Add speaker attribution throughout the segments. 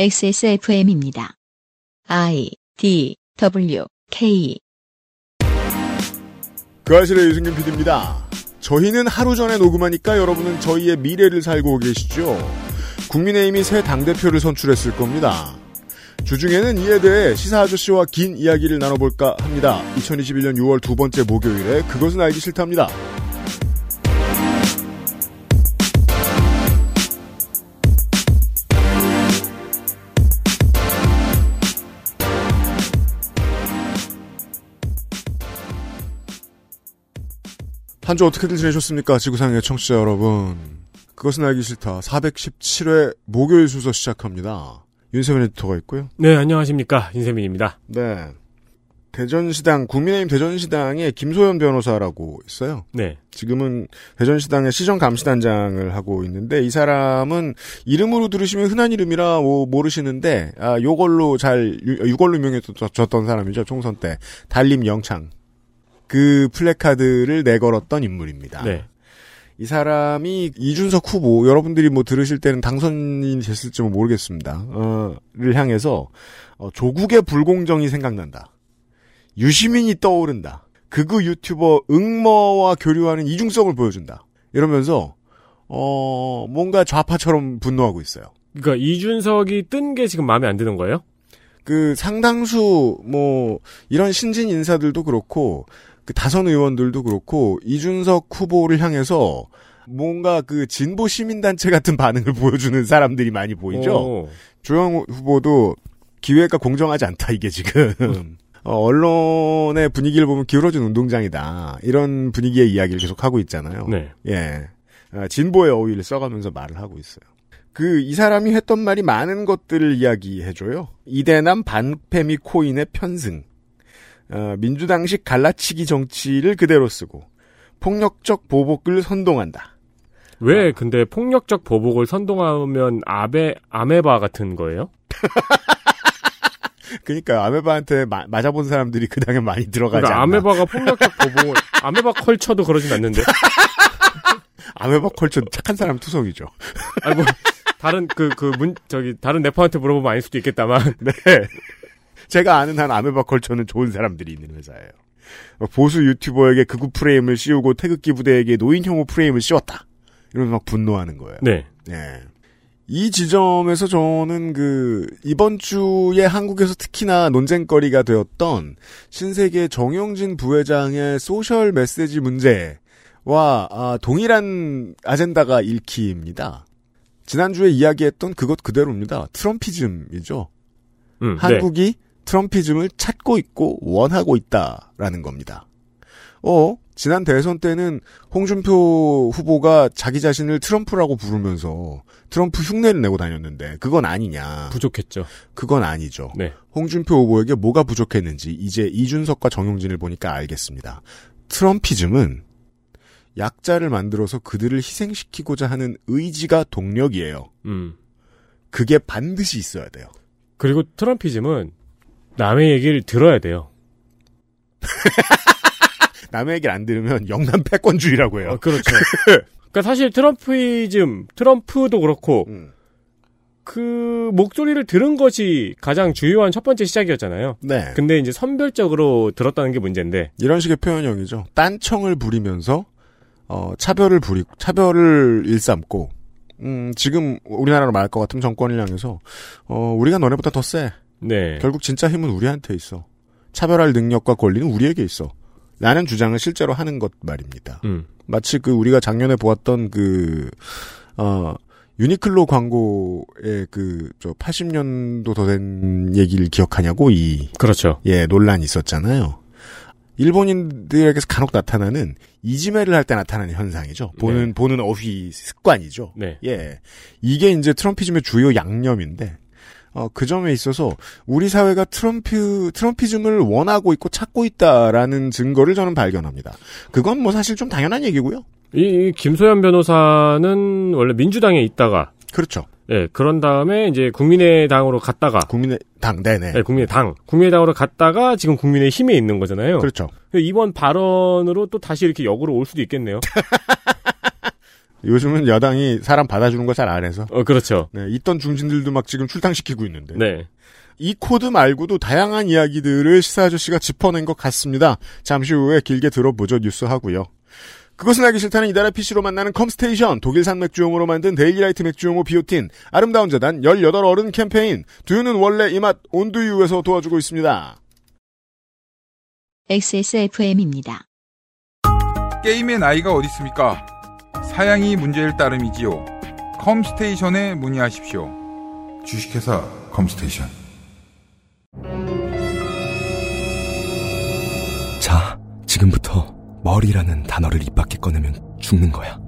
Speaker 1: XSFM입니다. I D W K
Speaker 2: 그 아실의 유승균 PD입니다. 저희는 하루 전에 녹음하니까 여러분은 저희의 미래를 살고 계시죠. 국민의힘이 새 당대표를 선출했을 겁니다. 주중에는 이에 대해 시사 아저씨와 긴 이야기를 나눠볼까 합니다. 2021년 6월 두 번째 목요일에 그것은 알기 싫답니다. 한 주 어떻게들 지내셨습니까? 지구상의 청취자 여러분. 그것은 알기 싫다. 417회 목요일 순서 시작합니다. 윤세민 에디터가 있고요.
Speaker 3: 네, 안녕하십니까. 인세민입니다.
Speaker 2: 네. 대전시당, 국민의힘 대전시당에 김소연 변호사라고 있어요.
Speaker 3: 네.
Speaker 2: 지금은 대전시당의 시정감시단장을 하고 있는데, 이 사람은 이름으로 들으시면 흔한 이름이라 뭐 모르시는데, 아, 요걸로 잘, 유- 요걸로 유명해졌던 사람이죠. 총선 때. 달림 영창. 그 플래카드를 내걸었던 인물입니다.
Speaker 3: 네.
Speaker 2: 이 사람이 이준석 후보 여러분들이 뭐 들으실 때는 당선이 됐을지 는 모르겠습니다. 어를 향해서 어, 조국의 불공정이 생각난다. 유시민이 떠오른다. 극우 유튜버 응머와 교류하는 이중성을 보여준다. 이러면서 어 뭔가 좌파처럼 분노하고 있어요.
Speaker 3: 그러니까 이준석이 뜬 게 지금 마음에 안 드는 거예요?
Speaker 2: 그 상당수 뭐 이런 신진 인사들도 그렇고 그 다선 의원들도 그렇고 이준석 후보를 향해서 뭔가 그 진보 시민 단체 같은 반응을 보여주는 사람들이 많이 보이죠.
Speaker 3: 오.
Speaker 2: 조영 후보도 기회가 공정하지 않다 이게 지금 어, 언론의 분위기를 보면 기울어진 운동장이다 이런 분위기의 이야기를 계속 하고 있잖아요.
Speaker 3: 네.
Speaker 2: 예. 아, 진보의 어휘를 써가면서 말을 하고 있어요. 그 이 사람이 했던 말이 많은 것들을 이야기해줘요. 이대남 반패미 코인의 편승, 어, 민주당식 갈라치기 정치를 그대로 쓰고 폭력적 보복을 선동한다. 아.
Speaker 3: 왜 근데 폭력적 보복을 선동하면 아베 아메바 같은 거예요?
Speaker 2: 그러니까 아메바한테 마- 맞아본 사람들이 그 당에 많이 들어가지 않나.
Speaker 3: 그러니까 아메바가 폭력적 보복을 아메바 컬처도 그러진 않는데.
Speaker 2: 아메바 컬처 착한 사람 투성이죠.
Speaker 3: 아니 뭐 다른 그 그 문 저기 다른 래퍼한테 물어보면 아닐 수도 있겠다만.
Speaker 2: 네. 제가 아는 한 아메바 컬처는 좋은 사람들이 있는 회사예요. 어, 보수 유튜버에게 극우 프레임을 씌우고 태극기 부대에게 노인 혐오 프레임을 씌웠다. 이러면 막 분노하는 거예요.
Speaker 3: 네.
Speaker 2: 예. 이 지점에서 저는 그 이번 주에 한국에서 특히나 논쟁거리가 되었던 신세계 정용진 부회장의 소셜 메시지 문제와 아, 동일한 아젠다가 읽힙니다. 지난주에 이야기했던 그것 그대로입니다. 트럼피즘이죠.
Speaker 3: 음, 네.
Speaker 2: 한국이 트럼피즘을 찾고 있고 원하고 있다라는 겁니다. 어, 지난 대선 때는 홍준표 후보가 자기 자신을 트럼프라고 부르면서 트럼프 흉내를 내고 다녔는데 그건 아니냐.
Speaker 3: 부족했죠.
Speaker 2: 그건 아니죠.
Speaker 3: 네.
Speaker 2: 홍준표 후보에게 뭐가 부족했는지 이제 이준석과 정용진을 보니까 알겠습니다. 트럼피즘은 약자를 만들어서 그들을 희생시키고자 하는 의지가 동력이에요.
Speaker 3: 음.
Speaker 2: 그게 반드시 있어야 돼요.
Speaker 3: 그리고 트럼피즘은 남의 얘기를 들어야 돼요.
Speaker 2: 남의 얘기를 안 들으면 영남 패권주의라고 해요. 네.
Speaker 3: 어, 그렇죠. 그러니까 사실 트럼피즘, 트럼프도 그렇고
Speaker 2: 음.
Speaker 3: 그 목소리를 들은 것이 가장 주요한 첫 번째 시작이었잖아요.
Speaker 2: 네.
Speaker 3: 근데 이제 선별적으로 들었다는 게 문제인데
Speaker 2: 이런 식의 표현형이죠. 딴청을 부리면서 어, 차별을 부리 차별을 일삼고 음, 지금 우리나라로 말할 것 같으면 정권을 향해서 어, 우리가 너네보다 더 세.
Speaker 3: 네.
Speaker 2: 결국 진짜 힘은 우리한테 있어. 차별할 능력과 권리는 우리에게 있어. 라는 주장을 실제로 하는 것 말입니다.
Speaker 3: 음.
Speaker 2: 마치 그 우리가 작년에 보았던 그, 어, 유니클로 광고의 그, 저, 80년도 더 된 얘기를 기억하냐고, 이,
Speaker 3: 그렇죠.
Speaker 2: 예, 논란이 있었잖아요. 일본인들에게서 간혹 나타나는 이지매를 할 때 나타나는 현상이죠. 보는, 보는 어휘 습관이죠.
Speaker 3: 네.
Speaker 2: 예. 이게 이제 트럼피즘의 주요 양념인데, 어, 그 점에 있어서 우리 사회가 트럼프, 트럼피즘을 원하고 있고 찾고 있다라는 증거를 저는 발견합니다. 그건 뭐 사실 좀 당연한 얘기고요.
Speaker 3: 이, 이 김소연 변호사는 원래 민주당에 있다가
Speaker 2: 그렇죠.
Speaker 3: 예, 그런 다음에 이제 국민의당으로 갔다가
Speaker 2: 국민의 당, 네네.
Speaker 3: 예, 국민의당, 국민의당으로 갔다가 지금 국민의힘에 있는 거잖아요.
Speaker 2: 그렇죠.
Speaker 3: 이번 발언으로 또 다시 이렇게 역으로 올 수도 있겠네요.
Speaker 2: 요즘은 여당이 사람 받아주는 걸 잘 안 해서
Speaker 3: 어, 그렇죠.
Speaker 2: 네, 있던 중진들도 막 지금 출당시키고 있는데
Speaker 3: 네.
Speaker 2: 이 코드 말고도 다양한 이야기들을 시사 아저씨가 짚어낸 것 같습니다. 잠시 후에 길게 들어보죠 뉴스 하고요. 그것은 알기 싫다는 이달의 PC로 만나는 컴스테이션, 독일산 맥주용으로 만든 데일리라이트 맥주용호 비오틴, 아름다운 재단 18어른 캠페인, 두유는 원래 이 맛 온두유에서 도와주고 있습니다.
Speaker 1: XSFM입니다.
Speaker 4: 게임의 나이가 어디 있습니까? 사양이 문제일 따름이지요. 컴스테이션에 문의하십시오. 주식회사 컴스테이션.
Speaker 5: 자, 지금부터 머리라는 단어를 입 밖에 꺼내면 죽는 거야.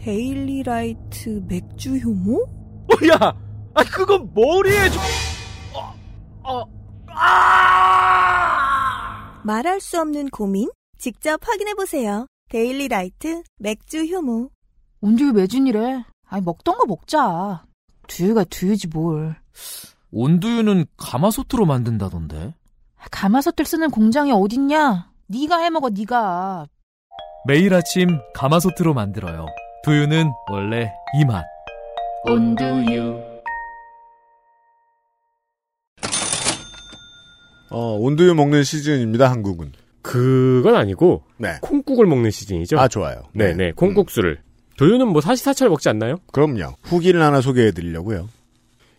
Speaker 6: 데일리 라이트 맥주 효모?
Speaker 7: 야, 아 그건 머리에 좀... 어, 아!
Speaker 6: 말할 수 없는 고민? 직접 확인해보세요. 데일리 라이트 맥주 효모.
Speaker 8: 언제 매진이래? 아니 먹던 거 먹자. 두유가 두유지 뭘.
Speaker 7: 온두유는 가마솥으로 만든다던데.
Speaker 8: 가마솥을 쓰는 공장이 어딨냐? 네가 해먹어 네가.
Speaker 7: 매일 아침 가마솥으로 만들어요. 두유는 원래 이 맛. 온두유.
Speaker 2: 어, 온두유 먹는 시즌입니다, 한국은.
Speaker 3: 그건 아니고
Speaker 2: 네.
Speaker 3: 콩국을 먹는 시즌이죠.
Speaker 2: 아, 좋아요.
Speaker 3: 네, 네. 콩국수를. 두유는 뭐 사시사철 먹지 않나요?
Speaker 2: 음, 그럼요. 후기를 하나 소개해 드리려고요.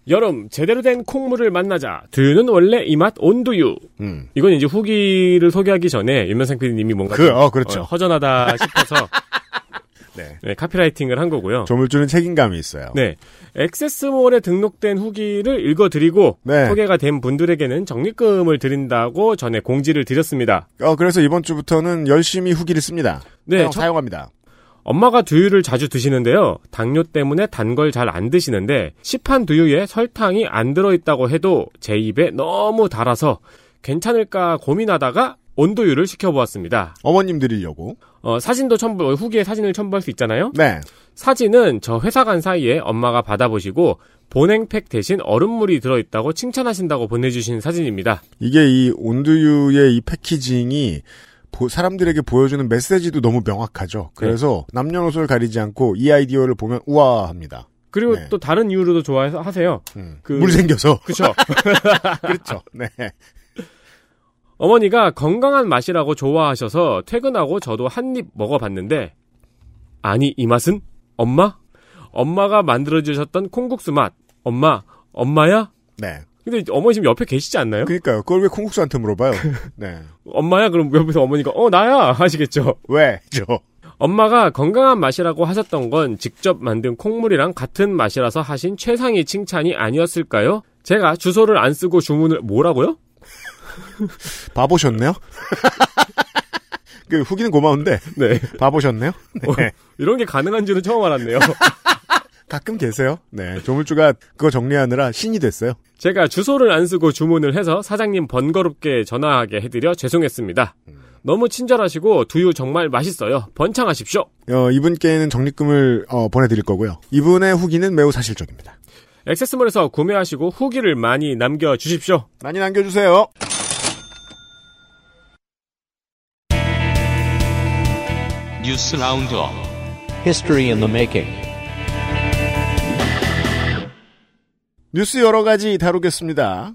Speaker 3: 여름 제대로 된 콩물을 만나자. 두유는 원래 이 맛 온두유.
Speaker 2: 음.
Speaker 3: 이건 이제 후기를 소개하기 전에 윤면상 PD님이 뭔가
Speaker 2: 그,
Speaker 3: 좀,
Speaker 2: 어, 그렇죠.
Speaker 3: 어, 허전하다 싶어서
Speaker 2: 네.
Speaker 3: 네, 카피라이팅을 한 거고요.
Speaker 2: 조물주는 책임감이 있어요.
Speaker 3: 네. 액세스몰에 등록된 후기를 읽어드리고
Speaker 2: 네.
Speaker 3: 소개가 된 분들에게는 적립금을 드린다고 전에 공지를 드렸습니다.
Speaker 2: 어, 그래서 이번 주부터는 열심히 후기를 씁니다.
Speaker 3: 네,
Speaker 2: 사용-
Speaker 3: 첫-
Speaker 2: 사용합니다.
Speaker 3: 엄마가 두유를 자주 드시는데요. 당뇨 때문에 단 걸 잘 안 드시는데 시판 두유에 설탕이 안 들어있다고 해도 제 입에 너무 달아서 괜찮을까 고민하다가 온두유를 시켜보았습니다.
Speaker 2: 어머님 드리려고.
Speaker 3: 어, 사진도 첨부, 어, 후기에 사진을 첨부할 수 있잖아요.
Speaker 2: 네.
Speaker 3: 사진은 저 회사 간 사이에 엄마가 받아보시고 보냉팩 대신 얼음물이 들어있다고 칭찬하신다고 보내주신 사진입니다.
Speaker 2: 이게 이 온두유의 이 패키징이 보- 사람들에게 보여주는 메시지도 너무
Speaker 3: 네.
Speaker 2: 명확하죠. 그래서 남녀노소를 가리지 않고 이 아이디어를 보면 우아합니다.
Speaker 3: 그리고
Speaker 2: 네.
Speaker 3: 또 다른 이유로도 좋아해서 하세요.
Speaker 2: 음.
Speaker 3: 그-
Speaker 2: 물 생겨서
Speaker 3: 그쵸?
Speaker 2: 그렇죠. 네.
Speaker 3: 어머니가 건강한 맛이라고 좋아하셔서 퇴근하고 저도 한 입 먹어봤는데 아니 이 맛은 엄마 엄마가 만들어주셨던 콩국수 맛 엄마 엄마야
Speaker 2: 네.
Speaker 3: 근데 어머니 지금 옆에 계시지 않나요?
Speaker 2: 그러니까요. 그걸 왜 콩국수한테 물어봐요? 네.
Speaker 3: 엄마야 그럼 옆에서 어머니가 어 나야 하시겠죠.
Speaker 2: 왜죠?
Speaker 3: 엄마가 건강한 맛이라고 하셨던 건 직접 만든 콩물이랑 같은 맛이라서 하신 최상의 칭찬이 아니었을까요? 제가 주소를 안 쓰고 주문을 뭐라고요?
Speaker 2: 봐보셨네요? 그 후기는 고마운데
Speaker 3: 네
Speaker 2: 봐보셨네요?
Speaker 3: 어.
Speaker 2: 네.
Speaker 3: 이런 게 가능한 줄은 처음 알았네요.
Speaker 2: 가끔 계세요. 네. 조물주가 그거 정리하느라 신이 됐어요.
Speaker 3: 제가 주소를 안 쓰고 주문을 해서 사장님 번거롭게 전화하게 해드려 죄송했습니다. 너무 친절하시고 두유 정말 맛있어요. 번창하십시오.
Speaker 2: 어, 이분께는 적립금을 어, 보내드릴 거고요. 이분의 후기는 매우 사실적입니다.
Speaker 3: 액세스몰에서 구매하시고 후기를 많이 남겨주십시오.
Speaker 2: 많이 남겨주세요.
Speaker 9: 뉴스 라운드업 History in the making
Speaker 2: 뉴스 여러 가지 다루겠습니다.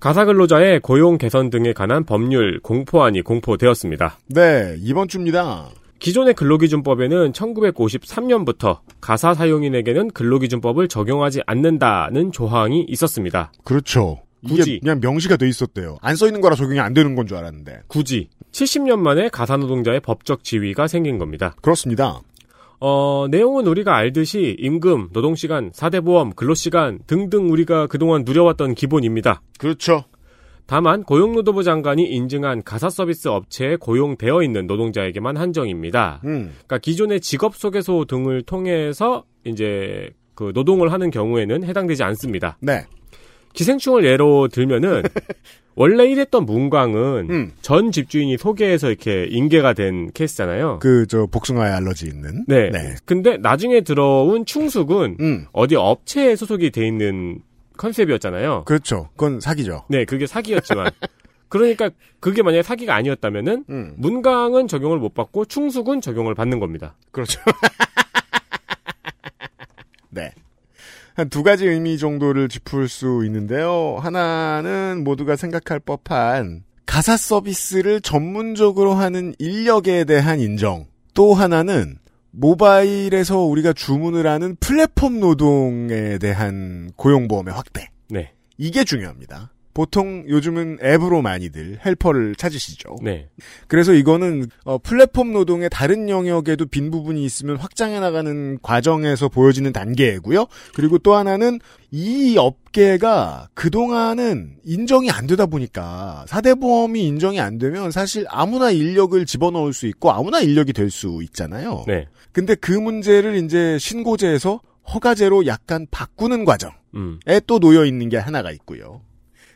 Speaker 3: 가사근로자의 고용 개선 등에 관한 법률 공포안이 공포되었습니다.
Speaker 2: 네, 이번 주입니다.
Speaker 3: 기존의 근로기준법에는 1953년부터 가사 사용인에게는 근로기준법을 적용하지 않는다는 조항이 있었습니다.
Speaker 2: 그렇죠. 이게
Speaker 3: 굳이.
Speaker 2: 그냥 명시가 돼 있었대요. 안 써 있는 거라 적용이 안 되는 건 줄 알았는데.
Speaker 3: 굳이 70년 만에 가사노동자의 법적 지위가 생긴 겁니다.
Speaker 2: 그렇습니다.
Speaker 3: 어, 내용은 우리가 알듯이 임금, 노동시간, 사대보험, 근로시간 등등 우리가 그동안 누려왔던 기본입니다.
Speaker 2: 그렇죠.
Speaker 3: 다만 고용노동부 장관이 인증한 가사서비스 업체에 고용되어 있는 노동자에게만 한정입니다.
Speaker 2: 음,
Speaker 3: 그러니까 기존의 직업소개소 등을 통해서 이제 그 노동을 하는 경우에는 해당되지 않습니다.
Speaker 2: 네.
Speaker 3: 기생충을 예로 들면은 원래 일했던 문광은
Speaker 2: 음.
Speaker 3: 전 집주인이 소개해서 이렇게 인계가 된 케이스잖아요.
Speaker 2: 그 저 복숭아에 알러지 있는.
Speaker 3: 네. 근데 나중에 들어온 충숙은
Speaker 2: 음,
Speaker 3: 어디 업체에 소속이 돼 있는 컨셉이었잖아요.
Speaker 2: 그렇죠. 그건 사기죠.
Speaker 3: 네, 그게 사기였지만. 그러니까 그게 만약에 사기가 아니었다면은
Speaker 2: 음,
Speaker 3: 문강은 적용을 못 받고 충숙은 적용을 받는 겁니다.
Speaker 2: 그렇죠. 네. 한 두 가지 의미 정도를 짚을 수 있는데요. 하나는 모두가 생각할 법한 가사 서비스를 전문적으로 하는 인력에 대한 인정. 또 하나는 모바일에서 우리가 주문을 하는 플랫폼 노동에 대한 고용보험의 확대.
Speaker 3: 네.
Speaker 2: 이게 중요합니다. 보통 요즘은 앱으로 많이들 헬퍼를 찾으시죠.
Speaker 3: 네.
Speaker 2: 그래서 이거는 어, 플랫폼 노동의 다른 영역에도 빈 부분이 있으면 확장해 나가는 과정에서 보여지는 단계고요. 그리고 또 하나는 이 업계가 그동안은 인정이 안 되다 보니까 사대보험이 인정이 안 되면 사실 아무나 인력을 집어넣을 수 있고 아무나 인력이 될 수 있잖아요.
Speaker 3: 네.
Speaker 2: 근데 그 문제를 이제 신고제에서 허가제로 약간 바꾸는 과정.
Speaker 3: 음.
Speaker 2: 에 또 놓여 있는 게 하나가 있고요.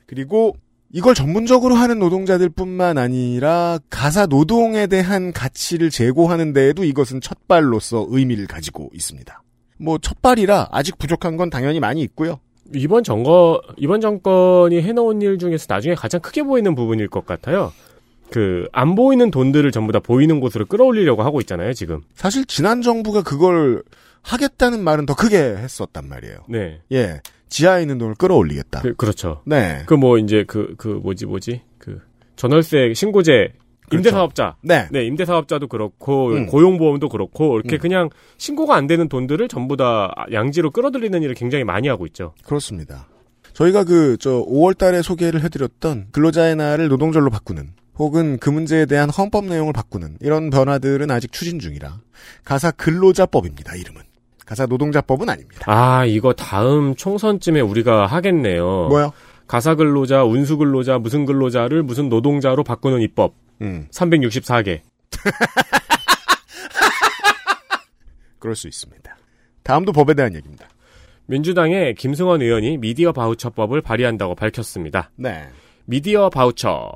Speaker 2: 그리고 이걸 전문적으로 하는 노동자들뿐만 아니라 가사 노동에 대한 가치를 제고하는 데에도 이것은 첫발로서 의미를 가지고 있습니다. 뭐 첫발이라 아직 부족한 건 당연히 많이 있고요.
Speaker 3: 이번 정거 이번 정권이 해놓은 일 중에서 나중에 가장 크게 보이는 부분일 것 같아요. 그 안 보이는 돈들을 전부 다 보이는 곳으로 끌어올리려고 하고 있잖아요, 지금.
Speaker 2: 사실 지난 정부가 그걸 하겠다는 말은 더 크게 했었단 말이에요.
Speaker 3: 네.
Speaker 2: 예, 지하에 있는 돈을 끌어올리겠다.
Speaker 3: 그, 그렇죠.
Speaker 2: 네,
Speaker 3: 그 뭐 이제 그 그 뭐지 뭐지 그 전월세 신고제 임대사업자
Speaker 2: 네,
Speaker 3: 네, 임대사업자도 그렇고
Speaker 2: 음.
Speaker 3: 고용보험도 그렇고
Speaker 2: 음.
Speaker 3: 이렇게 그냥 신고가 안 되는 돈들을 전부 다 양지로 끌어들이는 일을 굉장히 많이 하고 있죠.
Speaker 2: 그렇습니다. 저희가 그 저 5월달에 소개를 해드렸던 근로자의 날을 노동절로 바꾸는 혹은 그 문제에 대한 헌법 내용을 바꾸는 이런 변화들은 아직 추진 중이라 가사 근로자법입니다. 이름은 가사 노동자법은 아닙니다.
Speaker 3: 아, 이거 다음 총선쯤에 우리가 하겠네요.
Speaker 2: 뭐야?
Speaker 3: 가사 근로자, 운수 근로자, 무슨 근로자를 무슨 노동자로 바꾸는 입법
Speaker 2: 음,
Speaker 3: 364개.
Speaker 2: 그럴 수 있습니다. 다음도 법에 대한 얘기입니다.
Speaker 3: 민주당의 김승원 의원이 미디어 바우처법을 발의한다고 밝혔습니다.
Speaker 2: 네,
Speaker 3: 미디어 바우처.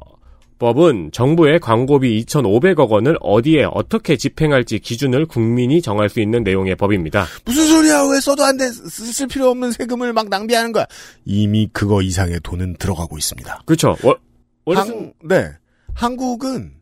Speaker 3: 법은 정부의 광고비 2,500억 원을 어디에 어떻게 집행할지 기준을 국민이 정할 수 있는 내용의 법입니다.
Speaker 2: 무슨 소리야? 왜 써도 안 돼? 쓰- 쓸 필요 없는 세금을 막 낭비하는 거야. 이미 그거 이상의 돈은 들어가고 있습니다.
Speaker 3: 그렇죠. 월, 월세-
Speaker 2: 한, 네. 한국은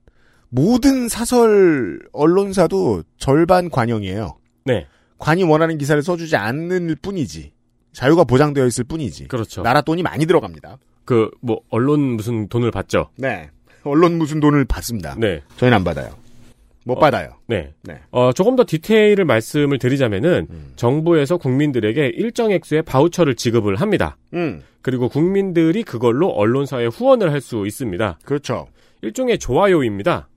Speaker 2: 모든 사설 언론사도 절반 관영이에요.
Speaker 3: 네,
Speaker 2: 관이 원하는 기사를 써주지 않는 뿐이지. 자유가 보장되어 있을 뿐이지.
Speaker 3: 그렇죠.
Speaker 2: 나라 돈이 많이 들어갑니다.
Speaker 3: 그, 뭐, 언론 무슨 돈을 받죠?
Speaker 2: 네. 언론 무슨 돈을 받습니다.
Speaker 3: 네,
Speaker 2: 저희는 안 받아요. 못
Speaker 3: 어.
Speaker 2: 받아요.
Speaker 3: 네.
Speaker 2: 네. 음.
Speaker 3: 어, 조금 더 디테일을 말씀을 드리자면은, 정부에서 국민들에게 일정 액수의 바우처를 지급을 합니다.
Speaker 2: 음,
Speaker 3: 그리고 국민들이 그걸로 언론사에 후원을 할 수 있습니다.
Speaker 2: 그렇죠.
Speaker 3: 일종의 좋아요입니다.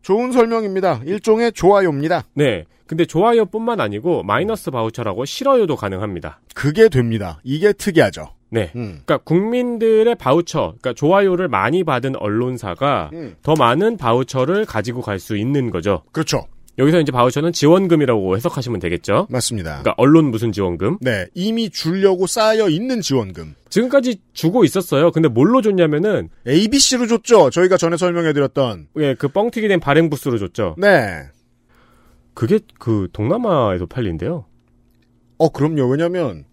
Speaker 2: 좋은 설명입니다. 일종의 좋아요입니다.
Speaker 3: 네. 근데 좋아요뿐만 아니고, 마이너스 바우처라고 싫어요도 가능합니다.
Speaker 2: 그게 됩니다. 이게 특이하죠.
Speaker 3: 네.
Speaker 2: 음,
Speaker 3: 그러니까 국민들의 바우처, 그러니까 좋아요를 많이 받은 언론사가
Speaker 2: 음,
Speaker 3: 더 많은 바우처를 가지고 갈 수 있는 거죠.
Speaker 2: 그렇죠.
Speaker 3: 여기서 이제 바우처는 지원금이라고 해석하시면 되겠죠.
Speaker 2: 맞습니다.
Speaker 3: 그러니까 언론 무슨 지원금?
Speaker 2: 네. 이미 주려고 쌓여 있는 지원금.
Speaker 3: 지금까지 주고 있었어요. 근데 뭘로 줬냐면은
Speaker 2: ABC로 줬죠. 저희가 전에 설명해드렸던.
Speaker 3: 예, 그 뻥튀기 된 발행 부스로 줬죠.
Speaker 2: 네.
Speaker 3: 그게 그 동남아에서 팔린대요.
Speaker 2: 어, 그럼요. 왜냐면,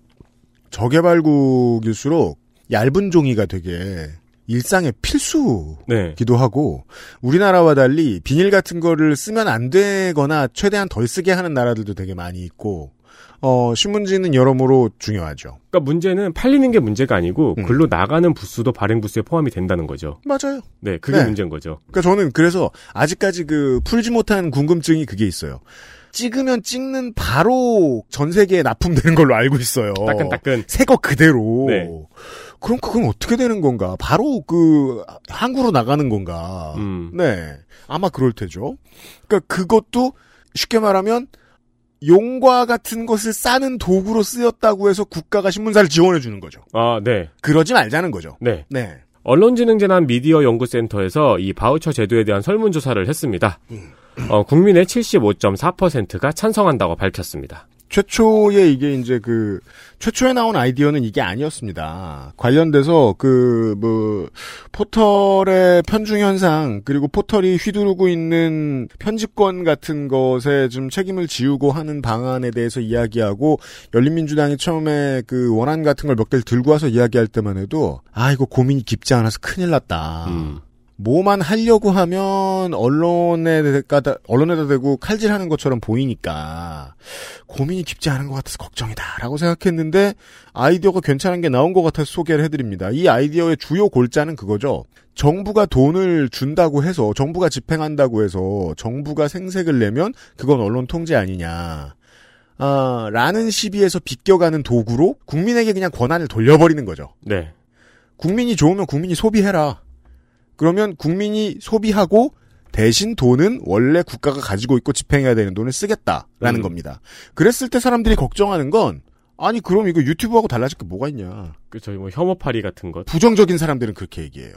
Speaker 2: 저개발국일수록 얇은 종이가 되게 일상의 필수기도
Speaker 3: 네.
Speaker 2: 하고, 우리나라와 달리 비닐 같은 거를 쓰면 안 되거나 최대한 덜 쓰게 하는 나라들도 되게 많이 있고, 어, 신문지는 여러모로 중요하죠.
Speaker 3: 그러니까 문제는 팔리는 게 문제가 아니고
Speaker 2: 음.
Speaker 3: 글로 나가는 부스도 발행 부스에 포함이 된다는 거죠.
Speaker 2: 맞아요.
Speaker 3: 네, 그게
Speaker 2: 네.
Speaker 3: 문제인 거죠.
Speaker 2: 그러니까 저는 그래서 아직까지 그 풀지 못한 궁금증이 그게 있어요. 찍으면 찍는 바로 전 세계에 납품되는 걸로 알고 있어요.
Speaker 3: 따끈따끈.
Speaker 2: 새 거 그대로.
Speaker 3: 네.
Speaker 2: 그럼 그건 어떻게 되는 건가? 바로 그 한국으로 나가는 건가?
Speaker 3: 음.
Speaker 2: 네. 아마 그럴 테죠. 그러니까 그것도 쉽게 말하면 용과 같은 것을 싸는 도구로 쓰였다고 해서 국가가 신문사를 지원해 주는 거죠.
Speaker 3: 아, 네.
Speaker 2: 그러지 말자는 거죠.
Speaker 3: 네.
Speaker 2: 네.
Speaker 3: 언론지능재난 미디어 연구센터에서 이 바우처 제도에 대한 설문조사를 했습니다.
Speaker 2: 음.
Speaker 3: 어, 국민의 75.4%가 찬성한다고 밝혔습니다.
Speaker 2: 최초에 이게 이제 그 최초에 나온 아이디어는 이게 아니었습니다. 관련돼서 그 뭐 포털의 편중 현상 그리고 포털이 휘두르고 있는 편집권 같은 것에 좀 책임을 지우고 하는 방안에 대해서 이야기하고 열린민주당이 처음에 그 원안 같은 걸 몇 개를 들고 와서 이야기할 때만 해도 아 이거 고민이 깊지 않아서 큰일 났다.
Speaker 3: 음.
Speaker 2: 뭐만 하려고 하면 언론에다 언론에다 대고 칼질하는 것처럼 보이니까 고민이 깊지 않은 것 같아서 걱정이다라고 생각했는데 아이디어가 괜찮은 게 나온 것 같아서 소개를 해드립니다. 이 아이디어의 주요 골자는 그거죠. 정부가 돈을 준다고 해서 정부가 집행한다고 해서 정부가 생색을 내면 그건 언론 통제 아니냐. 아, 라는 시비에서 비껴가는 도구로 국민에게 그냥 권한을 돌려버리는 거죠.
Speaker 3: 네.
Speaker 2: 국민이 좋으면 국민이 소비해라. 그러면 국민이 소비하고 대신 돈은 원래 국가가 가지고 있고 집행해야 되는 돈을 쓰겠다라는
Speaker 3: 음.
Speaker 2: 겁니다. 그랬을 때 사람들이 걱정하는 건 아니 그럼 이거 유튜브하고 달라질 게 뭐가 있냐.
Speaker 3: 그쵸. 뭐 혐오파리 같은 것.
Speaker 2: 부정적인 사람들은 그렇게 얘기해요.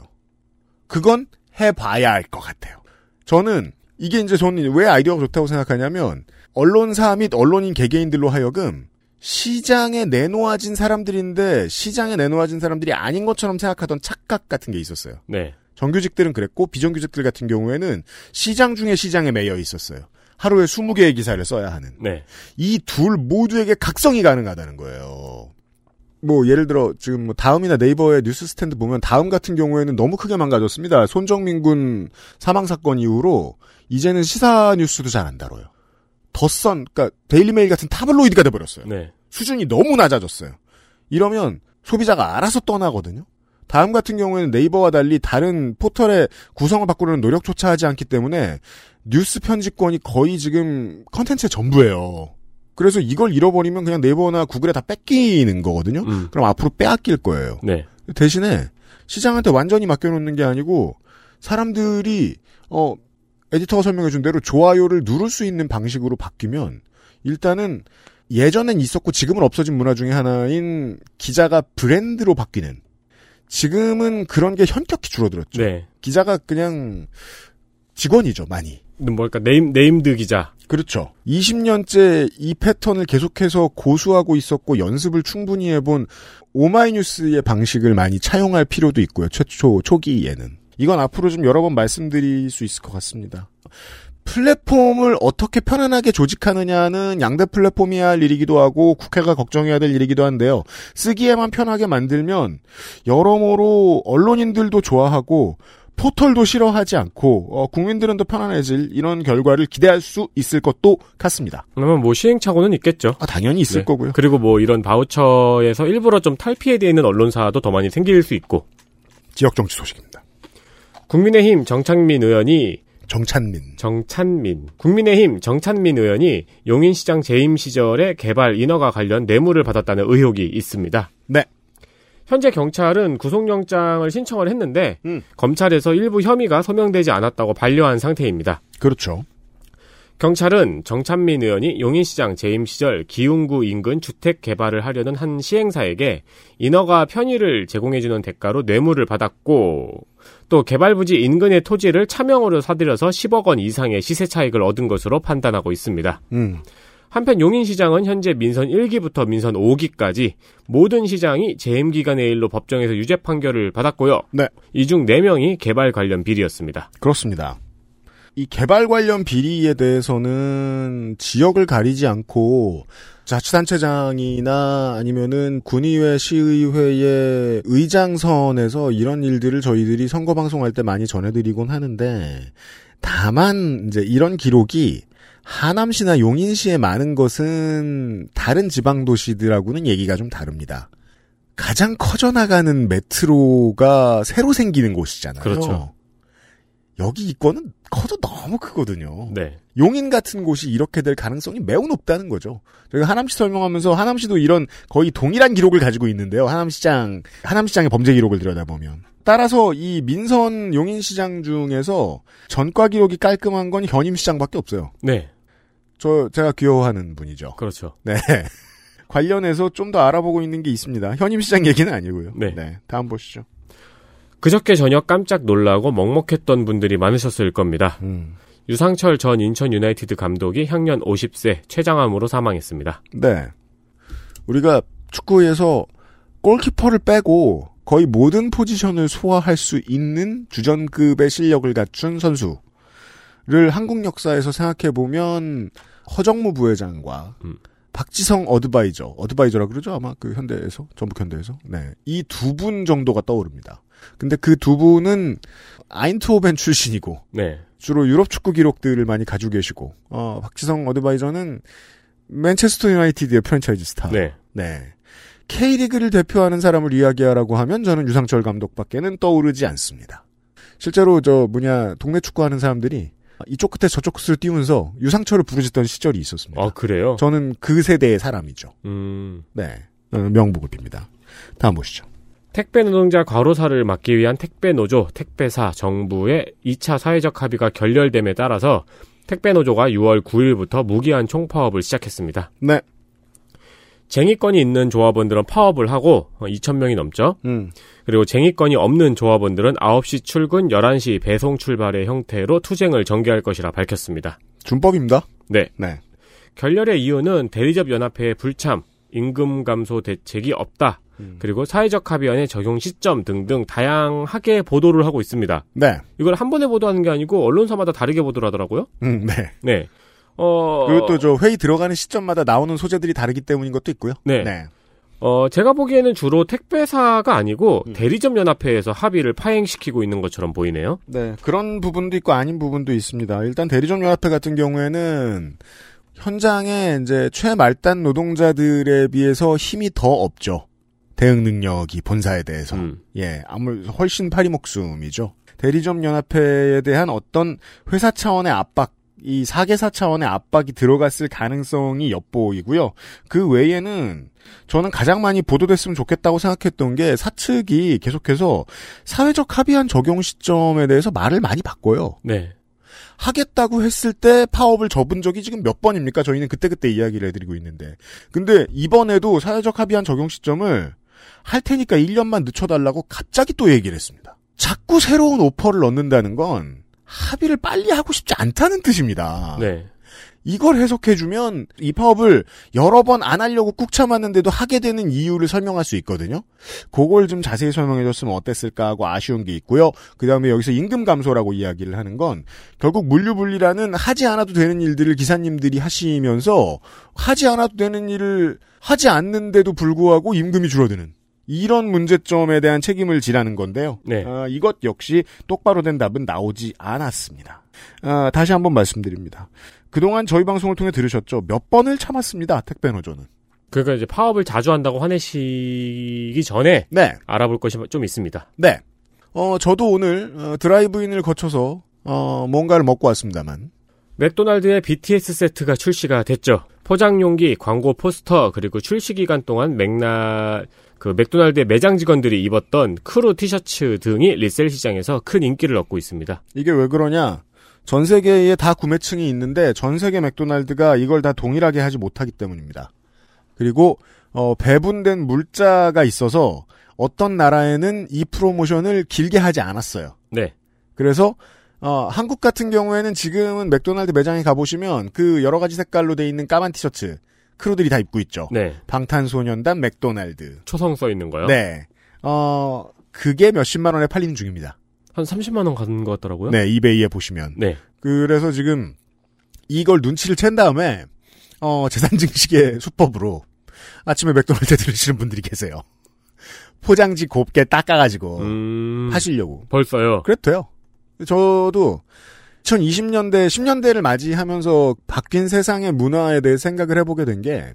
Speaker 2: 그건 해봐야 알 것 같아요. 저는 이게 이제 저는 왜 아이디어가 좋다고 생각하냐면 언론사 및 언론인 개개인들로 하여금 시장에 내놓아진 사람들인데 시장에 내놓아진 사람들이 아닌 것처럼 생각하던 착각 같은 게 있었어요.
Speaker 3: 네.
Speaker 2: 정규직들은 그랬고 비정규직들 같은 경우에는 시장 중에 시장에 매여 있었어요. 하루에 20개의 기사를 써야 하는.
Speaker 3: 네.
Speaker 2: 이 둘 모두에게 각성이 가능하다는 거예요. 뭐 예를 들어 지금 뭐 다음이나 네이버의 뉴스 스탠드 보면 다음 같은 경우에는 너무 크게 망가졌습니다. 손정민 군 사망 사건 이후로 이제는 시사 뉴스도 잘 안 다뤄요. 더선 그러니까 데일리메일 같은 타블로이드가 돼 버렸어요.
Speaker 3: 네.
Speaker 2: 수준이 너무 낮아졌어요. 이러면 소비자가 알아서 떠나거든요. 다음 같은 경우에는 네이버와 달리 다른 포털의 구성을 바꾸려는 노력조차 하지 않기 때문에 뉴스 편집권이 거의 지금 컨텐츠의 전부예요. 그래서 이걸 잃어버리면 그냥 네이버나 구글에 다 뺏기는 거거든요.
Speaker 3: 음.
Speaker 2: 그럼 앞으로 빼앗길 거예요.
Speaker 3: 네.
Speaker 2: 대신에 시장한테 완전히 맡겨놓는 게 아니고 사람들이 어 에디터가 설명해준 대로 좋아요를 누를 수 있는 방식으로 바뀌면 일단은 예전엔 있었고 지금은 없어진 문화 중에 하나인 기자가 브랜드로 바뀌는 지금은 그런 게 현격히 줄어들었죠.
Speaker 3: 네.
Speaker 2: 기자가 그냥 직원이죠 많이.
Speaker 3: 뭘까 네임 네임드 기자.
Speaker 2: 그렇죠. 20년째 이 패턴을 계속해서 고수하고 있었고 연습을 충분히 해본 오마이뉴스의 방식을 많이 차용할 필요도 있고요. 최초 초기에는 이건 앞으로 좀 여러 번 말씀드릴 수 있을 것 같습니다. 플랫폼을 어떻게 편안하게 조직하느냐는 양대 플랫폼이 할 일이기도 하고 국회가 걱정해야 될 일이기도 한데요. 쓰기에만 편하게 만들면 여러모로 언론인들도 좋아하고 포털도 싫어하지 않고 어, 국민들은 더 편안해질 이런 결과를 기대할 수 있을 것도 같습니다.
Speaker 3: 그러면 뭐 시행착오는 있겠죠.
Speaker 2: 아, 당연히 있을
Speaker 3: 네.
Speaker 2: 거고요.
Speaker 3: 그리고 뭐 이런 바우처에서 일부러 좀 탈피에 돼 있는 언론사도 더 많이 생길 수 있고.
Speaker 2: 지역 정치 소식입니다.
Speaker 3: 국민의힘 정창민 의원이
Speaker 2: 정찬민
Speaker 3: 정찬민 국민의힘 정찬민 의원이 용인시장 재임 시절에 개발 인허가 관련 뇌물을 받았다는 의혹이 있습니다.
Speaker 2: 네.
Speaker 3: 현재 경찰은 구속영장을 신청을 했는데
Speaker 2: 음.
Speaker 3: 검찰에서 일부 혐의가 소명되지 않았다고 반려한 상태입니다.
Speaker 2: 그렇죠.
Speaker 3: 경찰은 정찬민 의원이 용인시장 재임 시절 기흥구 인근 주택 개발을 하려는 한 시행사에게 인허가 편의를 제공해주는 대가로 뇌물을 받았고 또 개발 부지 인근의 토지를 차명으로 사들여서 10억 원 이상의 시세 차익을 얻은 것으로 판단하고 있습니다.
Speaker 2: 음,
Speaker 3: 한편 용인시장은 현재 민선 1기부터 민선 5기까지 모든 시장이 재임기간의 일로 법정에서 유죄 판결을 받았고요.
Speaker 2: 네.
Speaker 3: 이 중 4명이 개발 관련 비리였습니다.
Speaker 2: 그렇습니다. 이 개발 관련 비리에 대해서는 지역을 가리지 않고 자치단체장이나 아니면은 군의회, 시의회의 의장선에서 이런 일들을 저희들이 선거 방송할 때 많이 전해드리곤 하는데 다만 이제 이런 기록이 하남시나 용인시에 많은 것은 다른 지방 도시들하고는 얘기가 좀 다릅니다. 가장 커져나가는 메트로가 새로 생기는 곳이잖아요.
Speaker 3: 그렇죠.
Speaker 2: 여기 이권은 커도 너무 크거든요.
Speaker 3: 네.
Speaker 2: 용인 같은 곳이 이렇게 될 가능성이 매우 높다는 거죠. 저희가 하남시 설명하면서 하남시도 이런 거의 동일한 기록을 가지고 있는데요. 하남시장, 하남시장의 범죄 기록을 들여다보면. 따라서 이 민선 용인시장 중에서 전과 기록이 깔끔한 건 현임시장밖에 없어요.
Speaker 3: 네.
Speaker 2: 저, 제가 귀여워하는 분이죠.
Speaker 3: 그렇죠.
Speaker 2: 네. 관련해서 좀 더 알아보고 있는 게 있습니다. 현임시장 얘기는 아니고요.
Speaker 3: 네.
Speaker 2: 다음 보시죠.
Speaker 3: 그저께 저녁 깜짝 놀라고 먹먹했던 분들이 많으셨을 겁니다.
Speaker 2: 음.
Speaker 3: 유상철 전 인천 유나이티드 감독이 향년 50세 췌장암으로 사망했습니다.
Speaker 2: 네. 우리가 축구에서 골키퍼를 빼고 거의 모든 포지션을 소화할 수 있는 주전급의 실력을 갖춘 선수를 한국 역사에서 생각해 보면 허정무 부회장과
Speaker 3: 음.
Speaker 2: 박지성 어드바이저, 어드바이저라 그러죠? 아마 그 현대에서, 전북현대에서. 네. 이 두 분 정도가 떠오릅니다. 근데 그 두 분은 아인트호벤 출신이고,
Speaker 3: 네.
Speaker 2: 주로 유럽 축구 기록들을 많이 가지고 계시고, 어, 박지성 어드바이저는 맨체스터 유나이티드의 프랜차이즈 스타.
Speaker 3: 네.
Speaker 2: 네. K리그를 대표하는 사람을 이야기하라고 하면 저는 유상철 감독밖에는 떠오르지 않습니다. 실제로 저 뭐냐 동네 축구하는 사람들이 이쪽 끝에 저쪽 끝을 띄우면서 유상철을 부르짖던 시절이 있었습니다.
Speaker 3: 아, 그래요?
Speaker 2: 저는 그 세대의 사람이죠.
Speaker 3: 음.
Speaker 2: 네. 어, 명복을 빕니다. 다음 보시죠.
Speaker 3: 택배 노동자 과로사를 막기 위한 택배 노조, 택배사, 정부의 2차 사회적 합의가 결렬됨에 따라서 택배 노조가 6월 9일부터 무기한 총파업을 시작했습니다.
Speaker 2: 네.
Speaker 3: 쟁의권이 있는 조합원들은 파업을 하고 어, 2,000명이 넘죠.
Speaker 2: 음.
Speaker 3: 그리고 쟁의권이 없는 조합원들은 9시 출근, 11시 배송 출발의 형태로 투쟁을 전개할 것이라 밝혔습니다.
Speaker 2: 준법입니다.
Speaker 3: 네.
Speaker 2: 네.
Speaker 3: 결렬의 이유는 대리점 연합회의 불참, 임금 감소 대책이 없다, 그리고 사회적 합의안의 적용 시점 등등 다양하게 보도를 하고 있습니다.
Speaker 2: 네.
Speaker 3: 이걸 한 번에 보도하는 게 아니고 언론사마다 다르게 보도를 하더라고요.
Speaker 2: 음, 네.
Speaker 3: 네. 어,
Speaker 2: 그리고 또 저 회의 들어가는 시점마다 나오는 소재들이 다르기 때문인 것도 있고요.
Speaker 3: 네. 어, 제가 보기에는 주로 택배사가 아니고 대리점 연합회에서 합의를 파행시키고 있는 것처럼 보이네요.
Speaker 2: 네, 그런 부분도 있고 아닌 부분도 있습니다. 일단 대리점 연합회 같은 경우에는 현장에 이제 최말단 노동자들에 비해서 힘이 더 없죠. 대응 능력이 본사에 대해서.
Speaker 3: 음.
Speaker 2: 예, 아무 훨씬 파리목숨이죠. 대리점 연합회에 대한 어떤 회사 차원의 압박 이 사계사 차원의 압박이 들어갔을 가능성이 엿보이고요. 그 외에는 저는 가장 많이 보도됐으면 좋겠다고 생각했던 게 사측이 계속해서 사회적 합의안 적용 시점에 대해서 말을 많이 바꿔요.
Speaker 3: 네.
Speaker 2: 하겠다고 했을 때 파업을 접은 적이 지금 몇 번입니까? 저희는 그때그때 이야기를 해드리고 있는데. 근데 이번에도 사회적 합의안 적용 시점을 할 테니까 1년만 늦춰달라고 갑자기 또 얘기를 했습니다. 자꾸 새로운 오퍼를 넣는다는 건 합의를 빨리 하고 싶지 않다는 뜻입니다.
Speaker 3: 네.
Speaker 2: 이걸 해석해주면 이 파업을 여러 번 안 하려고 꾹 참았는데도 하게 되는 이유를 설명할 수 있거든요. 그걸 좀 자세히 설명해줬으면 어땠을까 하고 아쉬운 게 있고요. 그 다음에 여기서 임금 감소라고 이야기를 하는 건 결국 물류분리라는 하지 않아도 되는 일들을 기사님들이 하시면서 하지 않아도 되는 일을 하지 않는데도 불구하고 임금이 줄어드는 이런 문제점에 대한 책임을 지라는 건데요.
Speaker 3: 네.
Speaker 2: 아, 이것 역시 똑바로 된 답은 나오지 않았습니다. 아, 다시 한번 말씀드립니다. 그동안 저희 방송을 통해 들으셨죠. 몇 번을 참았습니다. 택배 노조는.
Speaker 3: 그러니까 이제 파업을 자주 한다고 화내시기 전에
Speaker 2: 네,
Speaker 3: 알아볼 것이 좀 있습니다.
Speaker 2: 네. 어, 저도 오늘 어, 드라이브인을 거쳐서 어, 뭔가를 먹고 왔습니다만.
Speaker 3: 맥도날드의 BTS 세트가 출시가 됐죠. 포장 용기, 광고 포스터, 그리고 출시 기간 동안 맥나 그 맥도날드의 매장 직원들이 입었던 크루 티셔츠 등이 리셀 시장에서 큰 인기를 얻고 있습니다.
Speaker 2: 이게 왜 그러냐? 전 세계에 다 구매층이 있는데 전 세계 맥도날드가 이걸 다 동일하게 하지 못하기 때문입니다. 그리고 어, 배분된 물자가 있어서 어떤 나라에는 이 프로모션을 길게 하지 않았어요.
Speaker 3: 네.
Speaker 2: 그래서 어, 한국 같은 경우에는 지금은 맥도날드 매장에 가보시면 그 여러 가지 색깔로 돼 있는 까만 티셔츠 크루들이 다 입고 있죠.
Speaker 3: 네.
Speaker 2: 방탄소년단 맥도날드.
Speaker 3: 초성 써 있는 거요?
Speaker 2: 네. 어, 그게 몇십만 원에 팔리는 중입니다.
Speaker 3: 한 30만 원 가는 것 같더라고요.
Speaker 2: 네, 이베이에 보시면.
Speaker 3: 네.
Speaker 2: 그래서 지금 이걸 눈치를 챈 다음에 어, 재산 증식의 수법으로 아침에 맥도날드 들으시는 분들이 계세요. 포장지 곱게 닦아가지고
Speaker 3: 음.
Speaker 2: 하시려고.
Speaker 3: 벌써요.
Speaker 2: 그래도 돼요. 저도 2020년대, 10년대를 맞이하면서 바뀐 세상의 문화에 대해 생각을 해보게 된 게,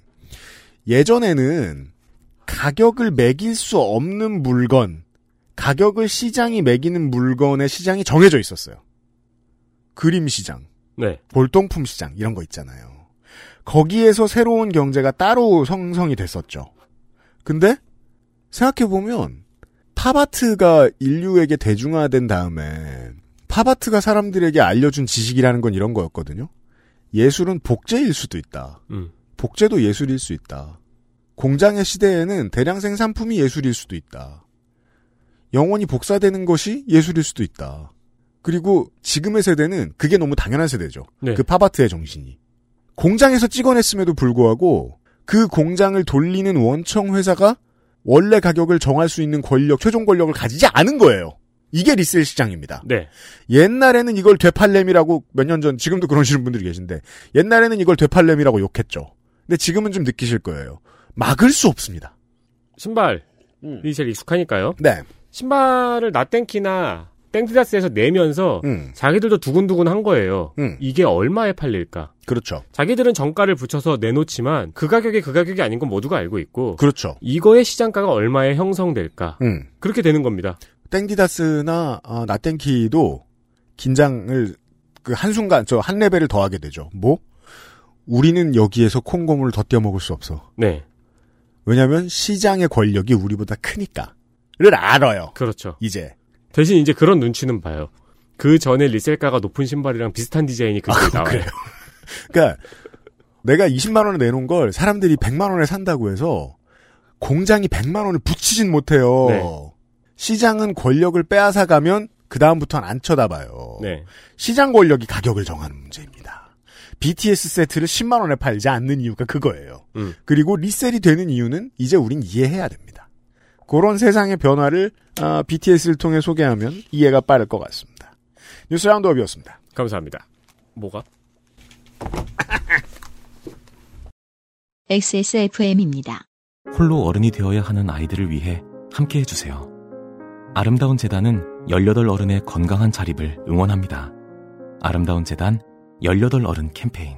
Speaker 2: 예전에는 가격을 매길 수 없는 물건, 가격을 시장이 매기는 물건의 시장이 정해져 있었어요. 그림 시장,
Speaker 3: 네.
Speaker 2: 골동품 시장, 이런 거 있잖아요. 거기에서 새로운 경제가 따로 성성이 됐었죠. 근데, 생각해보면, 팝아트가 인류에게 대중화된 다음에 팝아트가 사람들에게 알려준 지식이라는 건 이런 거였거든요. 예술은 복제일 수도 있다.
Speaker 3: 음.
Speaker 2: 복제도 예술일 수 있다. 공장의 시대에는 대량 생산품이 예술일 수도 있다. 영원히 복사되는 것이 예술일 수도 있다. 그리고 지금의 세대는 그게 너무 당연한 세대죠.
Speaker 3: 네.
Speaker 2: 그 팝아트의 정신이. 공장에서 찍어냈음에도 불구하고 그 공장을 돌리는 원청 회사가 원래 가격을 정할 수 있는 권력, 최종 권력을 가지지 않은 거예요. 이게 리셀 시장입니다.
Speaker 3: 네.
Speaker 2: 옛날에는 이걸 되팔렘이라고 몇 년 전, 지금도 그러시는 분들이 계신데, 옛날에는 이걸 되팔렘이라고 욕했죠. 근데 지금은 좀 느끼실 거예요. 막을 수 없습니다.
Speaker 3: 신발이
Speaker 2: 음.
Speaker 3: 제일 익숙하니까요.
Speaker 2: 네.
Speaker 3: 신발을 나땡키나 땡티다스에서 내면서
Speaker 2: 음.
Speaker 3: 자기들도 두근두근 한 거예요.
Speaker 2: 음.
Speaker 3: 이게 얼마에 팔릴까?
Speaker 2: 그렇죠.
Speaker 3: 자기들은 정가를 붙여서 내놓지만 그 가격이 그 가격이 아닌 건 모두가 알고 있고
Speaker 2: 그렇죠.
Speaker 3: 이거의 시장가가 얼마에 형성될까?
Speaker 2: 음.
Speaker 3: 그렇게 되는 겁니다.
Speaker 2: 땡디다스나 아, 나땡키도 긴장을 그 한순간 저 한 레벨을 더하게 되죠. 뭐? 우리는 여기에서 콩고물을 더 떼어먹을 수 없어.
Speaker 3: 네,
Speaker 2: 왜냐하면 시장의 권력이 우리보다 크니까를 알아요.
Speaker 3: 그렇죠.
Speaker 2: 이제
Speaker 3: 대신 이제 그런 눈치는 봐요. 그 전에 리셀가가 높은 신발이랑 비슷한 디자인이 그때
Speaker 2: 아,
Speaker 3: 나와요.
Speaker 2: 그래요? 그러니까 내가 20만 원에 내놓은 걸 사람들이 100만 원에 산다고 해서 공장이 100만 원을 붙이진 못해요.
Speaker 3: 네.
Speaker 2: 시장은 권력을 빼앗아 가면 그 다음부터는 안 쳐다봐요.
Speaker 3: 네,
Speaker 2: 시장 권력이 가격을 정하는 문제입니다. BTS 세트를 10만 원에 팔지 않는 이유가 그거예요.
Speaker 3: 음.
Speaker 2: 그리고 리셀이 되는 이유는 이제 우린 이해해야 됩니다. 그런 세상의 변화를 아, BTS를 통해 소개하면 이해가 빠를 것 같습니다. 뉴스 라운드업이었습니다.
Speaker 3: 감사합니다. 뭐가?
Speaker 1: XSFM입니다.
Speaker 10: 홀로 어른이 되어야 하는 아이들을 위해 함께 해주세요. 아름다운 재단은 18 어른의 건강한 자립을 응원합니다. 아름다운 재단 18 어른 캠페인.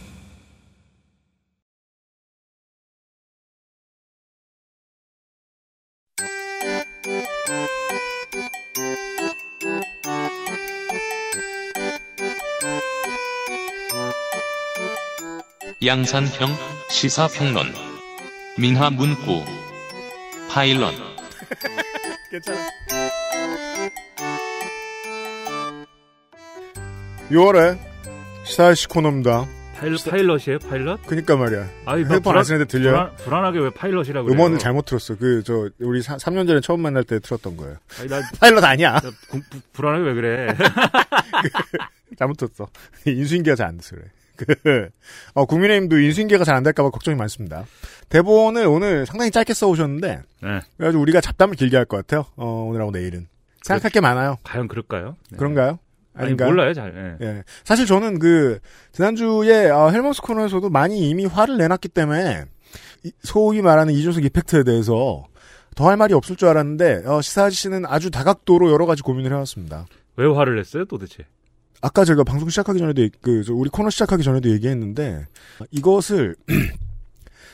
Speaker 9: 양산형 시사평론 민화문구 파일런
Speaker 2: 괜찮아. 6월에 시사시 코너입니다.
Speaker 11: 파일, 파일럿이에요, 파일럿?
Speaker 2: 그니까 말이야.
Speaker 11: 아니, 나
Speaker 2: 헤드폰
Speaker 11: 불안-
Speaker 2: 안 쓰는데 들려요?
Speaker 11: 불안, 불안하게 왜 파일럿이라고 그래요?
Speaker 2: 음원을 잘못 들었어. 그 저 우리 3년 전에 처음 만날 때 들었던 거예요.
Speaker 11: 아니, 나
Speaker 2: 파일럿 아니야.
Speaker 11: 나 구- 부- 불안하게 왜 그래?
Speaker 2: 잘못 들었어. 인수인계가 잘 안 돼서 그래. 그, 어, 국민의힘도 인수인계가 잘 안 될까봐 걱정이 많습니다. 대본을 오늘 상당히 짧게 써오셨는데,
Speaker 11: 네.
Speaker 2: 그래가지고 우리가 잡담을 길게 할 것 같아요. 어, 오늘하고 내일은. 생각할 게 많아요.
Speaker 11: 과연 그럴까요? 그렇죠. 네.
Speaker 2: 그런가요?
Speaker 11: 아니,
Speaker 2: 아닌가요?
Speaker 11: 몰라요, 잘. 예.
Speaker 2: 예. 사실 저는 그, 지난주에 어, 헬머스 코너에서도 많이 이미 화를 내놨기 때문에, 이- 소위 말하는 이준석 이펙트에 대해서 더 할 말이 없을 줄 알았는데, 어, 시사 아저씨는 아주 다각도로 여러 가지 고민을 해왔습니다.
Speaker 11: 왜 화를 냈어요, 도대체?
Speaker 2: 아까 제가 방송 시작하기 전에도 얘기- 그저 우리 코너 시작하기 전에도 얘기했는데 이것을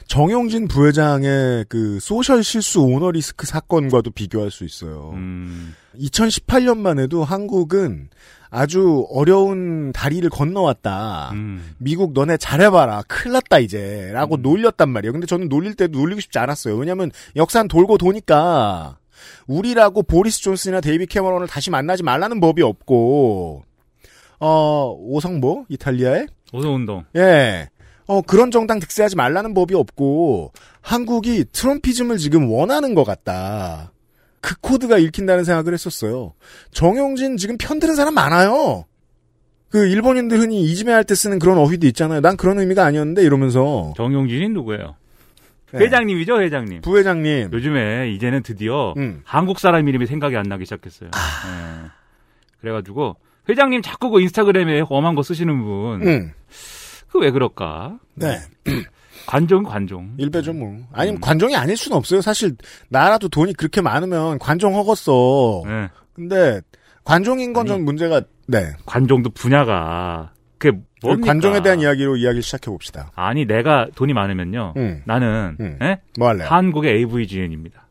Speaker 2: 정용진 부회장의 그 소셜 실수 오너리스크 사건과도 비교할 수 있어요.
Speaker 11: 음.
Speaker 2: 2018년만 해도 한국은 아주 어려운 다리를 건너왔다.
Speaker 11: 음.
Speaker 2: 미국 너네 잘해봐라. 큰일 났다 이제. 라고 놀렸단 말이에요. 근데 저는 놀릴 때도 놀리고 싶지 않았어요. 왜냐면 역산 돌고 도니까 우리라고 보리스 존슨이나 데이비 캐머런을 다시 만나지 말라는 법이 없고 어, 오성모, 이탈리아에?
Speaker 11: 오성운동.
Speaker 2: 예. 어, 그런 정당 득세하지 말라는 법이 없고, 한국이 트럼피즘을 지금 원하는 것 같다. 그 코드가 읽힌다는 생각을 했었어요. 정용진 지금 편드는 사람 많아요. 그 일본인들 흔히 이지메할 때 쓰는 그런 어휘도 있잖아요. 난 그런 의미가 아니었는데 이러면서
Speaker 11: 정용진이 누구예요?
Speaker 2: 네.
Speaker 11: 회장님이죠, 회장님.
Speaker 2: 부회장님.
Speaker 11: 요즘에 이제는 드디어
Speaker 2: 음. 아.
Speaker 11: 한국 사람 이름이 생각이 안 나기 시작했어요. 예. 그래가지고 회장님 자꾸 그 인스타그램에 엄한 거 쓰시는 분.
Speaker 2: 음.
Speaker 11: 그 왜 그럴까?
Speaker 2: 네.
Speaker 11: 관종 관종.
Speaker 2: 일배죠 뭐.
Speaker 11: 음.
Speaker 2: 아니면 관종이 아닐 수는 없어요. 사실 나라도 돈이 그렇게 많으면 관종 허겄어.
Speaker 11: 네.
Speaker 2: 근데 관종인 건 좀 문제가 네.
Speaker 11: 관종도 분야가 그게 뭡니까?
Speaker 2: 관종에 대한 이야기로 이야기를 시작해 봅시다.
Speaker 11: 아니 내가 돈이 많으면요.
Speaker 2: 음.
Speaker 11: 나는
Speaker 2: 음.
Speaker 11: 예?
Speaker 2: 뭐 할래요?
Speaker 11: 한국의 AV GN입니다.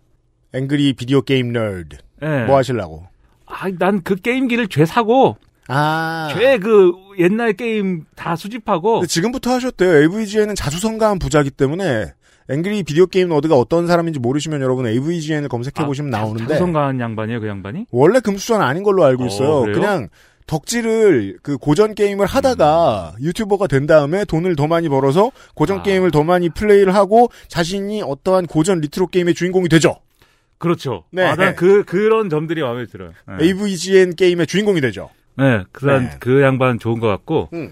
Speaker 2: 앵그리 비디오 게임 널드.
Speaker 11: 예.
Speaker 2: 뭐 하실라고?
Speaker 11: 아, 난 그 게임기를 죄 사고
Speaker 2: 아.
Speaker 11: 죄 그 옛날 게임 다 수집하고
Speaker 2: 근데 지금부터 하셨대요. AVGN은 자수성가한 부자기 때문에 앵그리 비디오 게임 너드가 어떤 사람인지 모르시면 여러분 AVGN을 검색해 보시면 나오는데
Speaker 11: 자수성가한 아, 양반이에요, 그 양반이?
Speaker 2: 원래 금수저는 아닌 걸로 알고 있어요.
Speaker 11: 어, 그래요?
Speaker 2: 그냥 덕질을 그 고전 게임을 하다가
Speaker 11: 음.
Speaker 2: 유튜버가 된 다음에 돈을 더 많이 벌어서
Speaker 11: 아.
Speaker 2: 고전 게임을 더 많이 플레이를 하고 자신이 어떠한 고전 리트로 게임의 주인공이 되죠.
Speaker 11: 그렇죠.
Speaker 2: 네.
Speaker 11: 아, 난 그, 그런 점들이 마음에 들어요. 네.
Speaker 2: AVGN 게임의 주인공이 되죠.
Speaker 11: 네, 그, 사-
Speaker 2: 네.
Speaker 11: 그 양반 좋은 것 같고.
Speaker 2: 음.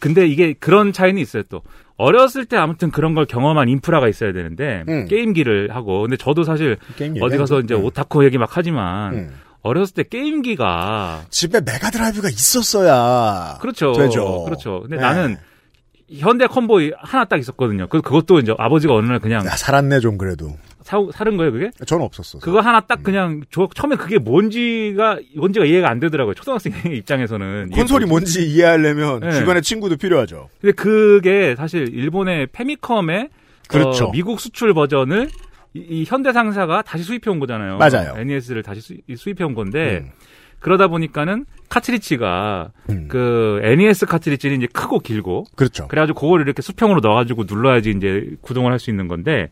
Speaker 11: 근데 이게 그런 차이는 있어요, 또. 어렸을 때 아무튼 그런 걸 경험한 인프라가 있어야 되는데,
Speaker 2: 음.
Speaker 11: 게임기를 하고. 근데 저도 사실
Speaker 2: 게임
Speaker 11: 어디 가서
Speaker 2: 얘기하는
Speaker 11: 이제
Speaker 2: 거. 음.
Speaker 11: 오타쿠 얘기 막 하지만,
Speaker 2: 음.
Speaker 11: 어렸을 때 게임기가.
Speaker 2: 집에 메가드라이브가 있었어야.
Speaker 11: 그렇죠.
Speaker 2: 되죠.
Speaker 11: 그렇죠. 근데
Speaker 2: 네.
Speaker 11: 나는 현대 컴보이 하나 딱 있었거든요. 그, 그것도 이제 아버지가 어느 날 그냥
Speaker 2: 야, 살았네 좀 그래도.
Speaker 11: 사, 사는 거예요, 그게?
Speaker 2: 저는 없었어.
Speaker 11: 그거 하나 딱 그냥 저 처음에 그게 뭔지가 뭔지가 이해가 안 되더라고요. 초등학생 입장에서는 이게
Speaker 2: 콘솔이 뭔지 이해하려면
Speaker 11: 네.
Speaker 2: 주변에 친구도 필요하죠.
Speaker 11: 근데 그게 사실 일본의 페미컴의
Speaker 2: 그렇죠.
Speaker 11: 어, 미국 수출 버전을 이, 이 현대 상사가 다시 수입해 온 거잖아요.
Speaker 2: 맞아요. 음.
Speaker 11: NES를 다시 수, 수입해 온 건데 그러다 보니까는 카트리지가 그 NES 카트리지는 이제 크고 길고
Speaker 2: 그렇죠.
Speaker 11: 그래가지고 그걸 이렇게 수평으로 넣어가지고 눌러야지 이제 구동을 할 수 있는 건데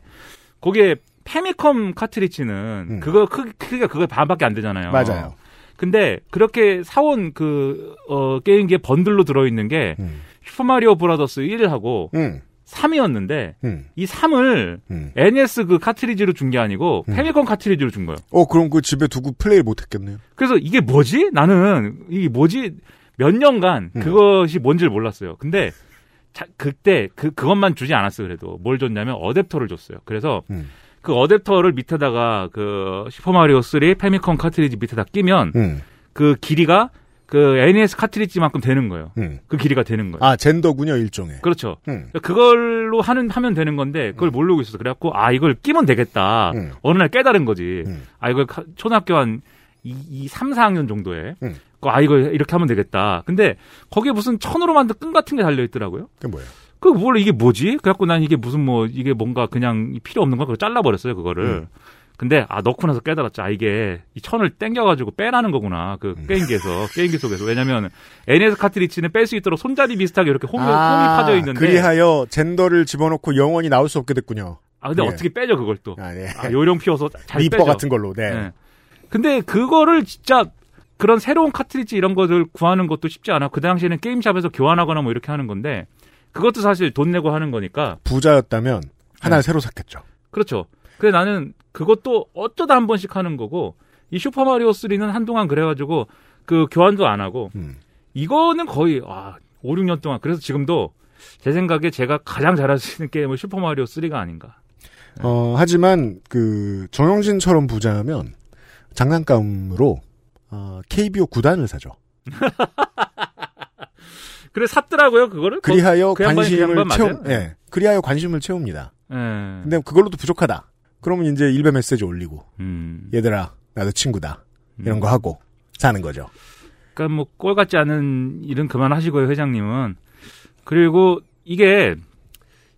Speaker 11: 거기에 페미컴 카트리지는 그거 크, 크기가 그거 반밖에 안 되잖아요.
Speaker 2: 음. 맞아요.
Speaker 11: 근데 그렇게 사온 그 어, 게임기에 번들로 들어있는 게
Speaker 2: 음.
Speaker 11: 슈퍼마리오 브라더스 1하고 3이었는데
Speaker 2: 음,
Speaker 11: 이 3을 NS 그 카트리지로 준 게 아니고
Speaker 2: 음.
Speaker 11: 페미컴 카트리지로 준 거예요.
Speaker 2: 어 그럼 그 집에 두고 플레이 못 했겠네요.
Speaker 11: 그래서 이게 뭐지? 나는 이게 뭐지? 몇 년간 그것이 뭔지를 몰랐어요. 근데 자- 그때 그 그것만 주지 않았어요. 그래도 뭘 줬냐면 어댑터를 줬어요. 그래서 그 어댑터를 밑에다가 그 슈퍼마리오 3 페미컴 카트리지 밑에다 끼면
Speaker 2: 음.
Speaker 11: 그 길이가 그 NES 카트리지만큼 되는 거예요. 그 길이가 되는 거예요.
Speaker 2: 음, 아 젠더군요 일종의. 음,
Speaker 11: 그렇죠. 그걸로 하는 하면 되는 건데 그걸 모르고 있어서 그래갖고 아 이걸 끼면 되겠다. 어느 날 깨달은 거지.
Speaker 2: 음.
Speaker 11: 아 이걸 카- 초등학교 한 2, 3, 4학년 정도에
Speaker 2: 음.
Speaker 11: 그거 아 이걸 이렇게 하면 되겠다. 근데 거기에 무슨 천으로 만든 끈 같은 게 달려 있더라고요.
Speaker 2: 그 뭐예요?
Speaker 11: 그 원래 이게 뭐지? 그래갖고 난 이게 무슨 뭐 이게 뭔가 그냥 필요 없는 거 그걸 잘라버렸어요 그거를.
Speaker 2: 음.
Speaker 11: 근데 아 넣고 나서 깨달았죠. 아 이게 이 천을 땡겨가지고 빼라는 거구나. 그
Speaker 2: 음.
Speaker 11: 게임기에서 게임기 속에서 왜냐면 NS 카트리지는 뺄 수 있도록 손잡이 비슷하게 이렇게 홈이,
Speaker 2: 아,
Speaker 11: 홈이 파져 있는데.
Speaker 2: 그리하여 젠더를 집어넣고 영원히 나올 수 없게 됐군요.
Speaker 11: 아 근데
Speaker 2: 예.
Speaker 11: 어떻게 빼죠 그걸 또?
Speaker 2: 아, 네.
Speaker 11: 아, 요령 피워서 잘
Speaker 2: 리퍼
Speaker 11: 빼죠. 예.
Speaker 2: 같은 걸로. 네.
Speaker 11: 근데 그거를 진짜 그런 새로운 카트리지 이런 것을 구하는 것도 쉽지 않아. 그 당시에는 게임샵에서 교환하거나 뭐 이렇게 하는 건데 그것도 사실 돈 내고 하는 거니까
Speaker 2: 부자였다면
Speaker 11: 예.
Speaker 2: 하나를 새로 샀겠죠.
Speaker 11: 그렇죠. 근데 나는 그것도 어쩌다 한 번씩 하는 거고 이 슈퍼 마리오 3는 한동안 그래가지고 그 교환도 안 하고
Speaker 2: 음.
Speaker 11: 이거는 거의 아 5, 6년 동안 그래서 지금도 제 생각에 제가 가장 잘할 수 있는 게임은 슈퍼 마리오 3가 아닌가.
Speaker 2: 어, 하지만 그 정영진처럼 부자면 장난감으로 어, KBO 구단을 사죠.
Speaker 11: 그래 샀더라고요 그거를. 거-
Speaker 2: 그리하여
Speaker 11: 그 양반이 그
Speaker 2: 관심을
Speaker 11: 양반
Speaker 2: 채우
Speaker 11: 맞아요?
Speaker 2: 예. 그리하여 관심을 채웁니다.
Speaker 11: 예.
Speaker 2: 근데 그걸로도 부족하다. 그러면 이제 일베 메시지 올리고
Speaker 11: 음.
Speaker 2: 얘들아 나도 친구다 이런 거 하고 사는 거죠.
Speaker 11: 그러니까 뭐 꼴 같지 않은 일은 그만하시고요 회장님은 그리고 이게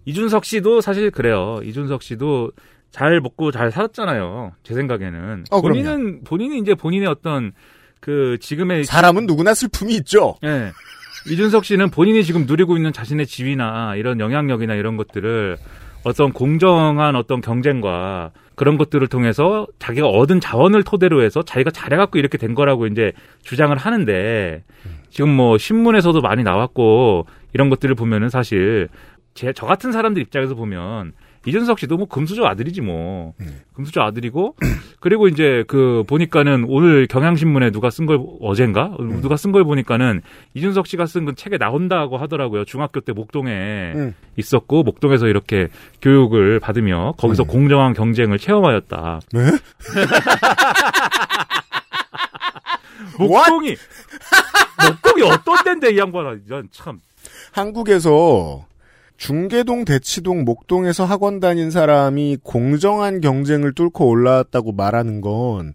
Speaker 11: 이준석 씨도 사실 그래요 이준석 씨도 잘 먹고 잘 살았잖아요 제 생각에는
Speaker 2: 어, 그럼요.
Speaker 11: 본인은 본인이 이제 본인의 어떤 그 지금의
Speaker 2: 사람은 누구나 슬픔이 있죠.
Speaker 11: 예 이준석 씨는 본인이 지금 누리고 있는 자신의 지위나 이런 영향력이나 이런 것들을 어떤 공정한 어떤 경쟁과 그런 것들을 통해서 자기가 얻은 자원을 토대로 해서 자기가 잘해갖고 이렇게 된 거라고 이제 주장을 하는데 지금 뭐 신문에서도 많이 나왔고 이런 것들을 보면은 사실 제, 저 같은 사람들 입장에서 보면 이준석 씨도 뭐 금수저 아들이지 뭐 금수저 아들이고 그리고 이제 그 보니까는 오늘 경향신문에 누가 쓴 걸 어젠가 누가 쓴 걸 보니까는 이준석 씨가 쓴 그 책에 나온다고 하더라고요 중학교 때 목동에
Speaker 2: 음.
Speaker 11: 있었고 목동에서 이렇게 교육을 받으며 거기서 공정한 경쟁을 체험하였다. 목동이 목동이 어떤 데인데 이 양반아 난 참.
Speaker 2: 한국에서 중계동, 대치동, 목동에서 학원 다닌 사람이 공정한 경쟁을 뚫고 올라왔다고 말하는 건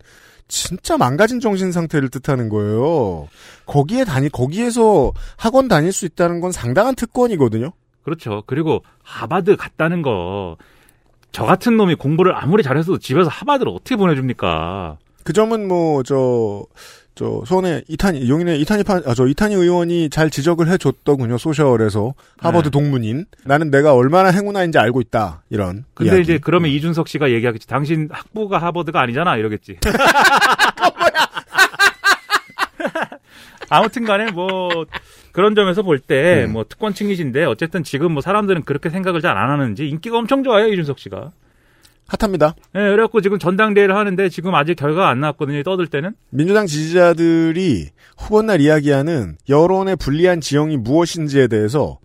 Speaker 2: 진짜 망가진 정신 상태를 뜻하는 거예요. 거기에 다니 거기에서 학원 다닐 수 있다는 건 상당한 특권이거든요.
Speaker 11: 그렇죠. 그리고 하바드 갔다는 거. 저 같은 놈이 공부를 아무리 잘해서도 집에서 하바드를 어떻게 보내줍니까?
Speaker 2: 그 점은 뭐 저 저 소원의 이탄 용인의 이탄이 아저 이탄이 의원이 잘 지적을 해줬더군요 소셜에서
Speaker 11: 네.
Speaker 2: 하버드 동문인 나는 내가 얼마나 행운아인지 알고 있다 이런
Speaker 11: 근데
Speaker 2: 이야기. 음.
Speaker 11: 이제 그러면 이준석 씨가 얘기하겠지. 당신 학부가 하버드가 아니잖아. 이러겠지. 아무튼 간에 뭐 그런 점에서 볼
Speaker 2: 네.
Speaker 11: 때 뭐 특권 층이신데 어쨌든 지금 뭐 사람들은 그렇게 생각을 잘 안 하는지 인기가 엄청 좋아요 이준석 씨가
Speaker 2: 핫합니다.
Speaker 11: 예, 그래갖고 지금 전당대회를 하는데 지금 아직 결과가 안 나왔거든요. 떠들 때는
Speaker 2: 민주당 지지자들이 후보날 이야기하는 여론의 불리한 지형이 무엇인지에 대해서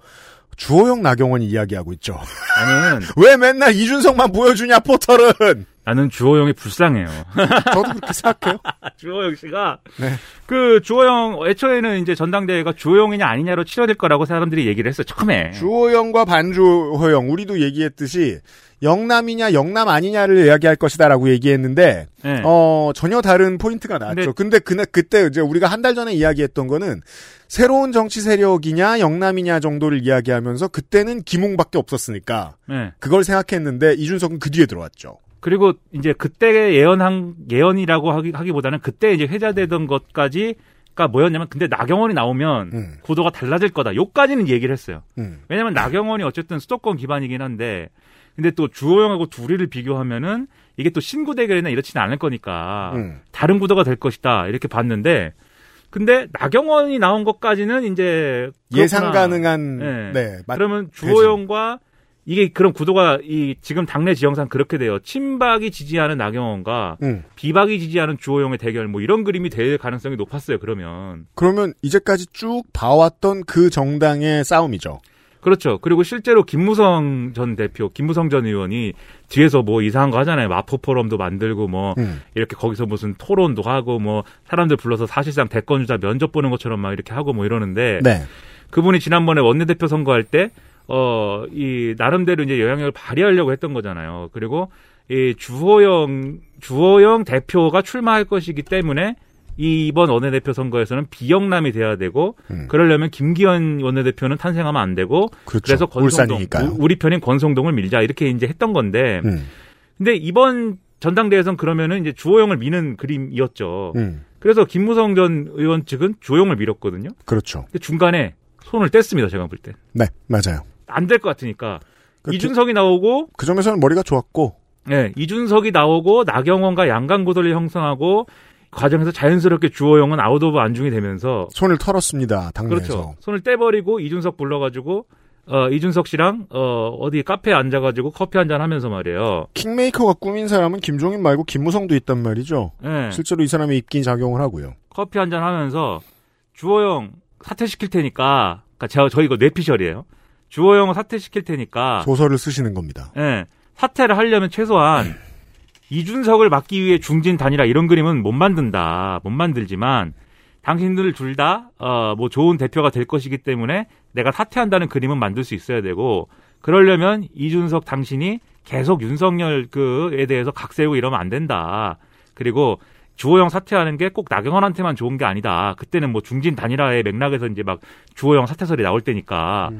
Speaker 2: 주호영 나경원이 이야기하고 있죠.
Speaker 11: 나는
Speaker 2: 왜 맨날 이준석만 보여주냐 포털은.
Speaker 11: 나는 주호영이 불쌍해요.
Speaker 2: 저도 그렇게 생각해요.
Speaker 11: 주호영 씨가
Speaker 2: 네.
Speaker 11: 그 주호영 애초에는 이제 전당대회가 주호영이냐 아니냐로 치러질 거라고 사람들이 얘기를 했어 요 처음에.
Speaker 2: 주호영과 반주호영 우리도 얘기했듯이 영남이냐 영남 아니냐를 이야기할 것이다라고 얘기했는데
Speaker 11: 네.
Speaker 2: 어 전혀 다른 포인트가 나왔죠. 근데, 그날 그때 이제 우리가 한 달 전에 이야기했던 거는 새로운 정치 세력이냐 영남이냐 정도를 이야기하면서 그때는 김웅밖에 없었으니까
Speaker 11: 네.
Speaker 2: 그걸 생각했는데 이준석은 그 뒤에 들어왔죠.
Speaker 11: 그리고 이제 그때 예언한 예언이라고 하기, 하기보다는 그때 이제 회자되던 것까지 가 뭐였냐면 근데 나경원이 나오면 구도가 달라질 거다. 요까지는 얘기를 했어요.
Speaker 2: 음.
Speaker 11: 왜냐면 나경원이 어쨌든 수도권 기반이긴 한데 근데 또 주호영하고 둘이를 비교하면은 이게 또 신구 대결이나 이렇지는 않을 거니까
Speaker 2: 음.
Speaker 11: 다른 구도가 될 것이다 이렇게 봤는데 근데 나경원이 나온 것까지는 이제 그렇구나.
Speaker 2: 예상 가능한
Speaker 11: 예.
Speaker 2: 네. 맞-
Speaker 11: 그러면 주호영과 이게 그런 구도가 이 지금 당내 지형상 그렇게 돼요. 친박이 지지하는 나경원과
Speaker 2: 음.
Speaker 11: 비박이 지지하는 주호영의 대결 뭐 이런 그림이 될 가능성이 높았어요. 그러면
Speaker 2: 그러면 이제까지 쭉 봐왔던 그 정당의 싸움이죠.
Speaker 11: 그렇죠. 그리고 실제로 김무성 전 대표, 김무성 전 의원이 뒤에서 뭐 이상한 거 하잖아요. 마포 포럼도 만들고 뭐
Speaker 2: 음.
Speaker 11: 이렇게 거기서 무슨 토론도 하고 뭐 사람들 불러서 사실상 대권 주자 면접 보는 것처럼 막 이렇게 하고 뭐 이러는데
Speaker 2: 네.
Speaker 11: 그분이 지난번에 원내대표 선거할 때 어, 이 나름대로 이제 영향력을 발휘하려고 했던 거잖아요. 그리고 이 주호영 주호영 대표가 출마할 것이기 때문에 이 이번 원내대표 선거에서는 비영남이 돼야 되고 그러려면 김기현 원내대표는 탄생하면 안 되고
Speaker 2: 음. 그렇죠.
Speaker 11: 래서 권성동
Speaker 2: 울산이니까요.
Speaker 11: 우- 네. 우리 편인 권성동을 밀자 이렇게 이제 했던 건데
Speaker 2: 음.
Speaker 11: 근데 이번 전당대회에선 그러면은 이제 주호영을 미는 그림이었죠.
Speaker 2: 음.
Speaker 11: 그래서 김무성 전 의원 측은 주호영을 밀었거든요.
Speaker 2: 그렇죠.
Speaker 11: 근데 중간에 손을 뗐습니다. 제가 볼 때.
Speaker 2: 네, 맞아요.
Speaker 11: 안 될 것 같으니까. 이준석이 나오고
Speaker 2: 그 점에서는 머리가 좋았고
Speaker 11: 예, 이준석이 나오고 나경원과 양강구도를 형성하고 과정에서 자연스럽게 주호영은 아웃 오브 안중이 되면서
Speaker 2: 손을 털었습니다. 당내에서.
Speaker 11: 그렇죠. 손을 떼버리고 이준석 불러가지고 어, 이준석 씨랑 어, 어디 카페에 앉아가지고 커피 한잔 하면서 말이에요.
Speaker 2: 킹메이커가 꾸민 사람은 김종인 말고 김무성도 있단 말이죠.
Speaker 11: 예.
Speaker 2: 실제로 이 사람의 입긴 작용을 하고요.
Speaker 11: 커피 한잔 하면서 주호영 사퇴시킬 테니까 그러니까 제가 저 이거 뇌피셜이에요. 주호영 사퇴시킬 테니까
Speaker 2: 소설을 쓰시는 겁니다.
Speaker 11: 예. 사퇴를 하려면 최소한 이준석을 막기 위해 중진 단일화 이런 그림은 못 만든다. 못 만들지만 당신들 둘 다 어 뭐 좋은 대표가 될 것이기 때문에 내가 사퇴한다는 그림은 만들 수 있어야 되고 그러려면 이준석 당신이 계속 윤석열 그에 대해서 각세우고 이러면 안 된다. 그리고 주호영 사퇴하는 게 꼭 나경원한테만 좋은 게 아니다. 그때는 뭐 중진 단일화의 맥락에서 이제 막 주호영 사퇴설이 나올 때니까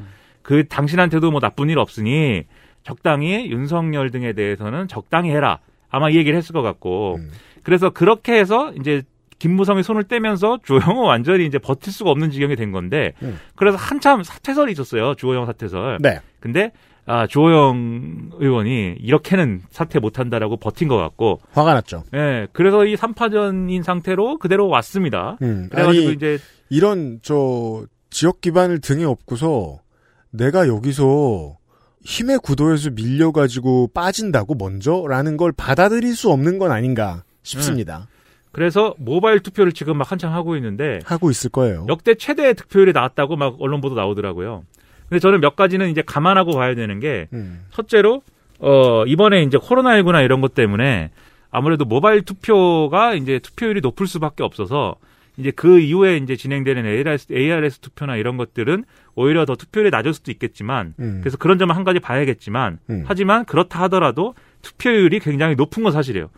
Speaker 11: 그 당신한테도 뭐 나쁜 일 없으니 적당히 윤석열 등에 대해서는 적당히 해라. 아마 이 얘기를 했을 것 같고. 그래서 그렇게 해서 이제 김무성이 손을 떼면서 주호영은 완전히 이제 버틸 수가 없는 지경이 된 건데.
Speaker 2: 음.
Speaker 11: 그래서 한참 사퇴설이 있었어요. 주호영 사퇴설.
Speaker 2: 네.
Speaker 11: 근데 아, 주호영 의원이 이렇게는 사퇴 못 한다라고 버틴 것 같고.
Speaker 2: 화가 났죠.
Speaker 11: 예. 그래서 이 3파전인 상태로 그대로 왔습니다.
Speaker 2: 음,
Speaker 11: 그래 가지고
Speaker 2: 아니,
Speaker 11: 이제
Speaker 2: 이런 저 지역 기반을 등에 업고서 내가 여기서 힘의 구도에서 밀려가지고 빠진다고 먼저라는 걸 받아들일 수 없는 건 아닌가 싶습니다.
Speaker 11: 그래서 모바일 투표를 지금 막 한창 하고 있는데
Speaker 2: 하고 있을 거예요.
Speaker 11: 음. 역대 최대의 득표율이 나왔다고 막 언론 보도 나오더라고요. 근데 저는 몇 가지는 이제 감안하고 봐야 되는 게
Speaker 2: 음,
Speaker 11: 첫째로 어 이번에 이제 코로나19나 이런 것 때문에 아무래도 모바일 투표가 이제 투표율이 높을 수밖에 없어서 이제 그 이후에 이제 진행되는 ARS, ARS 투표나 이런 것들은 오히려 더 투표율이 낮을 수도 있겠지만
Speaker 2: 음.
Speaker 11: 그래서 그런 점을 한 가지 봐야겠지만 하지만 그렇다 하더라도 투표율이 굉장히 높은 건 사실이에요.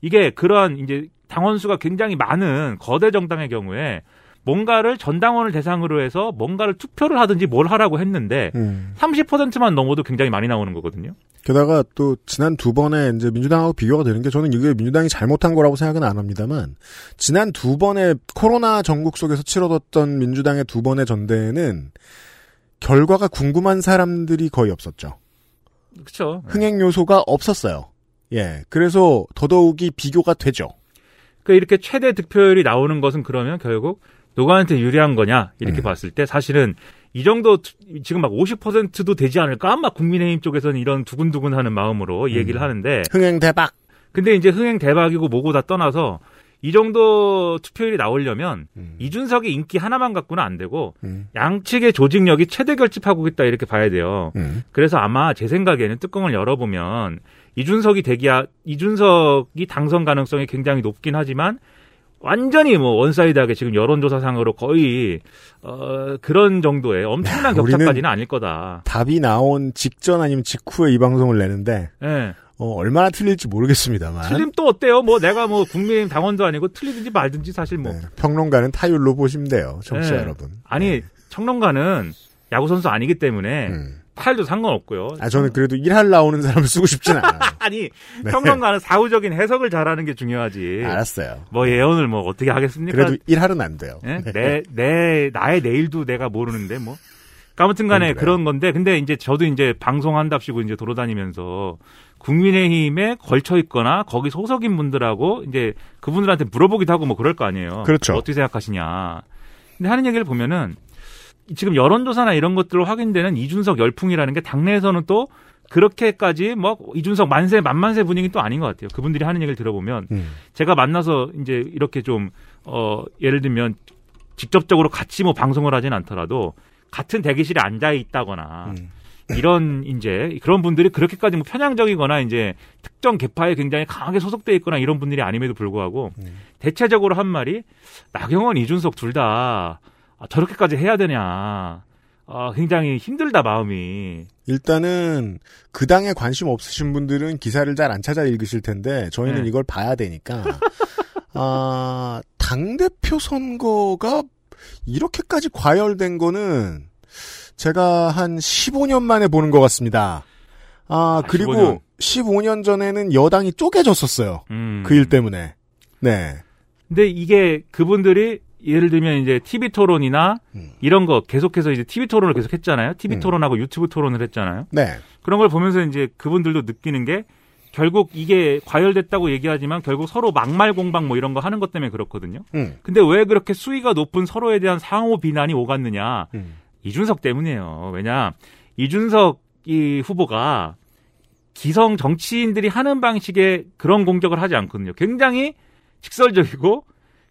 Speaker 11: 이게 그러한 이제 당원수가 굉장히 많은 거대 정당의 경우에 뭔가를 전당원을 대상으로 해서 뭔가를 투표를 하든지 뭘 하라고 했는데
Speaker 2: 음.
Speaker 11: 30%만 넘어도 굉장히 많이 나오는 거거든요.
Speaker 2: 게다가 또 지난 두 번에 이제 민주당하고 비교가 되는 게 저는 이게 민주당이 잘못한 거라고 생각은 안 합니다만 지난 두 번의 코로나 전국 속에서 치러졌던 민주당의 두 번의 전대에는 결과가 궁금한 사람들이 거의 없었죠.
Speaker 11: 그렇죠.
Speaker 2: 네. 흥행 요소가 없었어요. 예. 그래서 더더욱이 비교가 되죠.
Speaker 11: 그러니까 그 이렇게 최대 득표율이 나오는 것은 그러면 결국 누구한테 유리한 거냐
Speaker 2: 음.
Speaker 11: 이렇게 봤을 때 사실은 이 정도 투- 지금 막 50%도 되지 않을까 막 국민의힘 쪽에서는 이런 두근두근하는 마음으로 이 얘기를 하는데
Speaker 2: 네. 흥행 대박.
Speaker 11: 근데 이제 흥행 대박이고 뭐고 다 떠나서 이 정도 투표율이 나오려면
Speaker 2: 음.
Speaker 11: 이준석의 인기 하나만 갖고는 안 되고 양측의 조직력이 최대 결집하고 있다 이렇게 봐야 돼요.
Speaker 2: 음.
Speaker 11: 그래서 아마 제 생각에는 뚜껑을 열어보면 이준석이 대기야 이준석이 당선 가능성이 굉장히 높긴 하지만 완전히 뭐 원사이드하게 지금 여론조사상으로 거의 어 그런 정도의 엄청난
Speaker 2: 우리는
Speaker 11: 격차까지는 아닐 거다.
Speaker 2: 답이 나온 직전 아니면 직후에 이 방송을 내는데
Speaker 11: 예.
Speaker 2: 어, 얼마나 틀릴지 모르겠습니다만
Speaker 11: 틀림 또 어때요? 뭐 내가 뭐 국민의힘 당원도 아니고 틀리든지 말든지 사실 뭐
Speaker 2: 네. 평론가는 타율로 보시면 돼요, 정치 자
Speaker 11: 네.
Speaker 2: 여러분.
Speaker 11: 아니 청론가는 야구 선수 아니기 때문에 탈도 상관없고요.
Speaker 2: 음. 아 저는 그래도 일할 나오는 사람 을 쓰고 싶진 않아.
Speaker 11: 아니
Speaker 2: 네.
Speaker 11: 평론가는 사후적인 해석을 잘하는 게 중요하지.
Speaker 2: 알았어요.
Speaker 11: 뭐 예언을 뭐 어떻게 하겠습니까?
Speaker 2: 그래도 일할은 안 돼요.
Speaker 11: 예?
Speaker 2: 네.
Speaker 11: 내, 내, 나의 내일도 내가 모르는데 뭐. 아무튼 간에
Speaker 2: 그건 그래요.
Speaker 11: 그런 건데, 근데 이제 저도 이제 방송한답시고 이제 돌아다니면서 국민의힘에 걸쳐 있거나 거기 소속인 분들하고 이제 그분들한테 물어보기도 하고 뭐 그럴 거 아니에요.
Speaker 2: 그렇죠.
Speaker 11: 어떻게 생각하시냐. 근데 하는 얘기를 보면은 지금 여론조사나 이런 것들로 확인되는 이준석 열풍이라는 게 당내에서는 또 그렇게까지 뭐 이준석 만세 만만세 분위기 또 아닌 것 같아요. 그분들이 하는 얘기를 들어보면
Speaker 2: 음.
Speaker 11: 제가 만나서 이제 이렇게 좀 어 예를 들면 직접적으로 같이 뭐 방송을 하진 않더라도 같은 대기실에 앉아 있다거나
Speaker 2: 음.
Speaker 11: 이런 이제 그런 분들이 그렇게까지 뭐 편향적이거나 이제 특정 계파에 굉장히 강하게 소속돼 있거나 이런 분들이 아님에도 불구하고
Speaker 2: 음.
Speaker 11: 대체적으로 한 말이 나경원 이준석 둘 다 저렇게까지 해야 되냐 아, 굉장히 힘들다 마음이
Speaker 2: 일단은 그 당에 관심 없으신 분들은 기사를 잘 안 찾아 읽으실 텐데 저희는
Speaker 11: 네.
Speaker 2: 이걸 봐야 되니까 아, 당 대표 선거가 이렇게까지 과열된 거는 제가 한 15년 만에 보는 것 같습니다. 아, 그리고 15년. 전에는 여당이 쪼개졌었어요.
Speaker 11: 음.
Speaker 2: 그 일 때문에. 네.
Speaker 11: 근데 이게 그분들이 예를 들면 이제 TV 토론이나 이런 거 계속해서 이제 TV 토론을 계속 했잖아요. TV 토론하고 유튜브 토론을 했잖아요.
Speaker 2: 네.
Speaker 11: 그런 걸 보면서 이제 그분들도 느끼는 게 결국 이게 과열됐다고 얘기하지만 결국 서로 막말 공방 뭐 이런 거 하는 것 때문에 그렇거든요.
Speaker 2: 음.
Speaker 11: 근데 왜 그렇게 수위가 높은 서로에 대한 상호 비난이 오갔느냐? 이준석 때문이에요. 왜냐 이준석 이 후보가 기성 정치인들이 하는 방식의 그런 공격을 하지 않거든요. 굉장히 직설적이고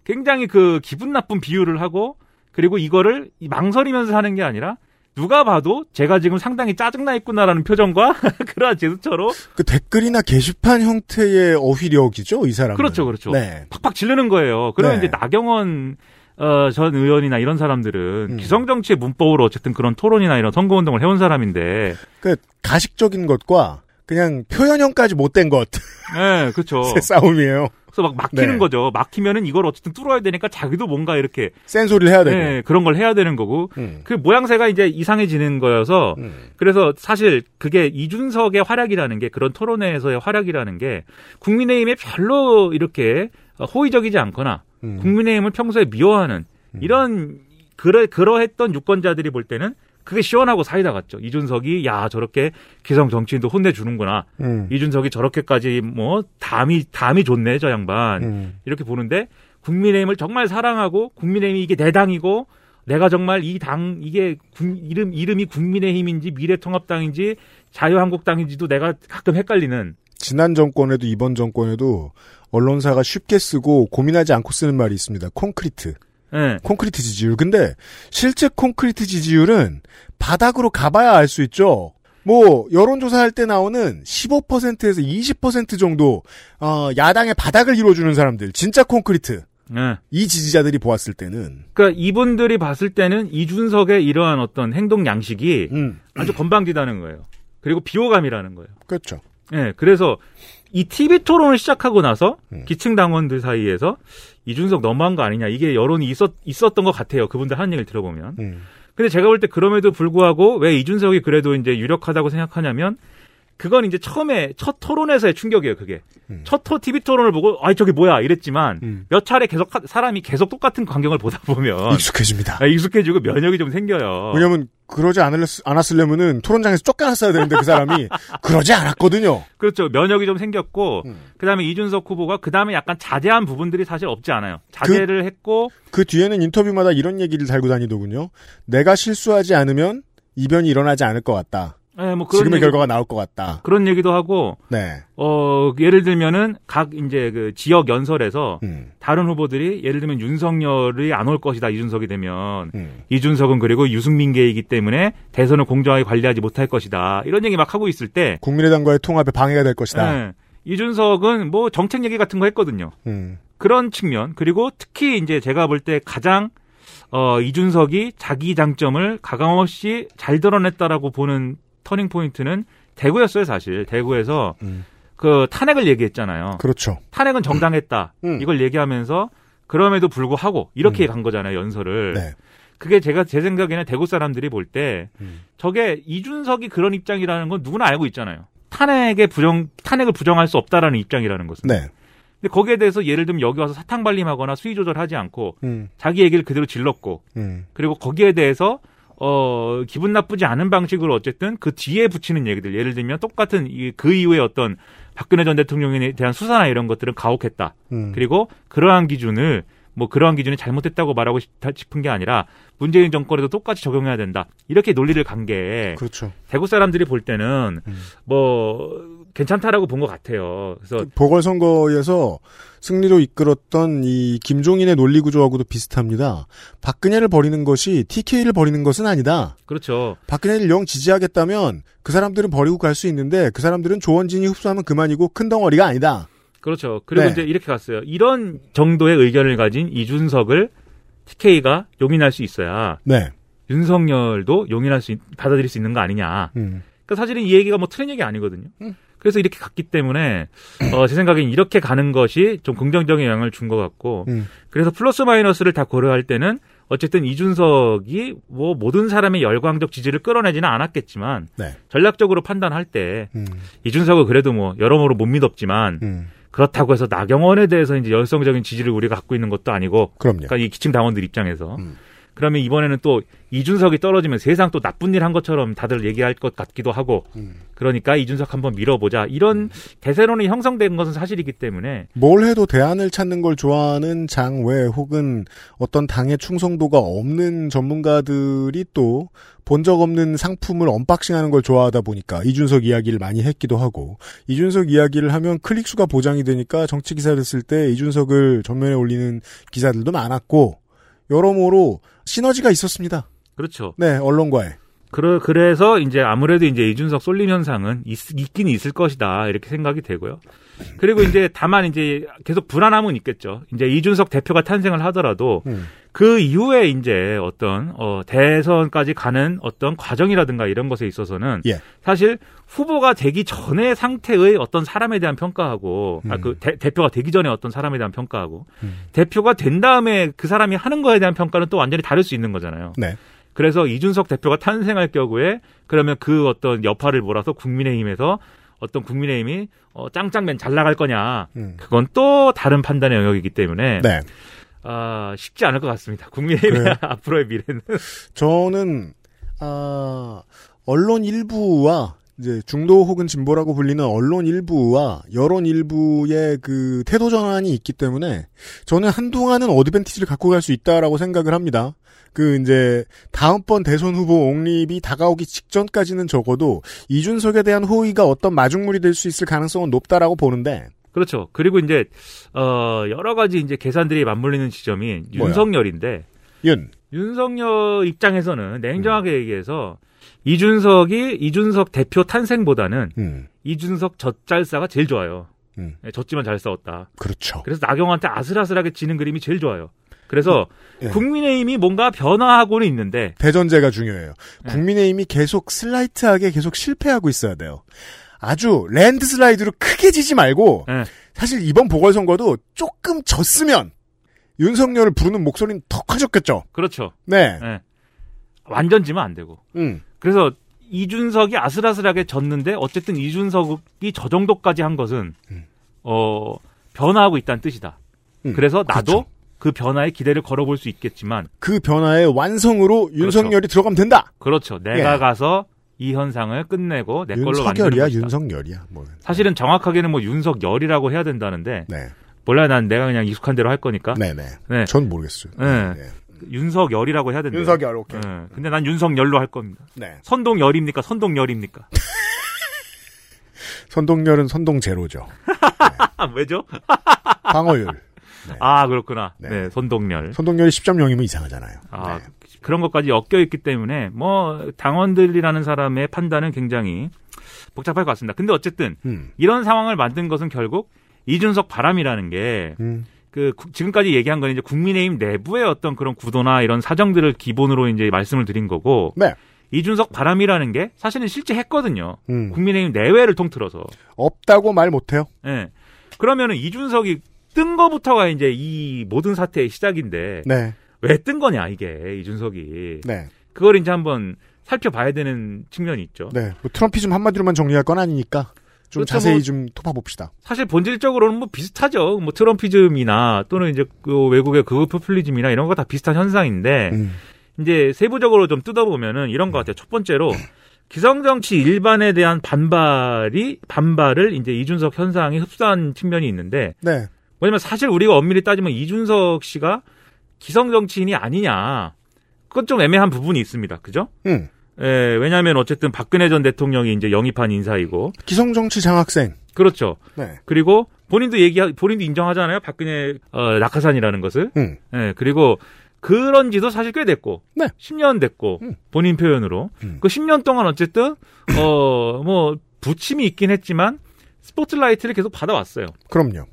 Speaker 11: 굉장히 그 기분 나쁜 비유를 하고 그리고 이거를 이 망설이면서 하는 게 아니라 누가 봐도 제가 지금 상당히 짜증나 있구나라는 표정과 그러한 제스처로
Speaker 2: 그 댓글이나 게시판 형태의 어휘력이죠, 이 사람은.
Speaker 11: 그렇죠, 그렇죠.
Speaker 2: 네.
Speaker 11: 팍팍 지르는 거예요. 그러면
Speaker 2: 네.
Speaker 11: 이제 나경원 어, 전 의원이나 이런
Speaker 2: 음.
Speaker 11: 사람들은 기성 정치의 문법으로 어쨌든 그런 토론이나 이런 선거 운동을 해온 사람인데,
Speaker 2: 그 가식적인 것과 그냥 표현형까지 못된 것.
Speaker 11: 네, 그렇죠.
Speaker 2: 새 싸움이에요.
Speaker 11: 그래서 막 막히는
Speaker 2: 네.
Speaker 11: 거죠. 막히면은 이걸 어쨌든 뚫어야 되니까 자기도 뭔가 이렇게
Speaker 2: 센소리를 해야 되고.
Speaker 11: 네, 그런 걸 해야 되는 거고
Speaker 2: 음.
Speaker 11: 그 모양새가 이제 이상해지는 거여서 그래서 사실 그게 이준석의 활약이라는 게 그런 토론회에서의 활약이라는 게 국민의힘에 별로 이렇게 호의적이지 않거나 국민의힘을 평소에 미워하는 이런 그러 그러했던 유권자들이 볼 때는 그게 시원하고 사이다 같죠. 이준석이 야 저렇게 기성 정치인도 혼내주는구나.
Speaker 2: 음.
Speaker 11: 이준석이 저렇게까지 뭐 담이 담이 좋네 저 양반
Speaker 2: 음.
Speaker 11: 이렇게 보는데 국민의힘을 정말 사랑하고 국민의힘이 이게 내 당이고 내가 정말 이 당 이게 국- 이름 이름이 국민의힘인지 미래통합당인지 자유한국당인지도 내가 가끔 헷갈리는
Speaker 2: 지난 정권에도 이번 정권에도 언론사가 쉽게 쓰고 고민하지 않고 쓰는 말이 있습니다. 콘크리트.
Speaker 11: 예.
Speaker 2: 콘크리트 지지율. 근데 실제 콘크리트 지지율은 바닥으로 가봐야 알 수 있죠. 뭐 여론조사할 때 나오는 15%에서 20% 정도 어, 야당의 바닥을 이루어주는 사람들 진짜 콘크리트
Speaker 11: 예.
Speaker 2: 이 지지자들이 보았을 때는
Speaker 11: 그러니까 이분들이 봤을 때는 이준석의 이러한 어떤 행동 양식이 아주 건방지다는 거예요. 그리고 비호감이라는 거예요.
Speaker 2: 음. 그렇죠.
Speaker 11: 예, 그래서 이 TV 토론을 시작하고 나서 기층 당원들 사이에서 이준석 너무한 거 아니냐 이게 여론이 있었 있었던 것 같아요. 그분들 하는 얘기를 들어보면.
Speaker 2: 음.
Speaker 11: 근데 제가 볼 때 그럼에도 불구하고 왜 이준석이 그래도 이제 유력하다고 생각하냐면 그건 이제 처음에 첫 토론에서의 충격이에요. 그게
Speaker 2: 음.
Speaker 11: 첫 토, TV 토론을 보고 아 저게 뭐야 이랬지만 몇 차례 계속 하- 사람이 계속 똑같은 광경을 보다 보면
Speaker 2: 익숙해집니다.
Speaker 11: 아, 익숙해지고 면역이 좀 생겨요.
Speaker 2: 왜냐면 그러지 않을, 않았으려면은 토론장에서 쫓겨났어야 되는데 그 사람이 그러지 않았거든요.
Speaker 11: 그렇죠. 면역이 좀 생겼고 그다음에 이준석 후보가 그다음에 약간 자제한 부분들이 사실 없지 않아요. 자제를 했고
Speaker 2: 그 뒤에는 인터뷰마다 이런 얘기를 달고 다니더군요. 내가 실수하지 않으면 이변이 일어나지 않을 것 같다.
Speaker 11: 예, 뭐 그런
Speaker 2: 지금의
Speaker 11: 얘기-
Speaker 2: 결과가 나올 것 같다.
Speaker 11: 그런 얘기도 하고
Speaker 2: 네.
Speaker 11: 어 예를 들면은 각 이제 그 지역 연설에서
Speaker 2: 음,
Speaker 11: 다른 후보들이 예를 들면 윤석열이 안 올 것이다 이준석이 되면
Speaker 2: 음.
Speaker 11: 이준석은 그리고 유승민계이기 때문에 대선을 공정하게 관리하지 못할 것이다 이런 얘기 막 하고 있을 때
Speaker 2: 국민의당과의 통합에 방해가 될 것이다.
Speaker 11: 예, 이준석은 뭐 정책 얘기 같은 거 했거든요.
Speaker 2: 음.
Speaker 11: 그런 측면 그리고 특히 이제 제가 볼 때 가장 어, 이준석이 자기 장점을 가감없이 잘 드러냈다라고 보는 터닝 포인트는 대구였어요 사실 대구에서 그 탄핵을 얘기했잖아요.
Speaker 2: 그렇죠.
Speaker 11: 탄핵은 정당했다 이걸 얘기하면서 그럼에도 불구하고 이렇게 간 거잖아요 연설을.
Speaker 2: 네.
Speaker 11: 그게 제가 제 생각에는 대구 사람들이 볼 때 저게 이준석이 그런 입장이라는 건 누구나 알고 있잖아요. 탄핵의 부정 탄핵을 부정할 수 없다라는 입장이라는 것은.
Speaker 2: 네.
Speaker 11: 근데 거기에 대해서 예를 들면 여기 와서 사탕 발림하거나 수위 조절하지 않고
Speaker 2: 음.
Speaker 11: 자기 얘기를 그대로 질렀고
Speaker 2: 음.
Speaker 11: 그리고 거기에 대해서 어 기분 나쁘지 않은 방식으로 어쨌든 그 뒤에 붙이는 얘기들 예를 들면 똑같은 이- 그 이후에 어떤 박근혜 전 대통령에 대한 수사나 이런 것들은 가혹했다
Speaker 12: 음.
Speaker 11: 그리고 그러한 기준을 뭐 그러한 기준이 잘못됐다고 말하고 싶- 싶은 게 아니라 문재인 정권에도 똑같이 적용해야 된다 이렇게 논리를 간 게
Speaker 2: 그렇죠. 음.
Speaker 11: 대구 사람들이 볼 때는 뭐 괜찮다라고 본 것 같아요 그래서
Speaker 2: 보궐선거에서 승리로 이끌었던 이 김종인의 논리구조하고도 비슷합니다. 박근혜를 버리는 것이 TK를 버리는 것은 아니다.
Speaker 11: 그렇죠
Speaker 2: 박근혜를 영 지지하겠다면 그 사람들은 버리고 갈 수 있는데 그 사람들은 조원진이 흡수하면 그만이고 큰 덩어리가 아니다.
Speaker 11: 그렇죠. 그리고
Speaker 2: 네.
Speaker 11: 이제 이렇게 갔어요. 이런 정도의 의견을 가진 이준석을 TK가 용인할 수 있어야
Speaker 2: 네.
Speaker 11: 윤석열도 용인할 수 있- 받아들일 수 있는 거 아니냐.
Speaker 2: 음.
Speaker 11: 그러니까 사실은 이 얘기가 뭐 틀린 얘기 아니거든요. 그래서 이렇게 갔기 때문에 어, 제 생각엔 이렇게 가는 것이 좀 긍정적인 영향을 준 것 같고
Speaker 2: 음.
Speaker 11: 그래서 플러스 마이너스를 다 고려할 때는 어쨌든 이준석이 뭐 모든 사람의 열광적 지지를 끌어내지는 않았겠지만
Speaker 2: 네.
Speaker 11: 전략적으로 판단할 때
Speaker 2: 음.
Speaker 11: 이준석은 그래도 뭐 여러모로 못 믿었지만 그렇다고 해서 나경원에 대해서 이제 열성적인 지지를 우리가 갖고 있는 것도 아니고
Speaker 2: 그럼요.
Speaker 11: 러니까이 기층 당원들 입장에서 그러면 이번에는 또 이준석이 떨어지면 세상 또 나쁜 일 한 것처럼 다들 얘기할 것 같기도 하고 그러니까 이준석 한번 밀어보자 이런 대세론이 형성된 것은 사실이기 때문에
Speaker 2: 뭘 해도 대안을 찾는 걸 좋아하는 장외 혹은 어떤 당의 충성도가 없는 전문가들이 또 본 적 없는 상품을 언박싱하는 걸 좋아하다 보니까 이준석 이야기를 많이 했기도 하고 이준석 이야기를 하면 클릭수가 보장이 되니까 정치 기사를 쓸 때 이준석을 전면에 올리는 기사들도 많았고 여러모로 시너지가 있었습니다.
Speaker 11: 그렇죠.
Speaker 2: 네, 언론과의.
Speaker 11: 그러, 그래서 이제 아무래도 이제 이준석 쏠림 현상은 있, 긴 있을 것이다 이렇게 생각이 되고요. 그리고 이제 다만 이제 계속 불안함은 있겠죠. 이제 이준석 대표가 탄생을 하더라도 그 이후에 이제 어떤 어, 대선까지 가는 어떤 과정이라든가 이런 것에 있어서는
Speaker 2: 예.
Speaker 11: 사실 후보가 되기 전의 상태의 어떤 사람에 대한 평가하고 아, 그 대, 표가 되기 전에 어떤 사람에 대한 평가하고 대표가 된 다음에 그 사람이 하는 거에 대한 평가는 또 완전히 다를 수 있는 거잖아요.
Speaker 2: 네.
Speaker 11: 그래서 이준석 대표가 탄생할 경우에 그러면 그 어떤 여파를 몰아서 국민의힘에서 어떤 국민의힘이 어, 짱짱맨 잘 나갈 거냐 그건 또 다른 판단의 영역이기 때문에
Speaker 2: 음. 네.
Speaker 11: 아, 쉽지 않을 것 같습니다. 국민의힘의
Speaker 2: 그래요?
Speaker 11: 앞으로의 미래는
Speaker 2: 저는 아, 언론 일부와 이제 중도 혹은 진보라고 불리는 언론 일부와 여론 일부의 그 태도 전환이 있기 때문에 저는 한동안은 어드밴티지를 갖고 갈 수 있다라고 생각을 합니다. 그 이제 다음번 대선 후보 옹립이 다가오기 직전까지는 적어도 이준석에 대한 호의가 어떤 마중물이 될 수 있을 가능성은 높다라고 보는데
Speaker 11: 그렇죠. 그리고 이제 어, 여러 가지 이제 계산들이 맞물리는 지점이
Speaker 2: 뭐야?
Speaker 11: 윤석열인데
Speaker 2: 윤
Speaker 11: 윤석열 입장에서는
Speaker 2: 음.
Speaker 11: 냉정하게 얘기해서 이준석이 이준석 대표 탄생보다는 이준석 젖잘싸가 제일 좋아요.
Speaker 2: 음.
Speaker 11: 예, 졌지만 잘 싸웠다.
Speaker 2: 그렇죠.
Speaker 11: 그래서 나경원한테 아슬아슬하게 지는 그림이 제일 좋아요. 그래서
Speaker 2: 예.
Speaker 11: 국민의힘이 뭔가 변화하고는 있는데
Speaker 2: 대전제가 중요해요.
Speaker 11: 네.
Speaker 2: 국민의힘이 계속 슬라이트하게 계속 실패하고 있어야 돼요. 아주 랜드슬라이드로 크게 지지 말고
Speaker 11: 네.
Speaker 2: 사실 이번 보궐선거도 조금 졌으면 윤석열을 부르는 목소리는 더 커졌겠죠.
Speaker 11: 그렇죠.
Speaker 2: 네.
Speaker 11: 예. 완전 지면 안 되고.
Speaker 2: 음.
Speaker 11: 그래서 이준석이 아슬아슬하게 졌는데 어쨌든 이준석이 저
Speaker 2: 음. 그렇죠.
Speaker 11: 정도까지 한 것은 어 변화하고 있다는 뜻이다. 그래서 나도 그 변화에 기대를 걸어볼 수 있겠지만
Speaker 2: 그 변화의 완성으로 윤석열이 들어가면 된다.
Speaker 11: 그렇죠. 내가
Speaker 2: 예.
Speaker 11: 가서 이 현상을 끝내고 내 걸로 만드는
Speaker 2: 윤석열이야,
Speaker 11: 것이다.
Speaker 2: 윤석열이야. 뭐.
Speaker 11: 사실은 정확하게는 뭐 윤석열이라고 해야 된다는데 몰라 요난 내가 그냥 익숙한 대로 할 거니까.
Speaker 2: 네. 네네.
Speaker 11: 네.
Speaker 2: 전 모르겠어요.
Speaker 11: 네. 윤석열이라고 해야 된다.
Speaker 2: 윤석열, 오케이.
Speaker 11: 네. 근데 난 윤석열로 할 겁니다.
Speaker 2: 네.
Speaker 11: 선동열입니까? 선동열입니까?
Speaker 2: 선동열은 선동제로죠.
Speaker 11: 아, 왜죠?
Speaker 2: 방어율.
Speaker 11: 아 그렇구나. 네. 선동열.
Speaker 2: 선동열이 네. 10.0이면 이상하잖아요.
Speaker 11: 아 그런 것까지 엮여 있기 때문에 뭐 당원들이라는 사람의 판단은 굉장히 복잡할 것 같습니다. 근데 어쨌든
Speaker 2: 음.
Speaker 11: 이런 상황을 만든 것은 결국 이준석 바람이라는 게
Speaker 2: 음.
Speaker 11: 그 구- 지금까지 얘기한 건 이제 국민의힘 내부의 어떤 그런 구도나 이런 사정들을 기본으로 이제 말씀을 드린 거고
Speaker 2: 네.
Speaker 11: 이준석 바람이라는 게 사실은 실제 했거든요.
Speaker 2: 음.
Speaker 11: 국민의힘 내외를 통틀어서
Speaker 2: 없다고 말 못해요.
Speaker 11: 예. 그러면은 이준석이 뜬 거부터가 이제 이 모든 사태의 시작인데
Speaker 2: 네.
Speaker 11: 왜 뜬 거냐 이게 이준석이
Speaker 2: 네.
Speaker 11: 그걸 이제 한번 살펴봐야 되는 측면이 있죠.
Speaker 2: 네. 뭐 트럼피즘 한마디로만 정리할 건 아니니까 좀
Speaker 11: 그렇죠,
Speaker 2: 자세히
Speaker 11: 뭐-
Speaker 2: 좀 토파봅시다.
Speaker 11: 사실 본질적으로는 뭐 비슷하죠. 뭐 트럼피즘이나 또는 이제 그 외국의 극우 포퓰리즘이나 이런 거 다 비슷한 현상인데
Speaker 2: 음.
Speaker 11: 이제 세부적으로 좀 뜯어보면은 이런 것 같아요. 첫
Speaker 2: 음.
Speaker 11: 번째로 기성정치 일반에 대한 반발이 반발을 이제 이준석 현상이 흡수한 측면이 있는데
Speaker 2: 네.
Speaker 11: 왜냐면 사실 우리가 엄밀히 따지면 이준석 씨가 기성정치인이 아니냐 그건 좀 애매한 부분이 있습니다. 그죠?
Speaker 2: 음.
Speaker 11: 예, 왜냐하면 어쨌든 박근혜 전 대통령이 이제 영입한 인사이고
Speaker 2: 기성정치 장학생.
Speaker 11: 그렇죠.
Speaker 2: 네.
Speaker 11: 그리고 본인도 얘기 본인도 인정하잖아요. 박근혜 어, 낙하산이라는 것을.
Speaker 2: 음.
Speaker 11: 예, 그리고 그런지도 사실 꽤 됐고, 10년 됐고 본인 표현으로 그 10년 동안 어쨌든 어 뭐 부침이 있긴 했지만 스포트라이트를 계속 받아왔어요.
Speaker 2: 그럼요.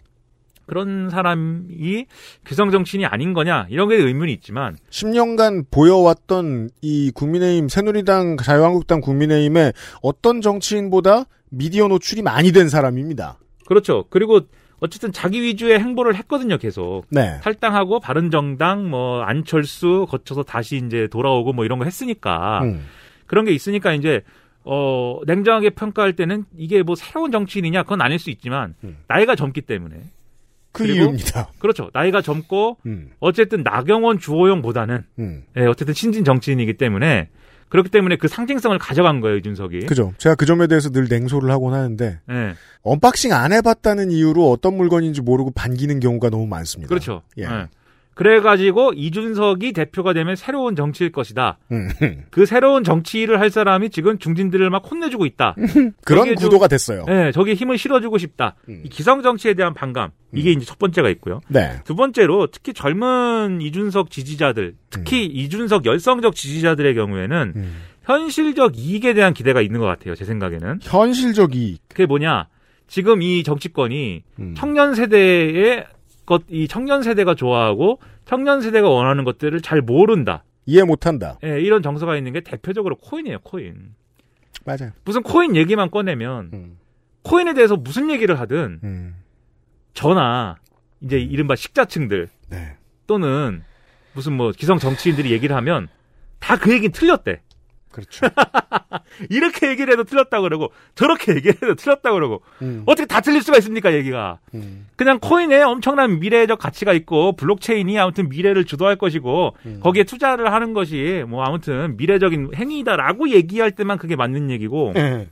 Speaker 11: 그런 사람이 기성 정치인이 아닌 거냐 이런 게 의문이 있지만
Speaker 2: 10년간 보여왔던 이 국민의힘, 새누리당, 자유한국당 국민의힘의 어떤 정치인보다 미디어 노출이 많이 된 사람입니다.
Speaker 11: 그렇죠. 그리고 어쨌든 자기 위주의 행보를 했거든요, 계속.
Speaker 2: 네.
Speaker 11: 탈당하고 바른정당 뭐 안철수 거쳐서 다시 이제 돌아오고 뭐 이런 거 했으니까
Speaker 2: 음.
Speaker 11: 그런 게 있으니까 이제 어 냉정하게 평가할 때는 이게 뭐 새로운 정치인이냐 그건 아닐 수 있지만
Speaker 2: 음.
Speaker 11: 나이가 젊기 때문에
Speaker 2: 그
Speaker 11: 그리고-
Speaker 2: 이유입니다.
Speaker 11: 그렇죠. 나이가 젊고
Speaker 2: 음.
Speaker 11: 어쨌든 나경원 주호영보다는
Speaker 2: 음.
Speaker 11: 예, 어쨌든 신진 정치인이기 때문에 그렇기 때문에 그 상징성을 가져간 거예요, 이준석이.
Speaker 2: 그죠. 제가 그 점에 대해서 늘 냉소를 하곤 하는데
Speaker 11: 예.
Speaker 2: 언박싱 안 해봤다는 이유로 어떤 물건인지 모르고 반기는 경우가 너무 많습니다.
Speaker 11: 그렇죠.
Speaker 2: 예.
Speaker 11: 예. 그래가지고 이준석이 대표가 되면 새로운 정치일 것이다.
Speaker 2: 음.
Speaker 11: 그 새로운 정치를 할 사람이 지금 중진들을 막 혼내주고 있다.
Speaker 2: 그런
Speaker 11: 저기에 좀-
Speaker 2: 구도가 됐어요.
Speaker 11: 네, 저기 힘을 실어주고 싶다.
Speaker 2: 음.
Speaker 11: 이 기성 정치에 대한 반감 이게 이제 첫 번째가 있고요.
Speaker 2: 네.
Speaker 11: 두 번째로 특히 젊은 이준석 지지자들, 특히
Speaker 2: 음.
Speaker 11: 이준석 열성적 지지자들의 경우에는 현실적 이익에 대한 기대가 있는 것 같아요. 제 생각에는.
Speaker 2: 현실적 이익.
Speaker 11: 그게 뭐냐? 지금 이 정치권이 청년 세대의 것, 이 청년 세대가 좋아하고 청년 세대가 원하는 것들을 잘 모른다.
Speaker 2: 이해 못한다.
Speaker 11: 예, 이런 정서가 있는 게 대표적으로 코인이에요, 코인.
Speaker 2: 맞아요.
Speaker 11: 무슨 코인 얘기만 꺼내면 코인에 대해서 무슨 얘기를 하든
Speaker 2: 음.
Speaker 11: 저나 이제 이른바 식자층들
Speaker 2: 네.
Speaker 11: 또는 무슨 뭐 기성 정치인들이 얘기를 하면 다 그 얘기는 틀렸대.
Speaker 2: 그렇죠.
Speaker 11: 이렇게 얘기를 해도 틀렸다 그러고 저렇게 얘기를 해도 틀렸다 그러고
Speaker 2: 음.
Speaker 11: 어떻게 다 틀릴 수가 있습니까 얘기가? 그냥 코인에 엄청난 미래적 가치가 있고 블록체인이 아무튼 미래를 주도할 것이고
Speaker 12: 음.
Speaker 11: 거기에 투자를 하는 것이 뭐 아무튼 미래적인 행위다라고 얘기할 때만 그게 맞는 얘기고
Speaker 12: 네.
Speaker 2: 예.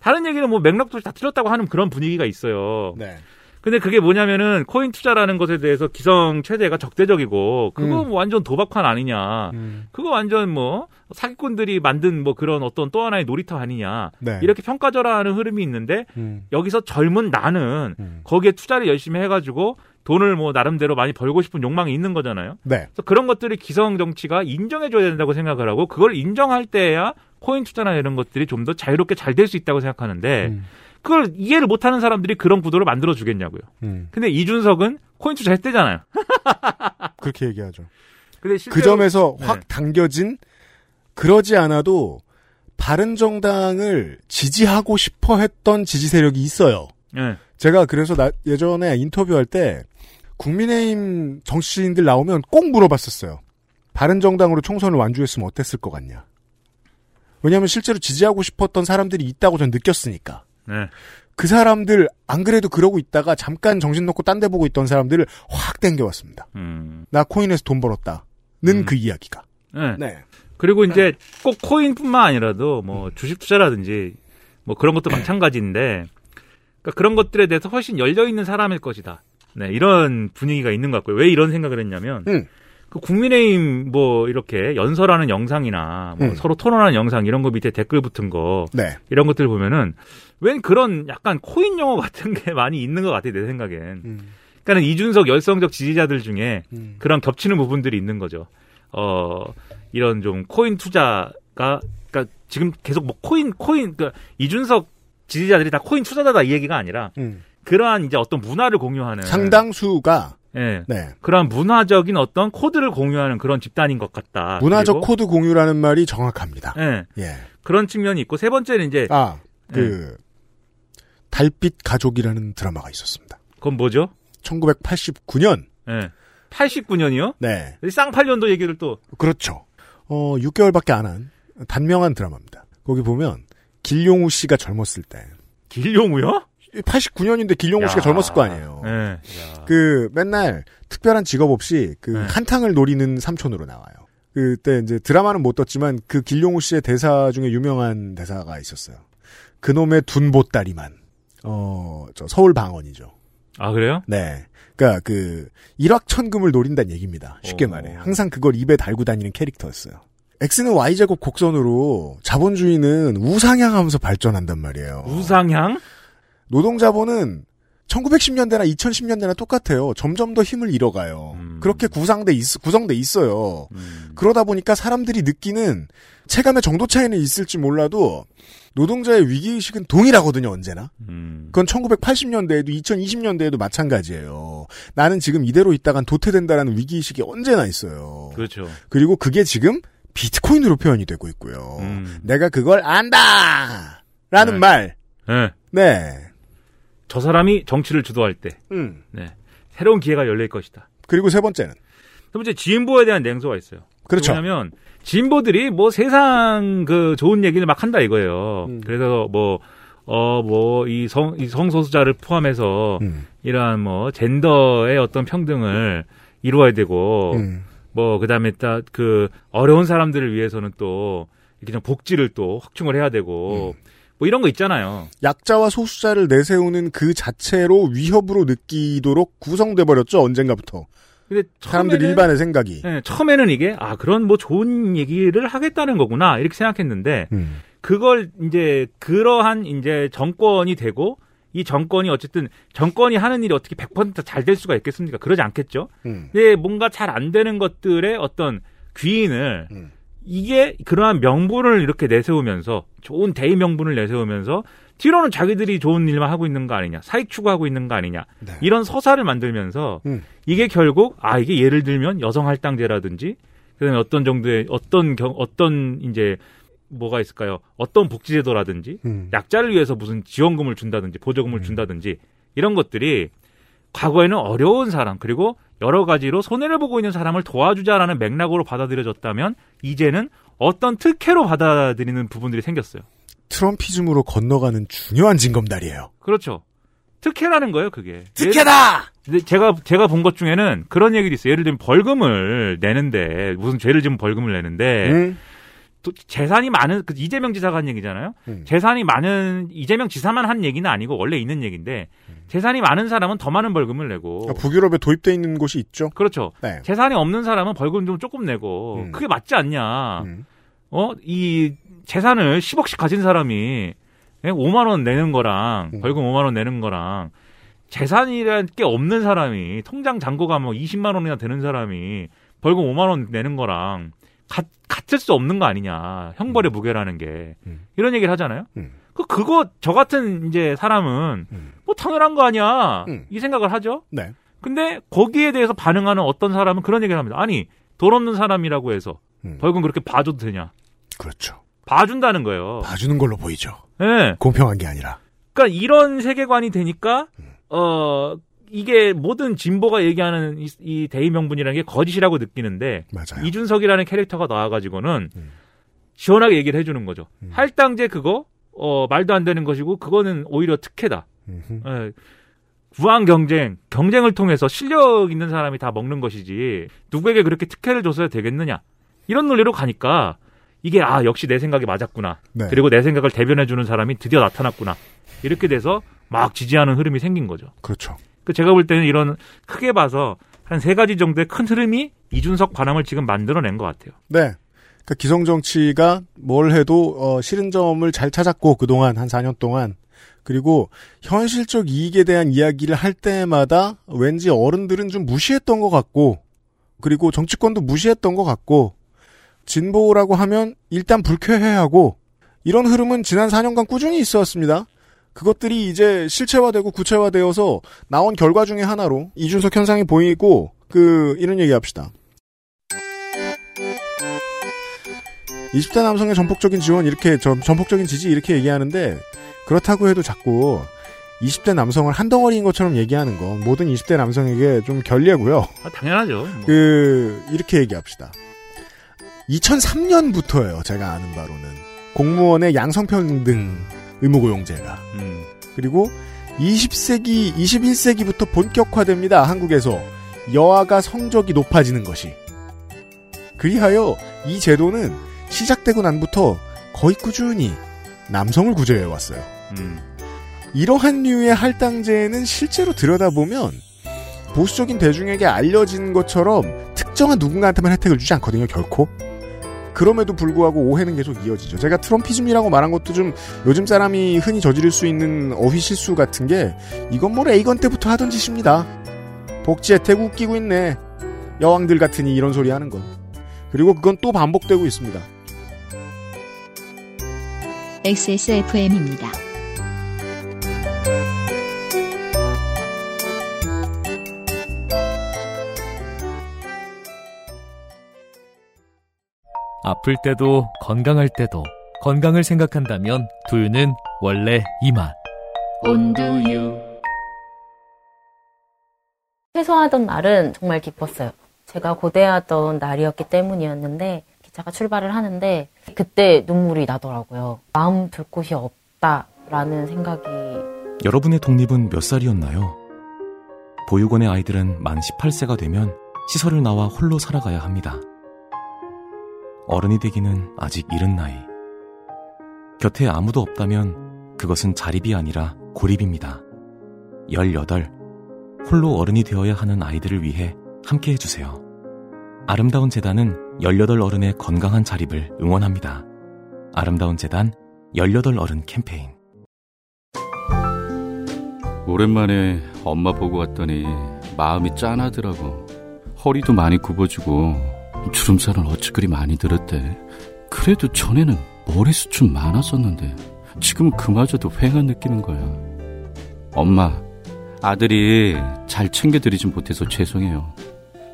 Speaker 11: 다른 얘기는 뭐 맥락도 다 틀렸다고 하는 그런 분위기가 있어요.
Speaker 2: 네.
Speaker 11: 근데 그게 뭐냐면은 코인 투자라는 것에 대해서 기성 체제가 적대적이고 그거
Speaker 12: 음.
Speaker 11: 뭐 완전 도박판 아니냐. 그거 완전 뭐 사기꾼들이 만든 뭐 그런 어떤 또 하나의 놀이터 아니냐.
Speaker 12: 네.
Speaker 11: 이렇게 평가절하하는 흐름이 있는데
Speaker 12: 음.
Speaker 11: 여기서 젊은 나는
Speaker 2: 음.
Speaker 11: 거기에 투자를 열심히 해가지고 돈을 뭐 나름대로 많이 벌고 싶은 욕망이 있는 거잖아요.
Speaker 2: 네.
Speaker 11: 그래서 그런 것들을 기성 정치가 인정해줘야 된다고 생각을 하고 그걸 인정할 때야 코인 투자나 이런 것들이 좀 더 자유롭게 잘 될 수 있다고 생각하는데
Speaker 2: 음.
Speaker 11: 그걸 이해를 못하는 사람들이 그런 구도를 만들어 주겠냐고요.
Speaker 2: 음.
Speaker 11: 근데 이준석은 코인 투자 했대잖아요.
Speaker 2: 그렇게 얘기하죠.
Speaker 11: 근데
Speaker 2: 그
Speaker 11: 실제로-
Speaker 2: 점에서
Speaker 11: 네.
Speaker 2: 확 당겨진 그러지 않아도 바른 정당을 지지하고 싶어 했던 지지 세력이 있어요.
Speaker 11: 예.
Speaker 2: 제가 그래서 나- 예전에 인터뷰할 때 국민의힘 정치인들 나오면 꼭 물어봤었어요. 바른 정당으로 총선을 완주했으면 어땠을 것 같냐. 왜냐하면 실제로 지지하고 싶었던 사람들이 있다고 전 느꼈으니까.
Speaker 11: 네.
Speaker 2: 그 사람들 안 그래도 그러고 있다가 잠깐 정신 놓고 딴 데 보고 있던 사람들을 확 땡겨왔습니다. 나 코인에서 돈 벌었다는 그 이야기가.
Speaker 11: 음, 네. 그리고 이제 꼭 코인뿐만 아니라도 뭐 주식 투자라든지 뭐 그런 것도 마찬가지인데 그러니까 그런 것들에 대해서 훨씬 열려 있는 사람일 것이다. 네, 이런 분위기가 있는 것 같고요. 왜 이런 생각을 했냐면 그 국민의힘 뭐 이렇게 연설하는 영상이나 뭐
Speaker 12: 음.
Speaker 11: 서로 토론하는 영상 이런 거 밑에 댓글 붙은 거
Speaker 2: 네.
Speaker 11: 이런 것들 보면은 웬 그런 약간 코인 용어 같은 게 많이 있는 것 같아요 내 생각엔.
Speaker 2: 음.
Speaker 11: 그러니까는 이준석 열성적 지지자들 중에 그런 겹치는 부분들이 있는 거죠. 어 이런 좀 코인 투자가 그러니까 지금 계속 뭐 코인 코인 그러니까 이준석 지지자들이 다 코인 투자자다 이 얘기가 아니라 그러한 이제 어떤 문화를 공유하는
Speaker 2: 음. 상당수가
Speaker 11: 예.
Speaker 2: 네.
Speaker 11: 그러한 문화적인 어떤 코드를 공유하는 그런 집단인 것 같다.
Speaker 2: 문화적
Speaker 11: 그리고-
Speaker 2: 코드 공유라는 말이 정확합니다.
Speaker 11: 예.
Speaker 2: 예.
Speaker 11: 그런 측면이 있고 세 번째는 이제
Speaker 2: 아, 그 달빛 가족이라는 드라마가 있었습니다.
Speaker 11: 그건 뭐죠?
Speaker 2: 1989년.
Speaker 11: 예. 89년이요?
Speaker 2: 네.
Speaker 11: 쌍팔년도 얘기를 또
Speaker 2: 그렇죠. 어, 6개월밖에 안 한 단명한 드라마입니다. 거기 보면 길용우 씨가 젊었을 때.
Speaker 11: 길용우요?
Speaker 2: 89년인데 길용우 씨가 젊었을 거 아니에요.
Speaker 11: 예.
Speaker 2: 네. 그 맨날 특별한 직업 없이 그 한탕을 노리는 삼촌으로 나와요. 그때 이제 드라마는 못 떴지만 그 길용우 씨의 대사 중에 유명한 대사가 있었어요. 그놈의 둔보따리만 어저 서울 방언이죠.
Speaker 11: 아 그래요?
Speaker 2: 네. 그러니까 그 일확천금을 노린다는 얘기입니다. 쉽게
Speaker 11: 어.
Speaker 2: 말해. 항상 그걸 입에 달고 다니는 캐릭터였어요. X는 Y 제곱 곡선으로 자본주의는 우상향하면서 발전한단 말이에요.
Speaker 11: 우상향?
Speaker 2: 노동자본은 1910년대나 2010년대나 똑같아요. 점점 더 힘을 잃어가요.
Speaker 11: 음.
Speaker 2: 그렇게 구상돼 있- 구성돼 있어요. 그러다 보니까 사람들이 느끼는 체감의 정도 차이는 있을지 몰라도 노동자의 위기 의식은 동일하거든요, 언제나.
Speaker 11: 음.
Speaker 2: 그건 1980년대에도 2020년대에도 마찬가지예요. 나는 지금 이대로 있다간 도태된다라는 위기 의식이 언제나 있어요.
Speaker 11: 그렇죠.
Speaker 2: 그리고 그게 지금 비트코인으로 표현이 되고 있고요. 내가 그걸 안다! 라는
Speaker 11: 음. 네.
Speaker 2: 말.
Speaker 11: 예.
Speaker 2: 네.
Speaker 11: 저 사람이 정치를 주도할 때
Speaker 2: 음.
Speaker 11: 네. 새로운 기회가 열릴 것이다.
Speaker 2: 그리고 세 번째는
Speaker 11: 세 번째 진보에 대한 냉소가 있어요.
Speaker 2: 그렇죠.
Speaker 11: 왜냐하면 진보들이 뭐 세상 그 좋은 얘기를 막 한다 이거예요.
Speaker 2: 음.
Speaker 11: 그래서 뭐, 뭐어뭐이 성 이 성소수자를
Speaker 2: 음.
Speaker 11: 포함해서 이러한 뭐 젠더의 어떤 평등을 이루어야 되고
Speaker 2: 음.
Speaker 11: 뭐 그다음에 딱 그 어려운 사람들을 위해서는 또 이렇게 좀 복지를 또 확충을 해야 되고 뭐 이런 거 있잖아요.
Speaker 2: 약자와 소수자를 내세우는 그 자체로 위협으로 느끼도록 구성돼 버렸죠 언젠가부터
Speaker 11: 근데
Speaker 2: 사람들
Speaker 11: 처음에는-
Speaker 2: 일반의 생각이
Speaker 11: 예, 처음에는 이게 아 그런 뭐 좋은 얘기를 하겠다는 거구나 이렇게 생각했는데
Speaker 2: 음.
Speaker 11: 그걸 이제 그러한 이제 정권이 되고 이 정권이 어쨌든 정권이 하는 일이 어떻게 100%잘 될 수가 있겠습니까? 그러지 않겠죠.
Speaker 2: 음.
Speaker 11: 근데 예, 뭔가 잘 안 되는 것들의 어떤 귀인을 이게 그러한 명분을 이렇게 내세우면서 좋은 대의 명분을 내세우면서 뒤로는 자기들이 좋은 일만 하고 있는 거 아니냐 사익 추구하고 있는 거 아니냐 이런 서사를 만들면서 이게 결국 아 이게 예를 들면 여성 할당제라든지 그다음에 어떤 정도의 어떤 경 어떤 이제 뭐가 있을까요 어떤 복지제도라든지 약자를 위해서 무슨 지원금을 준다든지 보조금을 준다든지 이런 것들이 과거에는 어려운 사람 그리고 여러 가지로 손해를 보고 있는 사람을 도와주자라는 맥락으로 받아들여졌다면 이제는 어떤 특혜로 받아들이는 부분들이 생겼어요.
Speaker 2: 트럼피즘으로 건너가는 중요한 징검다리예요.
Speaker 11: 그렇죠. 특혜라는 거예요, 그게. 예,
Speaker 2: 특혜다!
Speaker 11: 근데 제가 제가 본 것 중에는 그런 얘기도 있어요. 예를 들면 벌금을 내는데 무슨 죄를 지면 벌금을 내는데
Speaker 2: 네. 음.
Speaker 11: 또 재산이 많은 그 이재명 지사가 한 얘기잖아요.
Speaker 2: 네.
Speaker 11: 재산이 많은 이재명 지사만 한 얘기는 아니고 원래 있는 얘기인데 재산이 많은 사람은 더 많은 벌금을 내고
Speaker 2: 그러니까 북유럽에 도입돼 있는 곳이 있죠.
Speaker 11: 그렇죠.
Speaker 2: 네.
Speaker 11: 재산이 없는 사람은 벌금 좀 조금 내고
Speaker 2: 음.
Speaker 11: 그게 맞지 않냐? 어, 이 재산을 10억씩 가진 사람이 예, 5만 원 내는 거랑 벌금 5만 원 내는 거랑 재산이란 게 없는 사람이 통장 잔고가 뭐 20만 원이나 되는 사람이 벌금 5만 원 내는 거랑 같, 같을 수 없는 거 아니냐. 형벌의 무게라는 게. 이런 얘기를 하잖아요. 그, 그거, 저 같은 이제 사람은 뭐 당연한 거 아니야. 이 생각을 하죠.
Speaker 2: 네.
Speaker 11: 근데 거기에 대해서 반응하는 어떤 사람은 그런 얘기를 합니다. 아니, 돈 없는 사람이라고 해서 벌금 그렇게 봐줘도 되냐.
Speaker 2: 그렇죠.
Speaker 11: 봐준다는 거예요.
Speaker 2: 봐주는 걸로 보이죠.
Speaker 11: 예.
Speaker 2: 공평한 게 아니라.
Speaker 11: 그러니까 이런 세계관이 되니까 어 이게 모든 진보가 얘기하는 이, 이 대의 명분이라는 게 거짓이라고 느끼는데
Speaker 2: 네.
Speaker 11: 이준석이라는 캐릭터가 나와가지고는 시원하게 얘기를 해주는 거죠. 할당제 그거 어, 말도 안 되는 것이고 그거는 오히려 특혜다. 예. 부항 경쟁, 경쟁을 통해서 실력 있는 사람이 다 먹는 것이지 누구에게 그렇게 특혜를 줬어야 되겠느냐 이런 논리로 가니까 이게 아 역시 내 생각이 맞았구나
Speaker 12: 네.
Speaker 11: 그리고 내 생각을 대변해 주는 사람이 드디어 나타났구나 이렇게 돼서 막 지지하는 흐름이 생긴 거죠.
Speaker 2: 그렇죠.
Speaker 11: 그 제가 볼 때는 이런 크게 봐서 한 세 가지 정도의 큰 흐름이 이준석 관함을 지금 만들어낸 것 같아요.
Speaker 2: 네. 그러니까 기성 정치가 뭘 해도 어, 싫은 점을 잘 찾았고 그동안 한 4년 동안 그리고 현실적 이익에 대한 이야기를 할 때마다 왠지 어른들은 좀 무시했던 것 같고 그리고 정치권도 무시했던 것 같고 진보라고 하면 일단 불쾌해하고 이런 흐름은 지난 4년간 꾸준히 있어왔습니다. 그것들이 이제 실체화되고 구체화되어서 나온 결과 중에 하나로 이준석 현상이 보이고 그 이런 얘기합시다. 20대 남성의 전폭적인 지원 이렇게 전, 전폭적인 지지 이렇게 얘기하는데 그렇다고 해도 자꾸 20대 남성을 한 덩어리인 것처럼 얘기하는 건 모든 20대 남성에게 좀 결례고요.
Speaker 11: 아, 당연하죠. 뭐.
Speaker 2: 그 이렇게 얘기합시다. 2003년부터예요. 제가 아는 바로는 공무원의 양성평등 의무고용제가
Speaker 11: 음.
Speaker 2: 그리고 20세기, 21세기부터 본격화됩니다. 한국에서 여아가 성적이 높아지는 것이 그리하여 이 제도는 시작되고 난부터 거의 꾸준히 남성을 구제해 왔어요.
Speaker 11: 음.
Speaker 2: 이러한 류의 할당제는 실제로 들여다보면 보수적인 대중에게 알려진 것처럼 특정한 누군가한테만 혜택을 주지 않거든요, 결코. 그럼에도 불구하고 오해는 계속 이어지죠. 제가 트럼피즘이라고 말한 것도 좀 요즘 사람이 흔히 저지를 수 있는 어휘 실수 같은 게 이건 뭐 레이건 때부터 하던 짓입니다. 복지 혜택 웃기고 있네. 여왕들 같으니 이런 소리 하는 건. 그리고 그건 또 반복되고 있습니다.
Speaker 1: XSFM입니다.
Speaker 7: 아플 때도 건강할 때도 건강을 생각한다면 두유는 원래 이맛.
Speaker 13: 온두유. 최소하던 날은 정말 기뻤어요. 제가 고대하던 날이었기 때문이었는데 기차가 출발을 하는데 그때 눈물이 나더라고요. 마음 둘 곳이 없다라는 생각이
Speaker 10: 여러분의 독립은 몇 살이었나요? 보육원의 아이들은 만 18세가 되면 시설을 나와 홀로 살아가야 합니다. 어른이 되기는 아직 이른 나이. 곁에 아무도 없다면 그것은 자립이 아니라 고립입니다. 18. 홀로 어른이 되어야 하는 아이들을 위해 함께 해주세요. 아름다운 재단은 18 어른의 건강한 자립을 응원합니다. 아름다운 재단 18 어른 캠페인.
Speaker 14: 오랜만에 엄마 보고 왔더니 마음이 짠하더라고. 허리도 많이 굽어지고 주름살은 어찌 그리 많이 들었대. 그래도 전에는 머리숱은 많았었는데 지금은 그마저도 휑한 느끼는 거야. 엄마, 아들이 잘 챙겨드리진 못해서 죄송해요.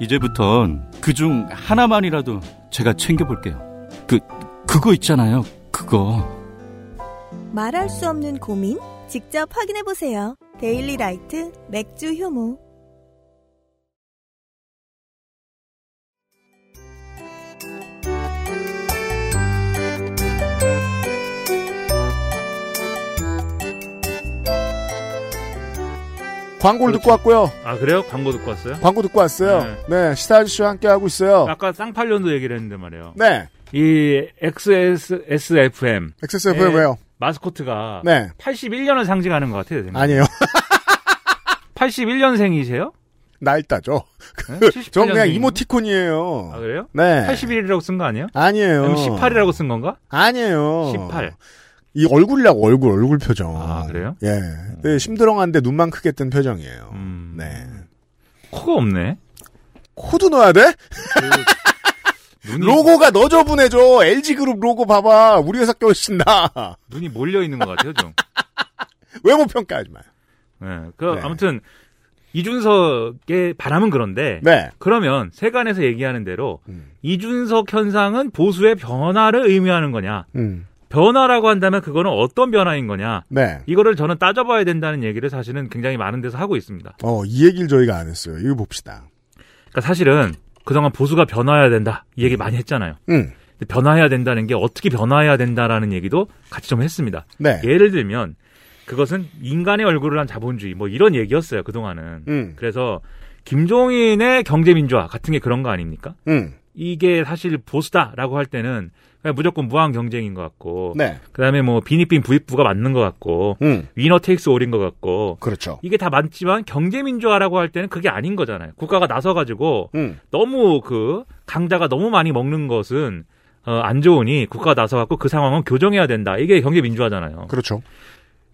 Speaker 14: 이제부턴 그중 하나만이라도 제가 챙겨볼게요. 그, 그거 있잖아요. 그거.
Speaker 6: 말할 수 없는 고민? 직접 확인해 보세요. 데일리 라이트 맥주 효모.
Speaker 2: 광고를 듣고 왔고요.
Speaker 11: 아 그래요? 광고 듣고 왔어요?
Speaker 2: 광고 듣고 왔어요. 네, 시사 아저씨와 함께 하고 있어요.
Speaker 11: 아까 쌍팔년도 얘기를 했는데 말이에요.
Speaker 2: 네.
Speaker 11: 이 XSFM.
Speaker 2: XSFM
Speaker 11: 네.
Speaker 2: 왜요?
Speaker 11: 마스코트가
Speaker 2: 네.
Speaker 11: 81년을 상징하는 것 같아요. 제 생각에.
Speaker 2: 아니에요.
Speaker 11: 81년생이세요?
Speaker 2: 날따죠. 전 그냥 이모티콘이에요.
Speaker 11: 네? 아 그래요?
Speaker 2: 네. 어.
Speaker 11: 81이라고 쓴 거 아니에요?
Speaker 2: 아니에요.
Speaker 11: 그럼 18이라고 쓴 건가?
Speaker 2: 아니에요.
Speaker 11: 18.
Speaker 2: 이 얼굴이라고 얼굴 얼굴 표정. 아
Speaker 11: 그래요? 음.
Speaker 2: 예. 네, 심드렁한데 눈만 크게 뜬 표정이에요. 네.
Speaker 11: 코가 없네.
Speaker 2: 코도 넣어야 돼?
Speaker 11: 음.
Speaker 2: 로고가 너 저분해줘. LG 그룹 로고 봐봐. 우리 회사 껴신다.
Speaker 11: 눈이 몰려 있는 것 같아요, 좀.
Speaker 2: 외모 평가하지 마요.
Speaker 11: 네. 그 아무튼 이준석의 바람은 그런데
Speaker 2: 네.
Speaker 11: 그러면 세간에서 얘기하는 대로
Speaker 2: 음.
Speaker 11: 이준석 현상은 보수의 변화를 의미하는 거냐?
Speaker 2: 음.
Speaker 11: 변화라고 한다면 그거는 어떤 변화인 거냐?
Speaker 2: 네.
Speaker 11: 이거를 저는 따져봐야 된다는 얘기를 사실은 굉장히 많은 데서 하고 있습니다.
Speaker 2: 어, 이 얘기를 저희가 안 했어요. 이거 봅시다.
Speaker 11: 그러니까 사실은 그동안 보수가 변화해야 된다 이 얘기 많이 했잖아요.
Speaker 2: 음.
Speaker 11: 근데 변화해야 된다는 게 어떻게 변화해야 된다라는 얘기도 같이 좀 했습니다.
Speaker 2: 네.
Speaker 11: 예를 들면 그것은 인간의 얼굴을 한 자본주의 뭐 이런 얘기였어요 그동안은.
Speaker 2: 음.
Speaker 11: 그래서 김종인의 경제민주화 같은 게 그런 거 아닙니까?
Speaker 2: 음.
Speaker 11: 이게 사실 보수다라고 할 때는 그냥 무조건 무한 경쟁인 것 같고
Speaker 2: 네.
Speaker 11: 그다음에 뭐 비니빈 부익부가 맞는 것 같고
Speaker 2: 음.
Speaker 11: 위너 테이크스 올인 것 같고
Speaker 2: 그렇죠.
Speaker 11: 이게 다 맞지만 경제민주화라고 할 때는 그게 아닌 거잖아요. 국가가 나서가지고
Speaker 2: 음.
Speaker 11: 너무 그 강자가 너무 많이 먹는 것은 어, 안 좋으니 국가가 나서갖고 그 상황은 교정해야 된다. 이게 경제민주화잖아요.
Speaker 2: 그렇죠.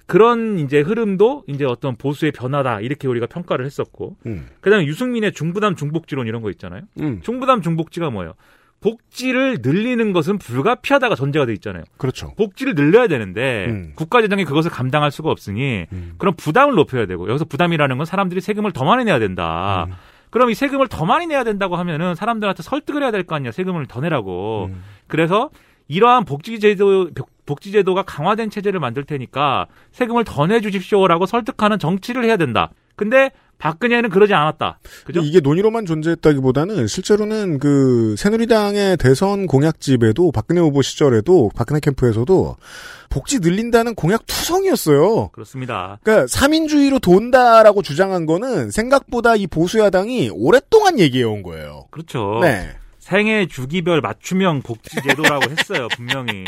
Speaker 11: 그런 이제 흐름도 이제 어떤 보수의 변화다 이렇게 우리가 평가를 했었고
Speaker 2: 음.
Speaker 11: 그다음에 유승민의 중부담 중복지론 이런 거 있잖아요.
Speaker 2: 음.
Speaker 11: 중부담 중복지가 뭐예요? 복지를 늘리는 것은 불가피하다가 전제가 돼 있잖아요.
Speaker 2: 그렇죠.
Speaker 11: 복지를 늘려야 되는데
Speaker 2: 음.
Speaker 11: 국가 재정이 그것을 감당할 수가 없으니 그럼 부담을 높여야 되고 여기서 부담이라는 건 사람들이 세금을 더 많이 내야 된다.
Speaker 2: 음.
Speaker 11: 그럼 이 세금을 더 많이 내야 된다고 하면은 사람들한테 설득을 해야 될 거 아니야. 세금을 더 내라고.
Speaker 2: 음.
Speaker 11: 그래서 이러한 복지제도 복지제도가 강화된 체제를 만들 테니까 세금을 더 내주십시오라고 설득하는 정치를 해야 된다. 근데 박근혜는 그러지 않았다. 그죠?
Speaker 2: 근데 이게 논의로만 존재했다기보다는 실제로는 그 새누리당의 대선 공약집에도 박근혜 후보 시절에도 박근혜 캠프에서도 복지 늘린다는 공약 투성이었어요.
Speaker 11: 그렇습니다.
Speaker 2: 그러니까 사민주의로 돈다라고 주장한 거는 생각보다 이 보수야당이 오랫동안 얘기해 온 거예요.
Speaker 11: 그렇죠.
Speaker 2: 네.
Speaker 11: 생애 주기별 맞춤형 복지제도라고 했어요, 분명히.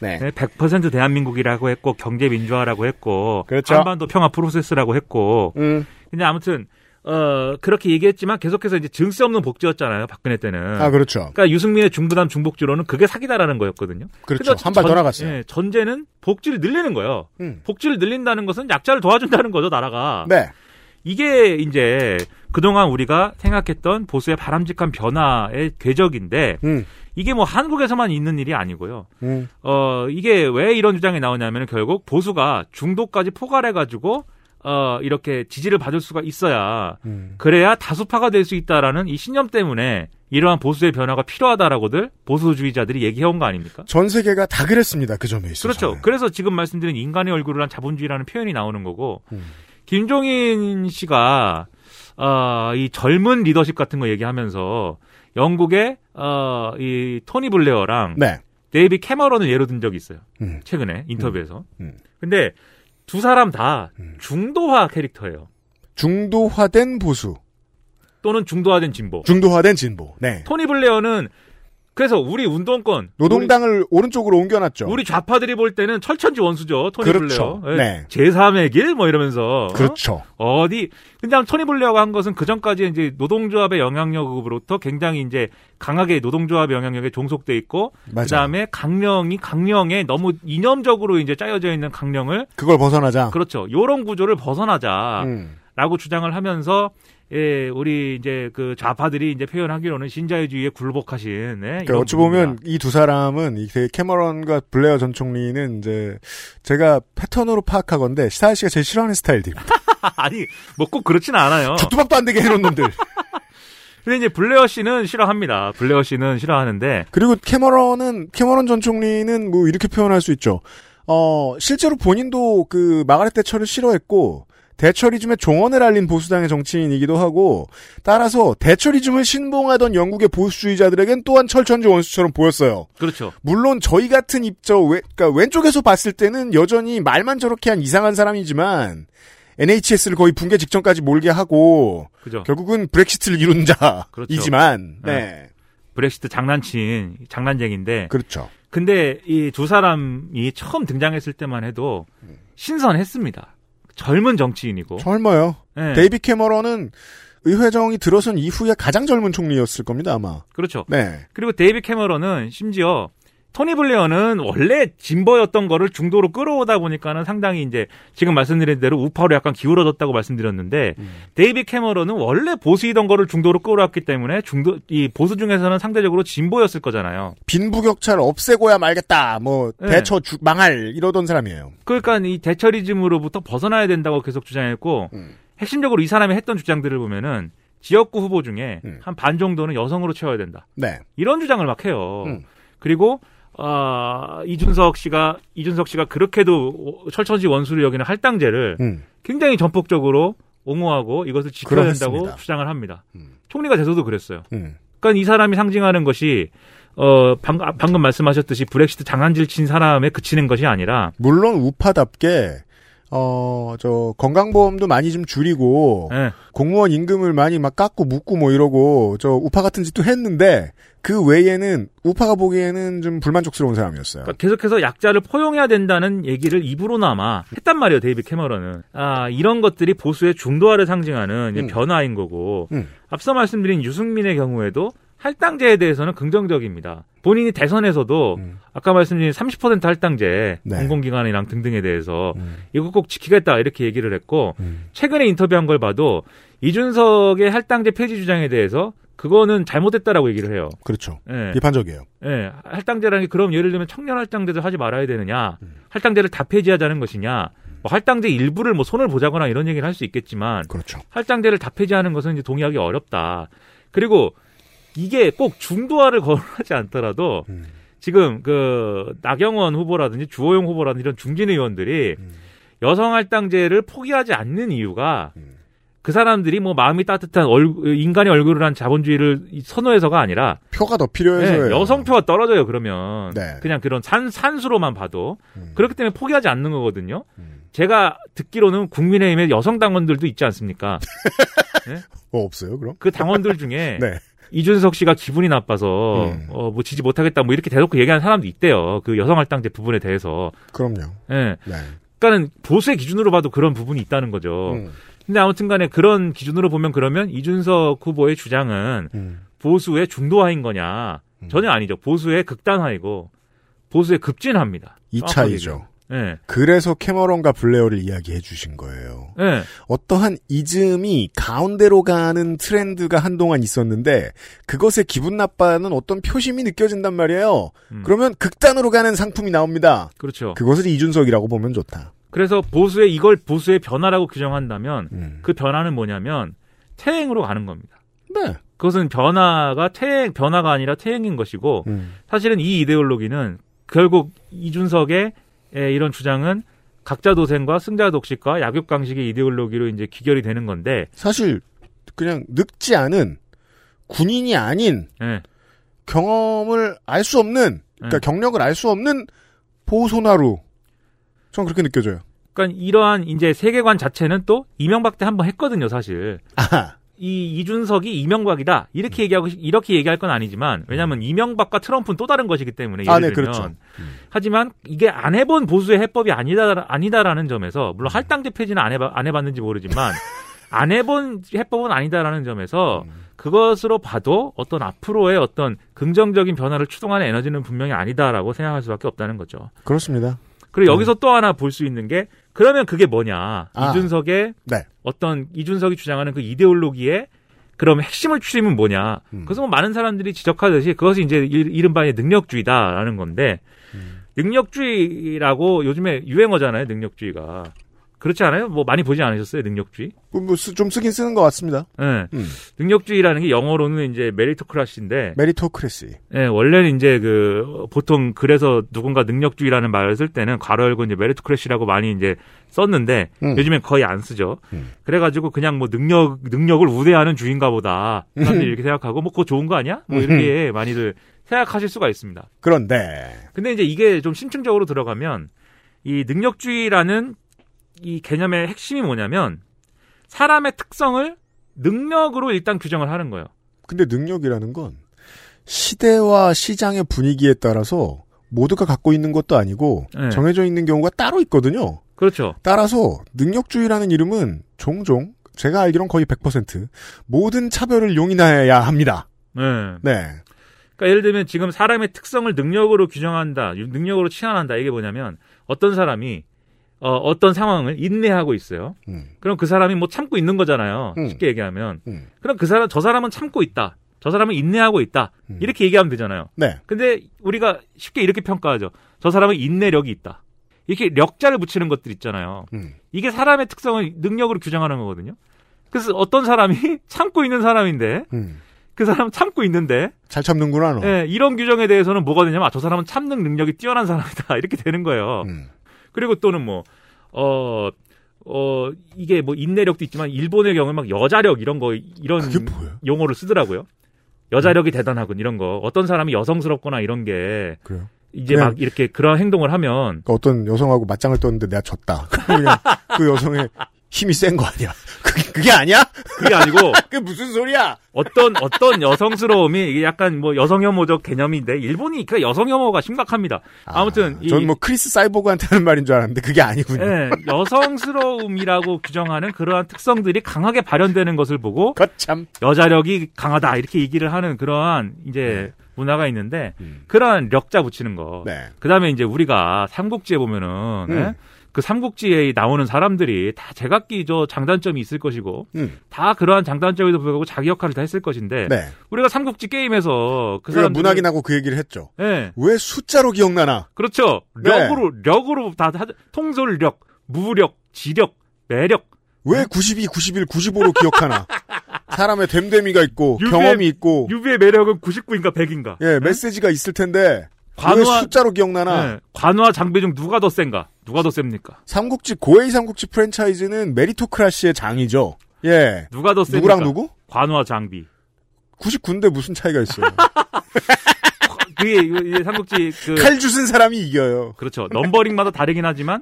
Speaker 2: 네.
Speaker 11: 100% 대한민국이라고 했고, 경제민주화라고 했고,
Speaker 2: 그렇죠.
Speaker 11: 한반도 평화 프로세스라고 했고.
Speaker 2: 음.
Speaker 11: 근데 아무튼, 어, 그렇게 얘기했지만 계속해서 이제 증세 없는 복지였잖아요, 박근혜 때는.
Speaker 2: 아 그렇죠.
Speaker 11: 그러니까 유승민의 중부담 중복지로는 그게 사기다라는 거였거든요.
Speaker 2: 그렇죠.
Speaker 11: 근데
Speaker 2: 한발더
Speaker 11: 전-
Speaker 2: 나갔어요.
Speaker 11: 예, 전제는 복지를 늘리는 거예요.
Speaker 2: 음.
Speaker 11: 복지를 늘린다는 것은 약자를 도와준다는 거죠, 나라가.
Speaker 2: 네.
Speaker 11: 이게 이제 그동안 우리가 생각했던 보수의 바람직한 변화의 궤적인데
Speaker 2: 음.
Speaker 11: 이게 뭐 한국에서만 있는 일이 아니고요.
Speaker 2: 음.
Speaker 11: 어, 이게 왜 이런 주장이 나오냐면 결국 보수가 중도까지 포괄해가지고 어, 이렇게 지지를 받을 수가 있어야
Speaker 2: 음.
Speaker 11: 그래야 다수파가 될 수 있다라는 이 신념 때문에 이러한 보수의 변화가 필요하다라고들 보수주의자들이 얘기해온 거 아닙니까?
Speaker 2: 전 세계가 다 그랬습니다. 그 점에 있어서.
Speaker 11: 그렇죠. 그래서 지금 말씀드린 인간의 얼굴을 한 자본주의라는 표현이 나오는 거고
Speaker 2: 음.
Speaker 11: 김종인 씨가 어, 이 젊은 리더십 같은 거 얘기하면서 영국의 어, 이 토니 블레어랑
Speaker 2: 네.
Speaker 11: 데이비 캐머런을 예로 든 적이 있어요.
Speaker 2: 음.
Speaker 11: 최근에 인터뷰에서.
Speaker 2: 음.
Speaker 11: 근데 두 사람 다 중도화 캐릭터예요.
Speaker 2: 중도화된 보수,
Speaker 11: 또는 중도화된 진보.
Speaker 2: 중도화된 진보. 네.
Speaker 11: 토니 블레어는 그래서 우리 운동권
Speaker 2: 노동당을 오른쪽으로 옮겨놨죠.
Speaker 11: 우리 좌파들이 볼 때는 철천지 원수죠. 토니
Speaker 2: 그렇죠.
Speaker 11: 블레어. 예.
Speaker 2: 네.
Speaker 11: 제3의 길 뭐 이러면서 어?
Speaker 2: 그렇죠.
Speaker 11: 어디 근데 아마 토니 블레어가 한 것은 그 전까지 이제 노동조합의 영향력으로부터 굉장히 이제 강하게 노동조합 의 영향력에 종속돼 있고
Speaker 2: 맞아요.
Speaker 11: 그다음에 강령이 강령에 너무 이념적으로 이제 짜여져 있는 강령을
Speaker 2: 그걸 벗어나자.
Speaker 11: 그렇죠. 요런 구조를 벗어나자.
Speaker 2: 음.
Speaker 11: 라고 주장을 하면서 예, 우리 이제 그 좌파들이 이제 표현하기로는 신자유주의에 굴복하신 예,
Speaker 2: 그러니까
Speaker 11: 이런
Speaker 2: 어찌 보면 이 두 사람은 이 캐머런과 블레어 전 총리는 이제 제가 패턴으로 파악하건데 시사할 씨가 제일 싫어하는 스타일들입니다.
Speaker 11: 아니 뭐 꼭 그렇진 않아요.
Speaker 2: 죽두박도 안 되게 해놓은 놈들.
Speaker 11: 근데 이제 블레어 씨는 싫어합니다. 블레어 씨는 싫어하는데
Speaker 2: 그리고 캐머런은 캐머런 전 총리는 뭐 이렇게 표현할 수 있죠. 어 실제로 본인도 그 마가렛 대처를 싫어했고 대처리즘의 종언을 알린 보수당의 정치인이기도 하고 따라서 대처리즘을 신봉하던 영국의 보수주의자들에겐 또한 철천지 원수처럼 보였어요.
Speaker 11: 그렇죠.
Speaker 2: 물론 저희 같은 입저 왼, 그러니까 왼쪽에서 봤을 때는 여전히 말만 저렇게 한 이상한 사람이지만 NHS를 거의 붕괴 직전까지 몰게 하고
Speaker 11: 그죠. 그렇죠.
Speaker 2: 결국은 브렉시트를 이룬 자이지만 네.
Speaker 11: 브렉시트 장난친 장난쟁인데
Speaker 2: 그렇죠.
Speaker 11: 근데 이 두 사람이 처음 등장했을 때만 해도
Speaker 2: 네.
Speaker 11: 신선했습니다. 젊은 정치인이고
Speaker 2: 젊어요.
Speaker 11: 네.
Speaker 2: 데이비 캐머런은 의회정이 들어선 이후에 가장 젊은 총리였을 겁니다 아마.
Speaker 11: 그렇죠.
Speaker 2: 네.
Speaker 11: 그리고 데이비 캐머런은 심지어 토니 블레어는 원래 진보였던 거를 중도로 끌어오다 보니까는 상당히 이제 지금 말씀드린 대로 우파로 약간 기울어졌다고 말씀드렸는데
Speaker 2: 음.
Speaker 11: 데이비 캐머런은 원래 보수이던 거를 중도로 끌어왔기 때문에 중도 이 보수 중에서는 상대적으로 진보였을 거잖아요.
Speaker 2: 빈부격차를 없애고야 말겠다. 뭐
Speaker 11: 네.
Speaker 2: 대처 주- 망할 이러던 사람이에요.
Speaker 11: 그러니까 이 대처리즘으로부터 벗어나야 된다고 계속 주장했고
Speaker 2: 음.
Speaker 11: 핵심적으로 이 사람이 했던 주장들을 보면은 지역구 후보 중에
Speaker 2: 음.
Speaker 11: 한 반 정도는 여성으로 채워야 된다.
Speaker 2: 네.
Speaker 11: 이런 주장을 막 해요.
Speaker 2: 음.
Speaker 11: 그리고 아, 이준석 씨가 이준석 씨가 그렇게도 철천지 원수를 여기는 할당제를
Speaker 2: 음.
Speaker 11: 굉장히 전폭적으로 옹호하고 이것을 지켜야
Speaker 2: 그럼 했습니다.
Speaker 11: 된다고 주장을 합니다. 총리가 돼서도 그랬어요.
Speaker 2: 음.
Speaker 11: 그러니까 이 사람이 상징하는 것이 어, 방, 아, 방금 말씀하셨듯이 브렉시트 장한질 친 사람에 그치는 것이 아니라
Speaker 2: 물론 우파답게 어, 저, 건강보험도 많이 좀 줄이고,
Speaker 11: 네. 예.
Speaker 2: 공무원 임금을 많이 막 깎고 묻고 뭐 이러고, 저, 우파 같은 짓도 했는데, 그 외에는, 우파가 보기에는 좀 불만족스러운 사람이었어요.
Speaker 11: 그러니까 계속해서 약자를 포용해야 된다는 얘기를 입으로나마 했단 말이에요, 데이비 캐머런은. 아, 이런 것들이 보수의 중도화를 상징하는 이제 변화인 거고,
Speaker 2: 음.
Speaker 11: 앞서 말씀드린 유승민의 경우에도 할당제에 대해서는 긍정적입니다. 본인이 대선에서도
Speaker 2: 음.
Speaker 11: 아까 말씀드린 30% 할당제, 공공기관이랑 등등에 대해서
Speaker 2: 음.
Speaker 11: 이거 꼭 지키겠다 이렇게 얘기를 했고 최근에 인터뷰한 걸 봐도 이준석의 할당제 폐지 주장에 대해서 그거는 잘못됐다라고 얘기를 해요.
Speaker 2: 그렇죠.
Speaker 11: 예.
Speaker 2: 비판적이에요.
Speaker 11: 예, 할당제라는 게 그럼 예를 들면 청년 할당제도 하지 말아야 되느냐, 할당제를 다 폐지하자는 것이냐, 뭐 할당제 일부를 뭐 손을 보자거나 이런 얘기를 할 수 있겠지만,
Speaker 2: 그렇죠.
Speaker 11: 할당제를 다 폐지하는 것은 이제 동의하기 어렵다. 그리고 이게 꼭 중도화를 거론하지 않더라도 지금 그 나경원 후보라든지 주호영 후보라든지 이런 중진 의원들이 여성 할당제를 포기하지 않는 이유가 그 사람들이 뭐 마음이 따뜻한 얼- 인간의 얼굴을 한 자본주의를 선호해서가 아니라
Speaker 2: 표가 더 필요해서요.
Speaker 11: 네, 여성표가 떨어져요 그러면
Speaker 2: 네.
Speaker 11: 그냥 그런 산 산수로만 봐도
Speaker 2: 음.
Speaker 11: 그렇기 때문에 포기하지 않는 거거든요. 제가 듣기로는 국민의힘의 여성 당원들도 있지 않습니까? 네?
Speaker 2: 어, 없어요, 그럼?
Speaker 11: 그 당원들 중에
Speaker 2: 네. 음.
Speaker 11: 이준석 씨가 기분이 나빠서 어, 뭐 지지 못하겠다 뭐 이렇게 대놓고 얘기하는 사람도 있대요. 그 여성할당제 부분에 대해서.
Speaker 2: 그럼요.
Speaker 11: 예.
Speaker 2: 네.
Speaker 11: 그러니까는 보수의 기준으로 봐도 그런 부분이 있다는 거죠.
Speaker 2: 음.
Speaker 11: 근데 아무튼간에 그런 기준으로 보면 그러면 이준석 후보의 주장은 보수의 중도화인 거냐?
Speaker 2: 음.
Speaker 11: 전혀 아니죠. 보수의 극단화이고 보수의 급진화입니다.
Speaker 2: 이 차이죠.
Speaker 11: 예.
Speaker 2: 그래서 캐머런과 블레어를 이야기해 주신 거예요.
Speaker 11: 예.
Speaker 2: 어떠한 이즘이 가운데로 가는 트렌드가 한동안 있었는데 그것에 기분 나빠하는 어떤 표심이 느껴진단 말이에요. 그러면 극단으로 가는 상품이 나옵니다.
Speaker 11: 그렇죠.
Speaker 2: 그것을 이준석이라고 보면 좋다.
Speaker 11: 그래서 보수의 이걸 보수의 변화라고 규정한다면
Speaker 2: 음.
Speaker 11: 그 변화는 뭐냐면 퇴행으로 가는 겁니다.
Speaker 2: 네.
Speaker 11: 그것은 변화가 퇴행 변화가 아니라 퇴행인 것이고
Speaker 2: 음.
Speaker 11: 사실은 이 이데올로기는 결국 이준석의 에, 이런 주장은 각자 도생과 승자 독식과 약육 강식의 이데올로기로 이제 귀결이 되는 건데
Speaker 2: 사실 그냥 늙지 않은 군인이 아닌
Speaker 11: 예.
Speaker 2: 경험을 알 수 없는
Speaker 11: 네.
Speaker 2: 그러니까 경력을 알 수 없는 보소나루. 전 그렇게 느껴져요.
Speaker 11: 그러니까 이러한 이제 세계관 자체는 또 이명박 때 한번 했거든요, 사실. 이 이준석이 이명박이다 이렇게 얘기하고 싶- 이렇게 얘기할 건 아니지만 왜냐하면 이명박과 트럼프는 또 다른 것이기 때문에
Speaker 2: 음.
Speaker 11: 예를
Speaker 2: 아, 네,
Speaker 11: 들면
Speaker 2: 그렇죠.
Speaker 11: 하지만 이게 안 해본 보수의 해법이 아니다 아니다라는 점에서 물론
Speaker 2: 음.
Speaker 11: 할당제 폐지는 안, 해봐, 안 해봤는지 모르지만 안 해본 해법은 아니다라는 점에서
Speaker 2: 음.
Speaker 11: 그것으로 봐도 어떤 앞으로의 어떤 긍정적인 변화를 추동하는 에너지는 분명히 아니다라고 생각할 수밖에 없다는 거죠.
Speaker 2: 그렇습니다.
Speaker 11: 그리고 여기서 또 하나 볼 수 있는 게 그러면 그게 뭐냐
Speaker 2: 아.
Speaker 11: 이준석의
Speaker 2: 네.
Speaker 11: 어떤 이준석이 주장하는 그 이데올로기의 그럼 핵심을 추리면 뭐냐 그래서 뭐 많은 사람들이 지적하듯이 그것이 이제 일- 이른바 이제 능력주의다라는 건데 음. 능력주의라고 요즘에 유행어잖아요 능력주의가 그렇지 않아요 뭐 많이 보지 않으셨어요 능력주의
Speaker 2: 뭐 좀 쓰긴 쓰는 것 같습니다.
Speaker 11: 예.
Speaker 2: 음.
Speaker 11: 능력주의라는 게 영어로는 이제 메리토크라시인데
Speaker 2: 메리토크래시.
Speaker 11: 예, 원래는 이제 그 어, 보통 그래서 누군가 능력주의라는 말을 쓸 때는 괄호 열고 이제 메리토크래시라고 많이 이제 썼는데
Speaker 2: 음.
Speaker 11: 요즘엔 거의 안 쓰죠. 그래가지고 그냥 뭐 능력 능력을 우대하는 주인가 보다 사람들이 이렇게 생각하고 뭐 그거 좋은 거 아니야? 뭐 이렇게 많이들 생각하실 수가 있습니다.
Speaker 2: 그런데
Speaker 11: 근데 이제 이게 좀 심층적으로 들어가면 이 능력주의라는 이 개념의 핵심이 뭐냐면 사람의 특성을 능력으로 일단 규정을 하는 거예요.
Speaker 2: 근데 능력이라는 건 시대와 시장의 분위기에 따라서 모두가 갖고 있는 것도 아니고
Speaker 11: 네.
Speaker 2: 정해져 있는 경우가 따로 있거든요.
Speaker 11: 그렇죠.
Speaker 2: 따라서 능력주의라는 이름은 종종 제가 알기론 거의 100% 모든 차별을 용인해야 합니다.
Speaker 11: 예.
Speaker 2: 네.
Speaker 11: 그러니까 예를 들면 지금 사람의 특성을 능력으로 규정한다, 유- 능력으로 치환한다. 이게 뭐냐면 어떤 사람이 어, 떤 상황을 인내하고 있어요.
Speaker 2: 음.
Speaker 11: 그럼 그 사람이 뭐 참고 있는 거잖아요. 쉽게 얘기하면. 그럼 그 사람 저 사람은 참고 있다. 저 사람은 인내하고 있다. 이렇게 얘기하면 되잖아요.
Speaker 2: 네.
Speaker 11: 근데 우리가 쉽게 이렇게 평가하죠. 저 사람은 인내력이 있다. 이렇게 력자를 붙이는 것들 있잖아요.
Speaker 2: 음.
Speaker 11: 이게 사람의 특성을 능력으로 규정하는 거거든요. 그래서 어떤 사람이 참고 있는 사람인데 그 사람 참고 있는데
Speaker 2: 음. 잘 참는구나 너.
Speaker 11: 예, 이런 규정에 대해서는 뭐가 되냐면 아, 저 사람은 참는 능력이 뛰어난 사람이다 이렇게 되는 거예요.
Speaker 2: 음.
Speaker 11: 그리고 또는 뭐, 뭐어 어, 이게 뭐 인내력도 있지만 일본의 경우에 막 여자력 이런 거 이런 용어를 쓰더라고요. 여자력이 대단하군 이런 거 어떤 사람이 여성스럽거나 이런 게
Speaker 2: 그래요?
Speaker 11: 이제
Speaker 2: 그냥-
Speaker 11: 막 이렇게 그런 행동을 하면
Speaker 2: 그러니까 어떤 여성하고 맞짱을 떴는데 내가 졌다. 그럼 그냥 그 여성의 힘이 센 거 아니야? 그게, 그게 아니야?
Speaker 11: 그게 아니고
Speaker 2: 그게 무슨 소리야?
Speaker 11: 어떤 어떤 여성스러움이 이게 약간 뭐 여성혐오적 개념인데 일본이 그 여성혐오가 심각합니다. 아무튼 이-
Speaker 2: 저는 뭐 크리스 사이보그한테 하는 말인 줄 알았는데 그게 아니군요.
Speaker 11: 예, 여성스러움이라고 규정하는 그러한 특성들이 강하게 발현되는 것을 보고 여자력이 강하다 이렇게 얘기를 하는 그러한 이제
Speaker 2: 네.
Speaker 11: 문화가 있는데
Speaker 2: 음.
Speaker 11: 그러한 력자 붙이는 거. 그다음에 이제 우리가 삼국지에 보면은
Speaker 2: 네.
Speaker 11: 예? 그 삼국지에 나오는 사람들이 다 제각기 저 장단점이 있을 것이고
Speaker 2: 음.
Speaker 11: 다 그러한 장단점에도 불구하고 자기 역할을 다 했을 것인데
Speaker 2: 네.
Speaker 11: 우리가 삼국지 게임에서 그
Speaker 2: 우리가
Speaker 11: 사람
Speaker 2: 문학인하고 그 얘기를 했죠.
Speaker 11: 예.
Speaker 2: 왜 숫자로 기억나나?
Speaker 11: 그렇죠.
Speaker 2: 네.
Speaker 11: 력으로 력으로 다 하- 통솔력, 무력, 지력, 매력. 네?
Speaker 2: 왜 92, 91, 95로 기억하나? 사람의 됨됨이가 있고
Speaker 11: 유비의- 네?
Speaker 2: 경험이 있고
Speaker 11: 유비의 매력은 99인가 100인가.
Speaker 2: 예 메시지가 있을 텐데 왜 숫자로
Speaker 11: 네.
Speaker 2: 기억나나?
Speaker 11: 관우와 장비 중 누가 더 센가? 누가 더 셉니까?
Speaker 2: 삼국지 고에이 삼국지 프랜차이즈는 메리토크라시의 장이죠. 예.
Speaker 11: 누가 더 셉니까?
Speaker 2: 누구랑 누구?
Speaker 11: 관우와 장비.
Speaker 2: 99인데 무슨 차이가 있어요?
Speaker 11: 그게 이거- 이게 삼국지 그
Speaker 2: 칼 주슨 사람이 이겨요.
Speaker 11: 그렇죠. 넘버링마다 다르긴 하지만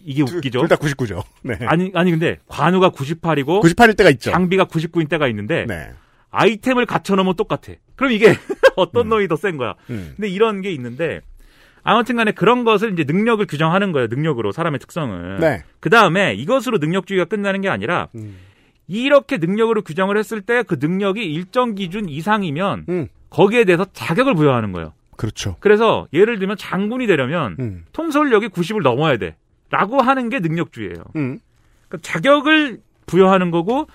Speaker 11: 이게 그 웃기죠.
Speaker 2: 네. 둘 다 99죠. 네.
Speaker 11: 아니 아니 근데 관우가 98이고
Speaker 2: 98일 때가 있죠. 네.
Speaker 11: 장비가 99인 때가 있는데 아이템을 갖춰 놓으면 똑같아. 그럼 이게 어떤 놈이 더 센 거야.
Speaker 2: 음.
Speaker 11: 근데 이런 게 있는데 아무튼 간에 그런 것을 이제 능력을 규정하는 거예요. 능력으로 사람의 특성을.
Speaker 2: 네. 음.
Speaker 11: 그다음에 이것으로 능력주의가 끝나는 게 아니라 이렇게 능력으로 규정을 했을 때 그 능력이 일정 기준 이상이면
Speaker 2: 음.
Speaker 11: 거기에 대해서 자격을 부여하는 거예요.
Speaker 2: 그렇죠.
Speaker 11: 그래서 예를 들면 장군이 되려면
Speaker 2: 음.
Speaker 11: 통솔력이 90을 넘어야 돼. 라고 하는 게 능력주의예요.
Speaker 2: 음.
Speaker 11: 그러니까 자격을 부여하는 거고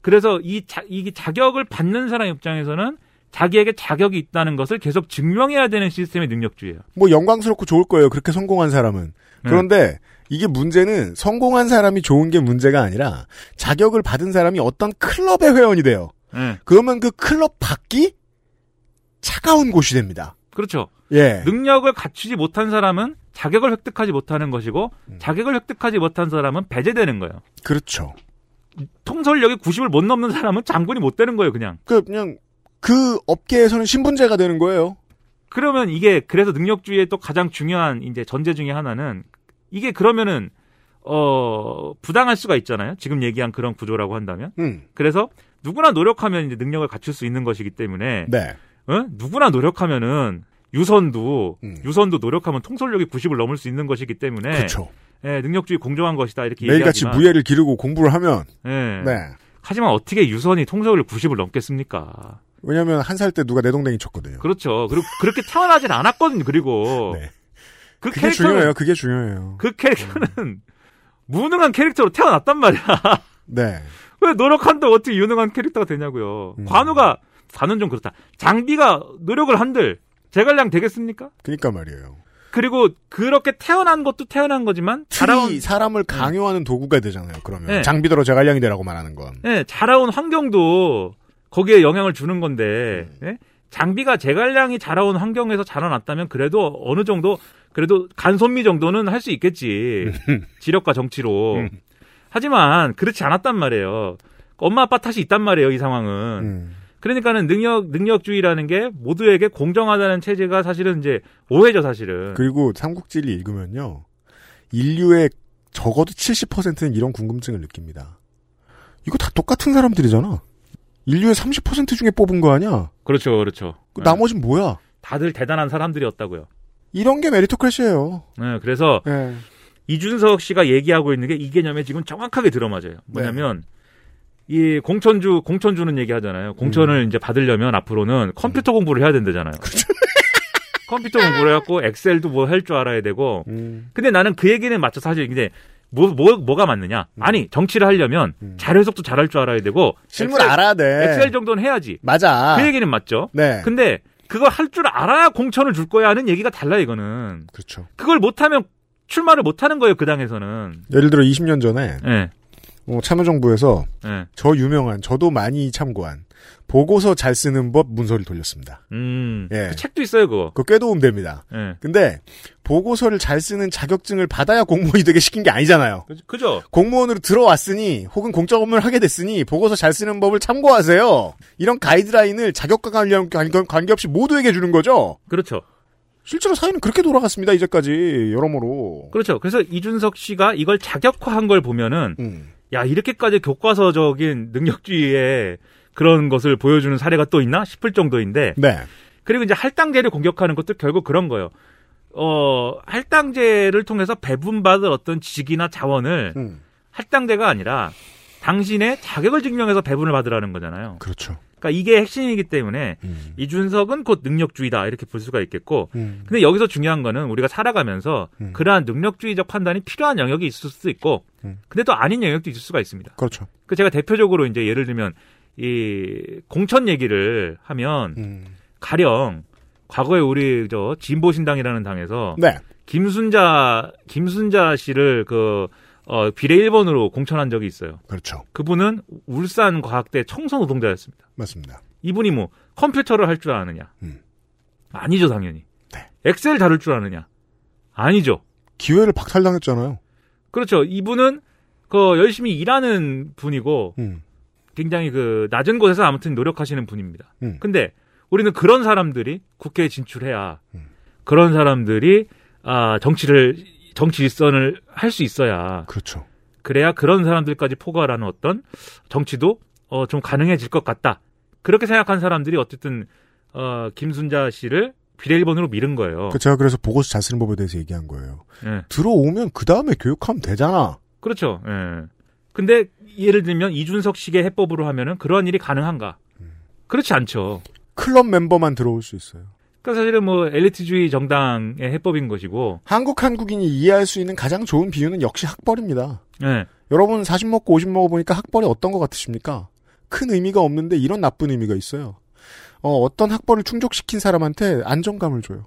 Speaker 11: 그래서 이 자, 이 자격을 받는 사람 입장에서는 자기에게 자격이 있다는 것을 계속 증명해야 되는 시스템의 능력주의예요.
Speaker 2: 뭐 영광스럽고 좋을 거예요. 그렇게 성공한 사람은.
Speaker 11: 음.
Speaker 2: 그런데 이게 문제는 성공한 사람이 좋은 게 문제가 아니라 자격을 받은 사람이 어떤 클럽의 회원이 돼요.
Speaker 11: 네.
Speaker 2: 그러면 그 클럽 밖이 차가운 곳이 됩니다.
Speaker 11: 그렇죠.
Speaker 2: 예.
Speaker 11: 능력을 갖추지 못한 사람은 자격을 획득하지 못하는 것이고 자격을 획득하지 못한 사람은 배제되는 거예요.
Speaker 2: 그렇죠.
Speaker 11: 통솔력이 90을 못 넘는 사람은 장군이 못 되는 거예요, 그냥.
Speaker 2: 그 그냥 그 업계에서는 신분제가 되는 거예요.
Speaker 11: 그러면 이게 그래서 능력주의의 또 가장 중요한 이제 전제 중에 하나는 이게 그러면은 어 부당할 수가 있잖아요. 지금 얘기한 그런 구조라고 한다면.
Speaker 2: 음.
Speaker 11: 그래서 누구나 노력하면 이제 능력을 갖출 수 있는 것이기 때문에
Speaker 2: 네.
Speaker 11: 어? 누구나 노력하면은 유선도 유선도 노력하면 통솔력이 90을 넘을 수 있는 것이기 때문에
Speaker 2: 음. 그쵸.
Speaker 11: 예, 능력주의 공정한 것이다 이렇게
Speaker 2: 그렇죠. 매일같이
Speaker 11: 얘기하지만
Speaker 2: 무예를 기르고 공부를 하면
Speaker 11: 예.
Speaker 2: 네.
Speaker 11: 하지만 어떻게 유선이 통솔을 90을 넘겠습니까?
Speaker 2: 왜냐하면 한 살 때 누가 내 동댕이 쳤거든요.
Speaker 11: 그렇죠. 그리고 그렇게 태어나진 않았거든요. 그리고 그
Speaker 2: 네. 그게 중요해요. 음. 그게 중요해요.
Speaker 11: 그 캐릭터는 무능한 캐릭터로 태어났단 말이야.
Speaker 2: 네.
Speaker 11: 왜 노력한데 어떻게 유능한 캐릭터가 되냐고요. 관우가 관우는 좀 그렇다. 장비가 노력을 한들 제갈량 되겠습니까?
Speaker 2: 그러니까 말이에요.
Speaker 11: 그리고 그렇게 태어난 것도 태어난 거지만
Speaker 2: 틀이
Speaker 11: 자라온
Speaker 2: 사람을 강요하는 도구가 되잖아요. 그러면
Speaker 11: 네.
Speaker 2: 장비더러 제갈량이 되라고 말하는 건.
Speaker 11: 예, 자라온 환경도 거기에 영향을 주는 건데 예? 장비가 제갈량이 자라온 환경에서 자라났다면 그래도 어느 정도 그래도 간선미 정도는 할 수 있겠지 지력과 정치로 하지만 그렇지 않았단 말이에요 엄마 아빠 탓이 있단 말이에요 이 상황은
Speaker 2: 음.
Speaker 11: 그러니까는 능력 능력주의라는 게 모두에게 공정하다는 체제가 사실은 이제 오해죠 사실은
Speaker 2: 그리고 삼국지를 읽으면요. 인류의 적어도 70%는 이런 궁금증을 느낍니다. 이거 다 똑같은 사람들이잖아. 인류의 30% 중에 뽑은 거 아니야?
Speaker 11: 그렇죠 그렇죠
Speaker 2: 그 나머진 뭐야?
Speaker 11: 다들 대단한 사람들이었다고요
Speaker 2: 이런 게 메리토크래시예요.
Speaker 11: 네, 그래서
Speaker 2: 네.
Speaker 11: 이준석 씨가 얘기하고 있는 게 이 개념에 지금 정확하게
Speaker 2: 네.
Speaker 11: 들어맞아요. 뭐냐면 이 공천주 공천주는 얘기하잖아요. 공천을
Speaker 2: 음.
Speaker 11: 이제 받으려면 앞으로는 컴퓨터 공부를 해야 된다잖아요.
Speaker 2: 그렇죠.
Speaker 11: 컴퓨터 공부를 해갖고 엑셀도 뭐 할 줄 알아야 되고. 근데 나는 그 얘기는 맞죠. 사실 근데 뭐, 뭐, 뭐가 맞느냐? 아니, 정치를 하려면 자료 해석도 잘할 줄 알아야 되고.
Speaker 2: 음. 실물 알아야 돼.
Speaker 11: 네, 엑셀 정도는 해야지.
Speaker 2: 맞아.
Speaker 11: 그 얘기는 맞죠.
Speaker 2: 네.
Speaker 11: 근데 그걸 할 줄 알아야 공천을 줄 거야 하는 얘기가 달라, 이거는.
Speaker 2: 그렇죠.
Speaker 11: 그걸 못하면 출마를 못하는 거예요, 그 당에서는.
Speaker 2: 예를 들어 20년 전에 어, 참여정부에서
Speaker 11: 네.
Speaker 2: 저 유명한 저도 많이 참고한 보고서 잘 쓰는 법 문서를 돌렸습니다.
Speaker 11: 음.
Speaker 2: 예.
Speaker 11: 그 책도 있어요, 그거.
Speaker 2: 그거 꽤 도움됩니다.
Speaker 11: 예.
Speaker 2: 근데 보고서를 잘 쓰는 자격증을 받아야 공무원이 되게 시킨 게 아니잖아요.
Speaker 11: 그죠?
Speaker 2: 공무원으로 들어왔으니 혹은 공적 업무를 하게 됐으니 보고서 잘 쓰는 법을 참고하세요. 이런 가이드라인을 자격과 관련 관계- 관계없이 모두에게 주는 거죠.
Speaker 11: 그렇죠.
Speaker 2: 실제로 사회는 그렇게 돌아갔습니다. 이제까지 여러모로.
Speaker 11: 그렇죠. 그래서 이준석 씨가 이걸 자격화한 걸
Speaker 2: 그
Speaker 11: 보면은
Speaker 2: 음.
Speaker 11: 야 이렇게까지 교과서적인 능력주의의 그런 것을 보여주는 사례가 또 있나 싶을 정도인데.
Speaker 2: 네.
Speaker 11: 그리고 이제 할당제를 공격하는 것도 결국 그런 거예요. 어 할당제를 통해서 배분받을 어떤 직이나 자원을 할당제가 아니라 당신의 자격을 증명해서 배분을 받으라는 거잖아요.
Speaker 2: 그렇죠.
Speaker 11: 그러니까 이게 핵심이기 때문에 이준석은 곧 능력주의다 이렇게 볼 수가 있겠고 근데 여기서 중요한 거는 우리가 살아가면서 그러한 능력주의적 판단이 필요한 영역이 있을 수도 있고 근데 또 아닌 영역도 있을 수가 있습니다.
Speaker 2: 그렇죠.
Speaker 11: 그 제가 대표적으로 이제 예를 들면 이 공천 얘기를 하면 가령 과거에 우리 저 진보신당이라는 당에서
Speaker 2: 네.
Speaker 11: 김순자 김순자 씨를 그 어, 비례 1번으로 공천한 적이 있어요.
Speaker 2: 그렇죠.
Speaker 11: 그분은 울산 과학대 청소 노동자였습니다.
Speaker 2: 맞습니다.
Speaker 11: 이분이 뭐 컴퓨터를 할 줄 아느냐? 아니죠, 당연히. 엑셀 다룰 줄 아느냐? 아니죠.
Speaker 2: 기회를 박탈당했잖아요.
Speaker 11: 그렇죠. 이분은 그 열심히 일하는 분이고
Speaker 2: 음.
Speaker 11: 굉장히 그 낮은 곳에서 아무튼 노력하시는 분입니다.
Speaker 2: 음.
Speaker 11: 근데 우리는 그런 사람들이 국회에 진출해야 그런 사람들이 아 정치를 정치 일선을 할 수 있어야
Speaker 2: 그렇죠.
Speaker 11: 그래야 그런 사람들까지 포괄하는 어떤 정치도 어, 좀 가능해질 것 같다. 그렇게 생각한 사람들이 어쨌든 어, 김순자 씨를 비례 1번으로 미른 거예요.
Speaker 2: 그 제가 그래서 보고서 잘 쓰는 법에 대해서 얘기한 거예요.
Speaker 11: 예.
Speaker 2: 들어오면 그 다음에 교육하면 되잖아.
Speaker 11: 그렇죠. 예. 근데 예를 들면 이준석 식의 해법으로 하면은 그러한 일이 가능한가? 그렇지 않죠.
Speaker 2: 클럽 멤버만 들어올 수 있어요.
Speaker 11: 그러니까 사실은 뭐 엘리트주의 정당의 해법인 것이고.
Speaker 2: 한국 한국인이 이해할 수 있는 가장 좋은 비유는 역시 학벌입니다.
Speaker 11: 예.
Speaker 2: 여러분 40 먹고 50 먹어보니까 학벌이 어떤 것 같으십니까? 큰 의미가 없는데 이런 나쁜 의미가 있어요. 어, 어떤 학벌을 충족시킨 사람한테 안정감을 줘요.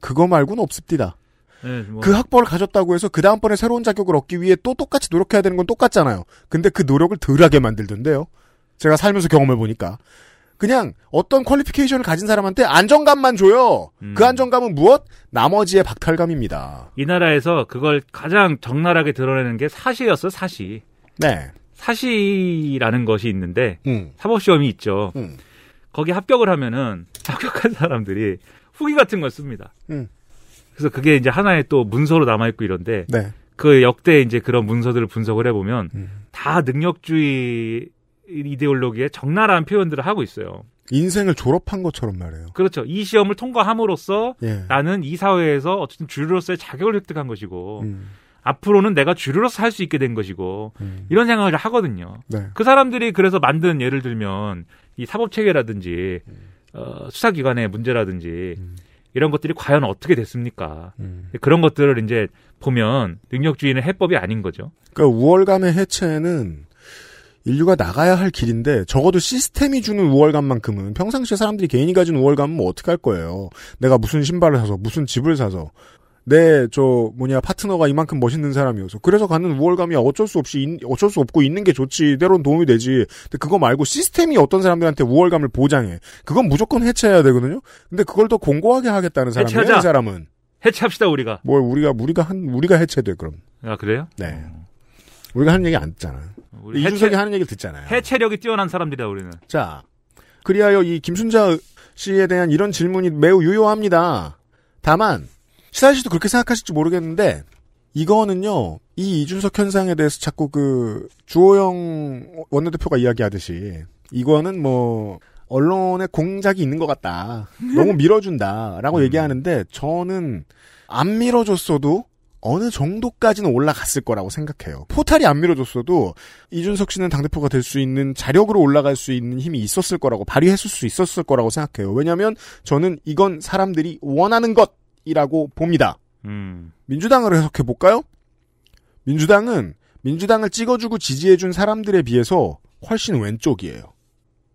Speaker 2: 그거 말고는 없습니다.
Speaker 11: 예, 뭐.
Speaker 2: 그 학벌을 가졌다고 해서 그 다음번에 새로운 자격을 얻기 위해 또 똑같이 노력해야 되는 건 똑같잖아요. 근데 그 노력을 덜하게 만들던데요. 제가 살면서 경험해 보니까 그냥 어떤 퀄리피케이션을 가진 사람한테 안정감만 줘요.
Speaker 11: 음.
Speaker 2: 그 안정감은 무엇? 나머지의 박탈감입니다.
Speaker 11: 이 나라에서 그걸 가장 적나라하게 드러내는 게 사시였어, 사시.
Speaker 2: 네.
Speaker 11: 사시라는 것이 있는데
Speaker 2: 음.
Speaker 11: 사법시험이 있죠. 거기 합격을 하면은 합격한 사람들이 후기 같은 걸 씁니다.
Speaker 2: 음.
Speaker 11: 그래서 그게 이제 하나의 또 문서로 남아 있고 이런데
Speaker 2: 네.
Speaker 11: 그 역대 이제 그런 문서들을 분석을 해보면
Speaker 2: 음.
Speaker 11: 다 능력주의 이데올로기에 적나라한 표현들을 하고 있어요.
Speaker 2: 인생을 졸업한 것처럼 말해요.
Speaker 11: 그렇죠. 이 시험을 통과함으로써
Speaker 2: 예.
Speaker 11: 나는 이 사회에서 어쨌든 주류로서의 자격을 획득한 것이고
Speaker 2: 음.
Speaker 11: 앞으로는 내가 주류로서 할 수 있게 된 것이고
Speaker 2: 음.
Speaker 11: 이런 생각을 하거든요.
Speaker 2: 네.
Speaker 11: 그 사람들이 그래서 만든 예를 들면 이 사법 체계라든지
Speaker 2: 음.
Speaker 11: 어, 수사기관의 문제라든지 이런 것들이 과연 어떻게 됐습니까?
Speaker 2: 음.
Speaker 11: 그런 것들을 이제 보면 능력주의는 해법이 아닌 거죠.
Speaker 2: 그러니까 우월감의 해체는 인류가 나가야 할 길인데 적어도 시스템이 주는 우월감만큼은 평상시에 사람들이 개인이 가진 우월감은 뭐 어떻게 할 거예요. 내가 무슨 신발을 사서 무슨 집을 사서 내 저 뭐냐 파트너가 이만큼 멋있는 사람이어서 그래서 갖는 우월감이 어쩔 수 없이 인- 어쩔 수 없고 있는 게 좋지 때론 도움이 되지 근데 그거 말고 시스템이 어떤 사람들한테 우월감을 보장해 그건 무조건 해체해야 되거든요 근데 그걸 더 공고하게 하겠다는 사람이에요
Speaker 11: 해체하자.
Speaker 2: 이 사람은
Speaker 11: 해체합시다 우리가.
Speaker 2: 뭘 우리가 우리가 한 우리가 해체돼 그럼
Speaker 11: 아 그래요?
Speaker 2: 네. 우리가 하는 얘기 안 듣잖아요.
Speaker 11: 우리
Speaker 2: 이준석이
Speaker 11: 해체-
Speaker 2: 하는 얘기를 듣잖아요.
Speaker 11: 해체력이 뛰어난 사람들이다 우리는.
Speaker 2: 자, 그리하여 이 김순자 씨에 대한 이런 질문이 매우 유효합니다. 다만 시사 씨도 그렇게 생각하실지 모르겠는데 이거는요 이 이준석 현상에 대해서 자꾸 그 주호영 원내대표가 이야기하듯이 이거는 뭐 언론의 공작이 있는 것 같다. 너무 밀어준다라고 얘기하는데 저는 안 밀어줬어도 어느 정도까지는 올라갔을 거라고 생각해요. 포탈이 안 밀어줬어도 이준석 씨는 당대표가 될 수 있는 자력으로 올라갈 수 있는 힘이 있었을 거라고 발휘했을 수 있었을 거라고 생각해요. 왜냐하면 저는 이건 사람들이 원하는 것이라고 봅니다.
Speaker 11: 음.
Speaker 2: 민주당으로 해석해 볼까요? 민주당은 민주당을 찍어주고 지지해준 사람들에 비해서 훨씬 왼쪽이에요.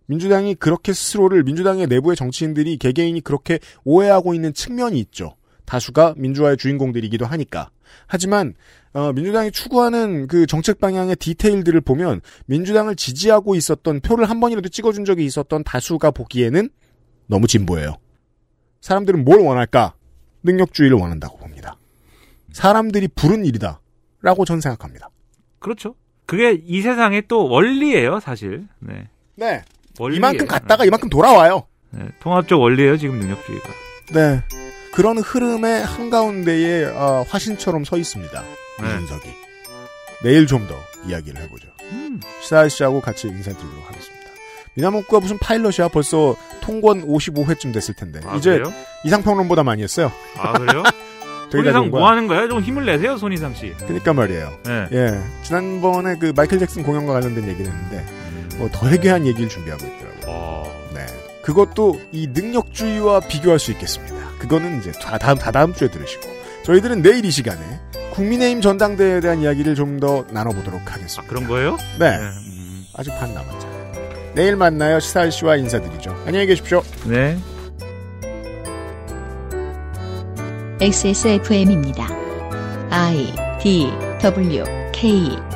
Speaker 2: 민주당이 그렇게 스스로를 민주당의 내부의 정치인들이 개개인이 그렇게 오해하고 있는 측면이 있죠. 다수가 민주화의 주인공들이기도 하니까. 하지만 어, 민주당이 추구하는 그 정책 방향의 디테일들을 보면 민주당을 지지하고 있었던 표를 한 번이라도 찍어준 적이 있었던 다수가 보기에는 너무 진보예요. 사람들은 뭘 원할까? 능력주의를 원한다고 봅니다. 사람들이 부른 일이다. 라고 전 생각합니다.
Speaker 11: 그렇죠. 그게 이 세상의 또 원리예요, 사실. 네.
Speaker 2: 네.
Speaker 11: 원리예요.
Speaker 2: 이만큼 갔다가 이만큼 돌아와요.
Speaker 11: 네, 통합적 원리예요, 지금 능력주의가.
Speaker 2: 네. 그런 흐름의 한가운데에 어, 화신처럼 서 있습니다.
Speaker 11: 네.
Speaker 2: 이준석이. 내일 좀 더 이야기를 해보죠.
Speaker 11: 음.
Speaker 2: 시사일 씨하고 같이 인사드리도록 하겠습니다. 미나목구가 무슨 파일럿이야? 벌써 통권 55회쯤 됐을 텐데.
Speaker 11: 아,
Speaker 2: 이제
Speaker 11: 그래요?
Speaker 2: 이상평론보다 많이 했어요.
Speaker 11: 아, 그래요?
Speaker 2: 되게 잘
Speaker 11: 손이상
Speaker 2: 좋은 거야.
Speaker 11: 뭐 하는 거야? 좀 힘을 내세요, 손이상 씨.
Speaker 2: 그러니까 말이에요.
Speaker 11: 네.
Speaker 2: 예. 지난번에 그 마이클 잭슨 공연과 관련된 얘기를 했는데, 뭐 더 해괴한 얘기를 준비하고 있더라고요.
Speaker 11: 어.
Speaker 2: 네. 그것도 이 능력주의와 비교할 수 있겠습니다. 그거는 이제 다 다음, 다 다음 주에 들으시고. 저희들은 내일 이 시간에 국민의힘 전당대회에 대한 이야기를 좀 더 나눠보도록 하겠습니다.
Speaker 11: 아, 그런 거예요?
Speaker 2: 네. 아직 반 남았죠. 내일 만나요. 시사일 씨와 인사드리죠. 안녕히 계십시오.
Speaker 11: 네.
Speaker 1: XSFM입니다. I D W K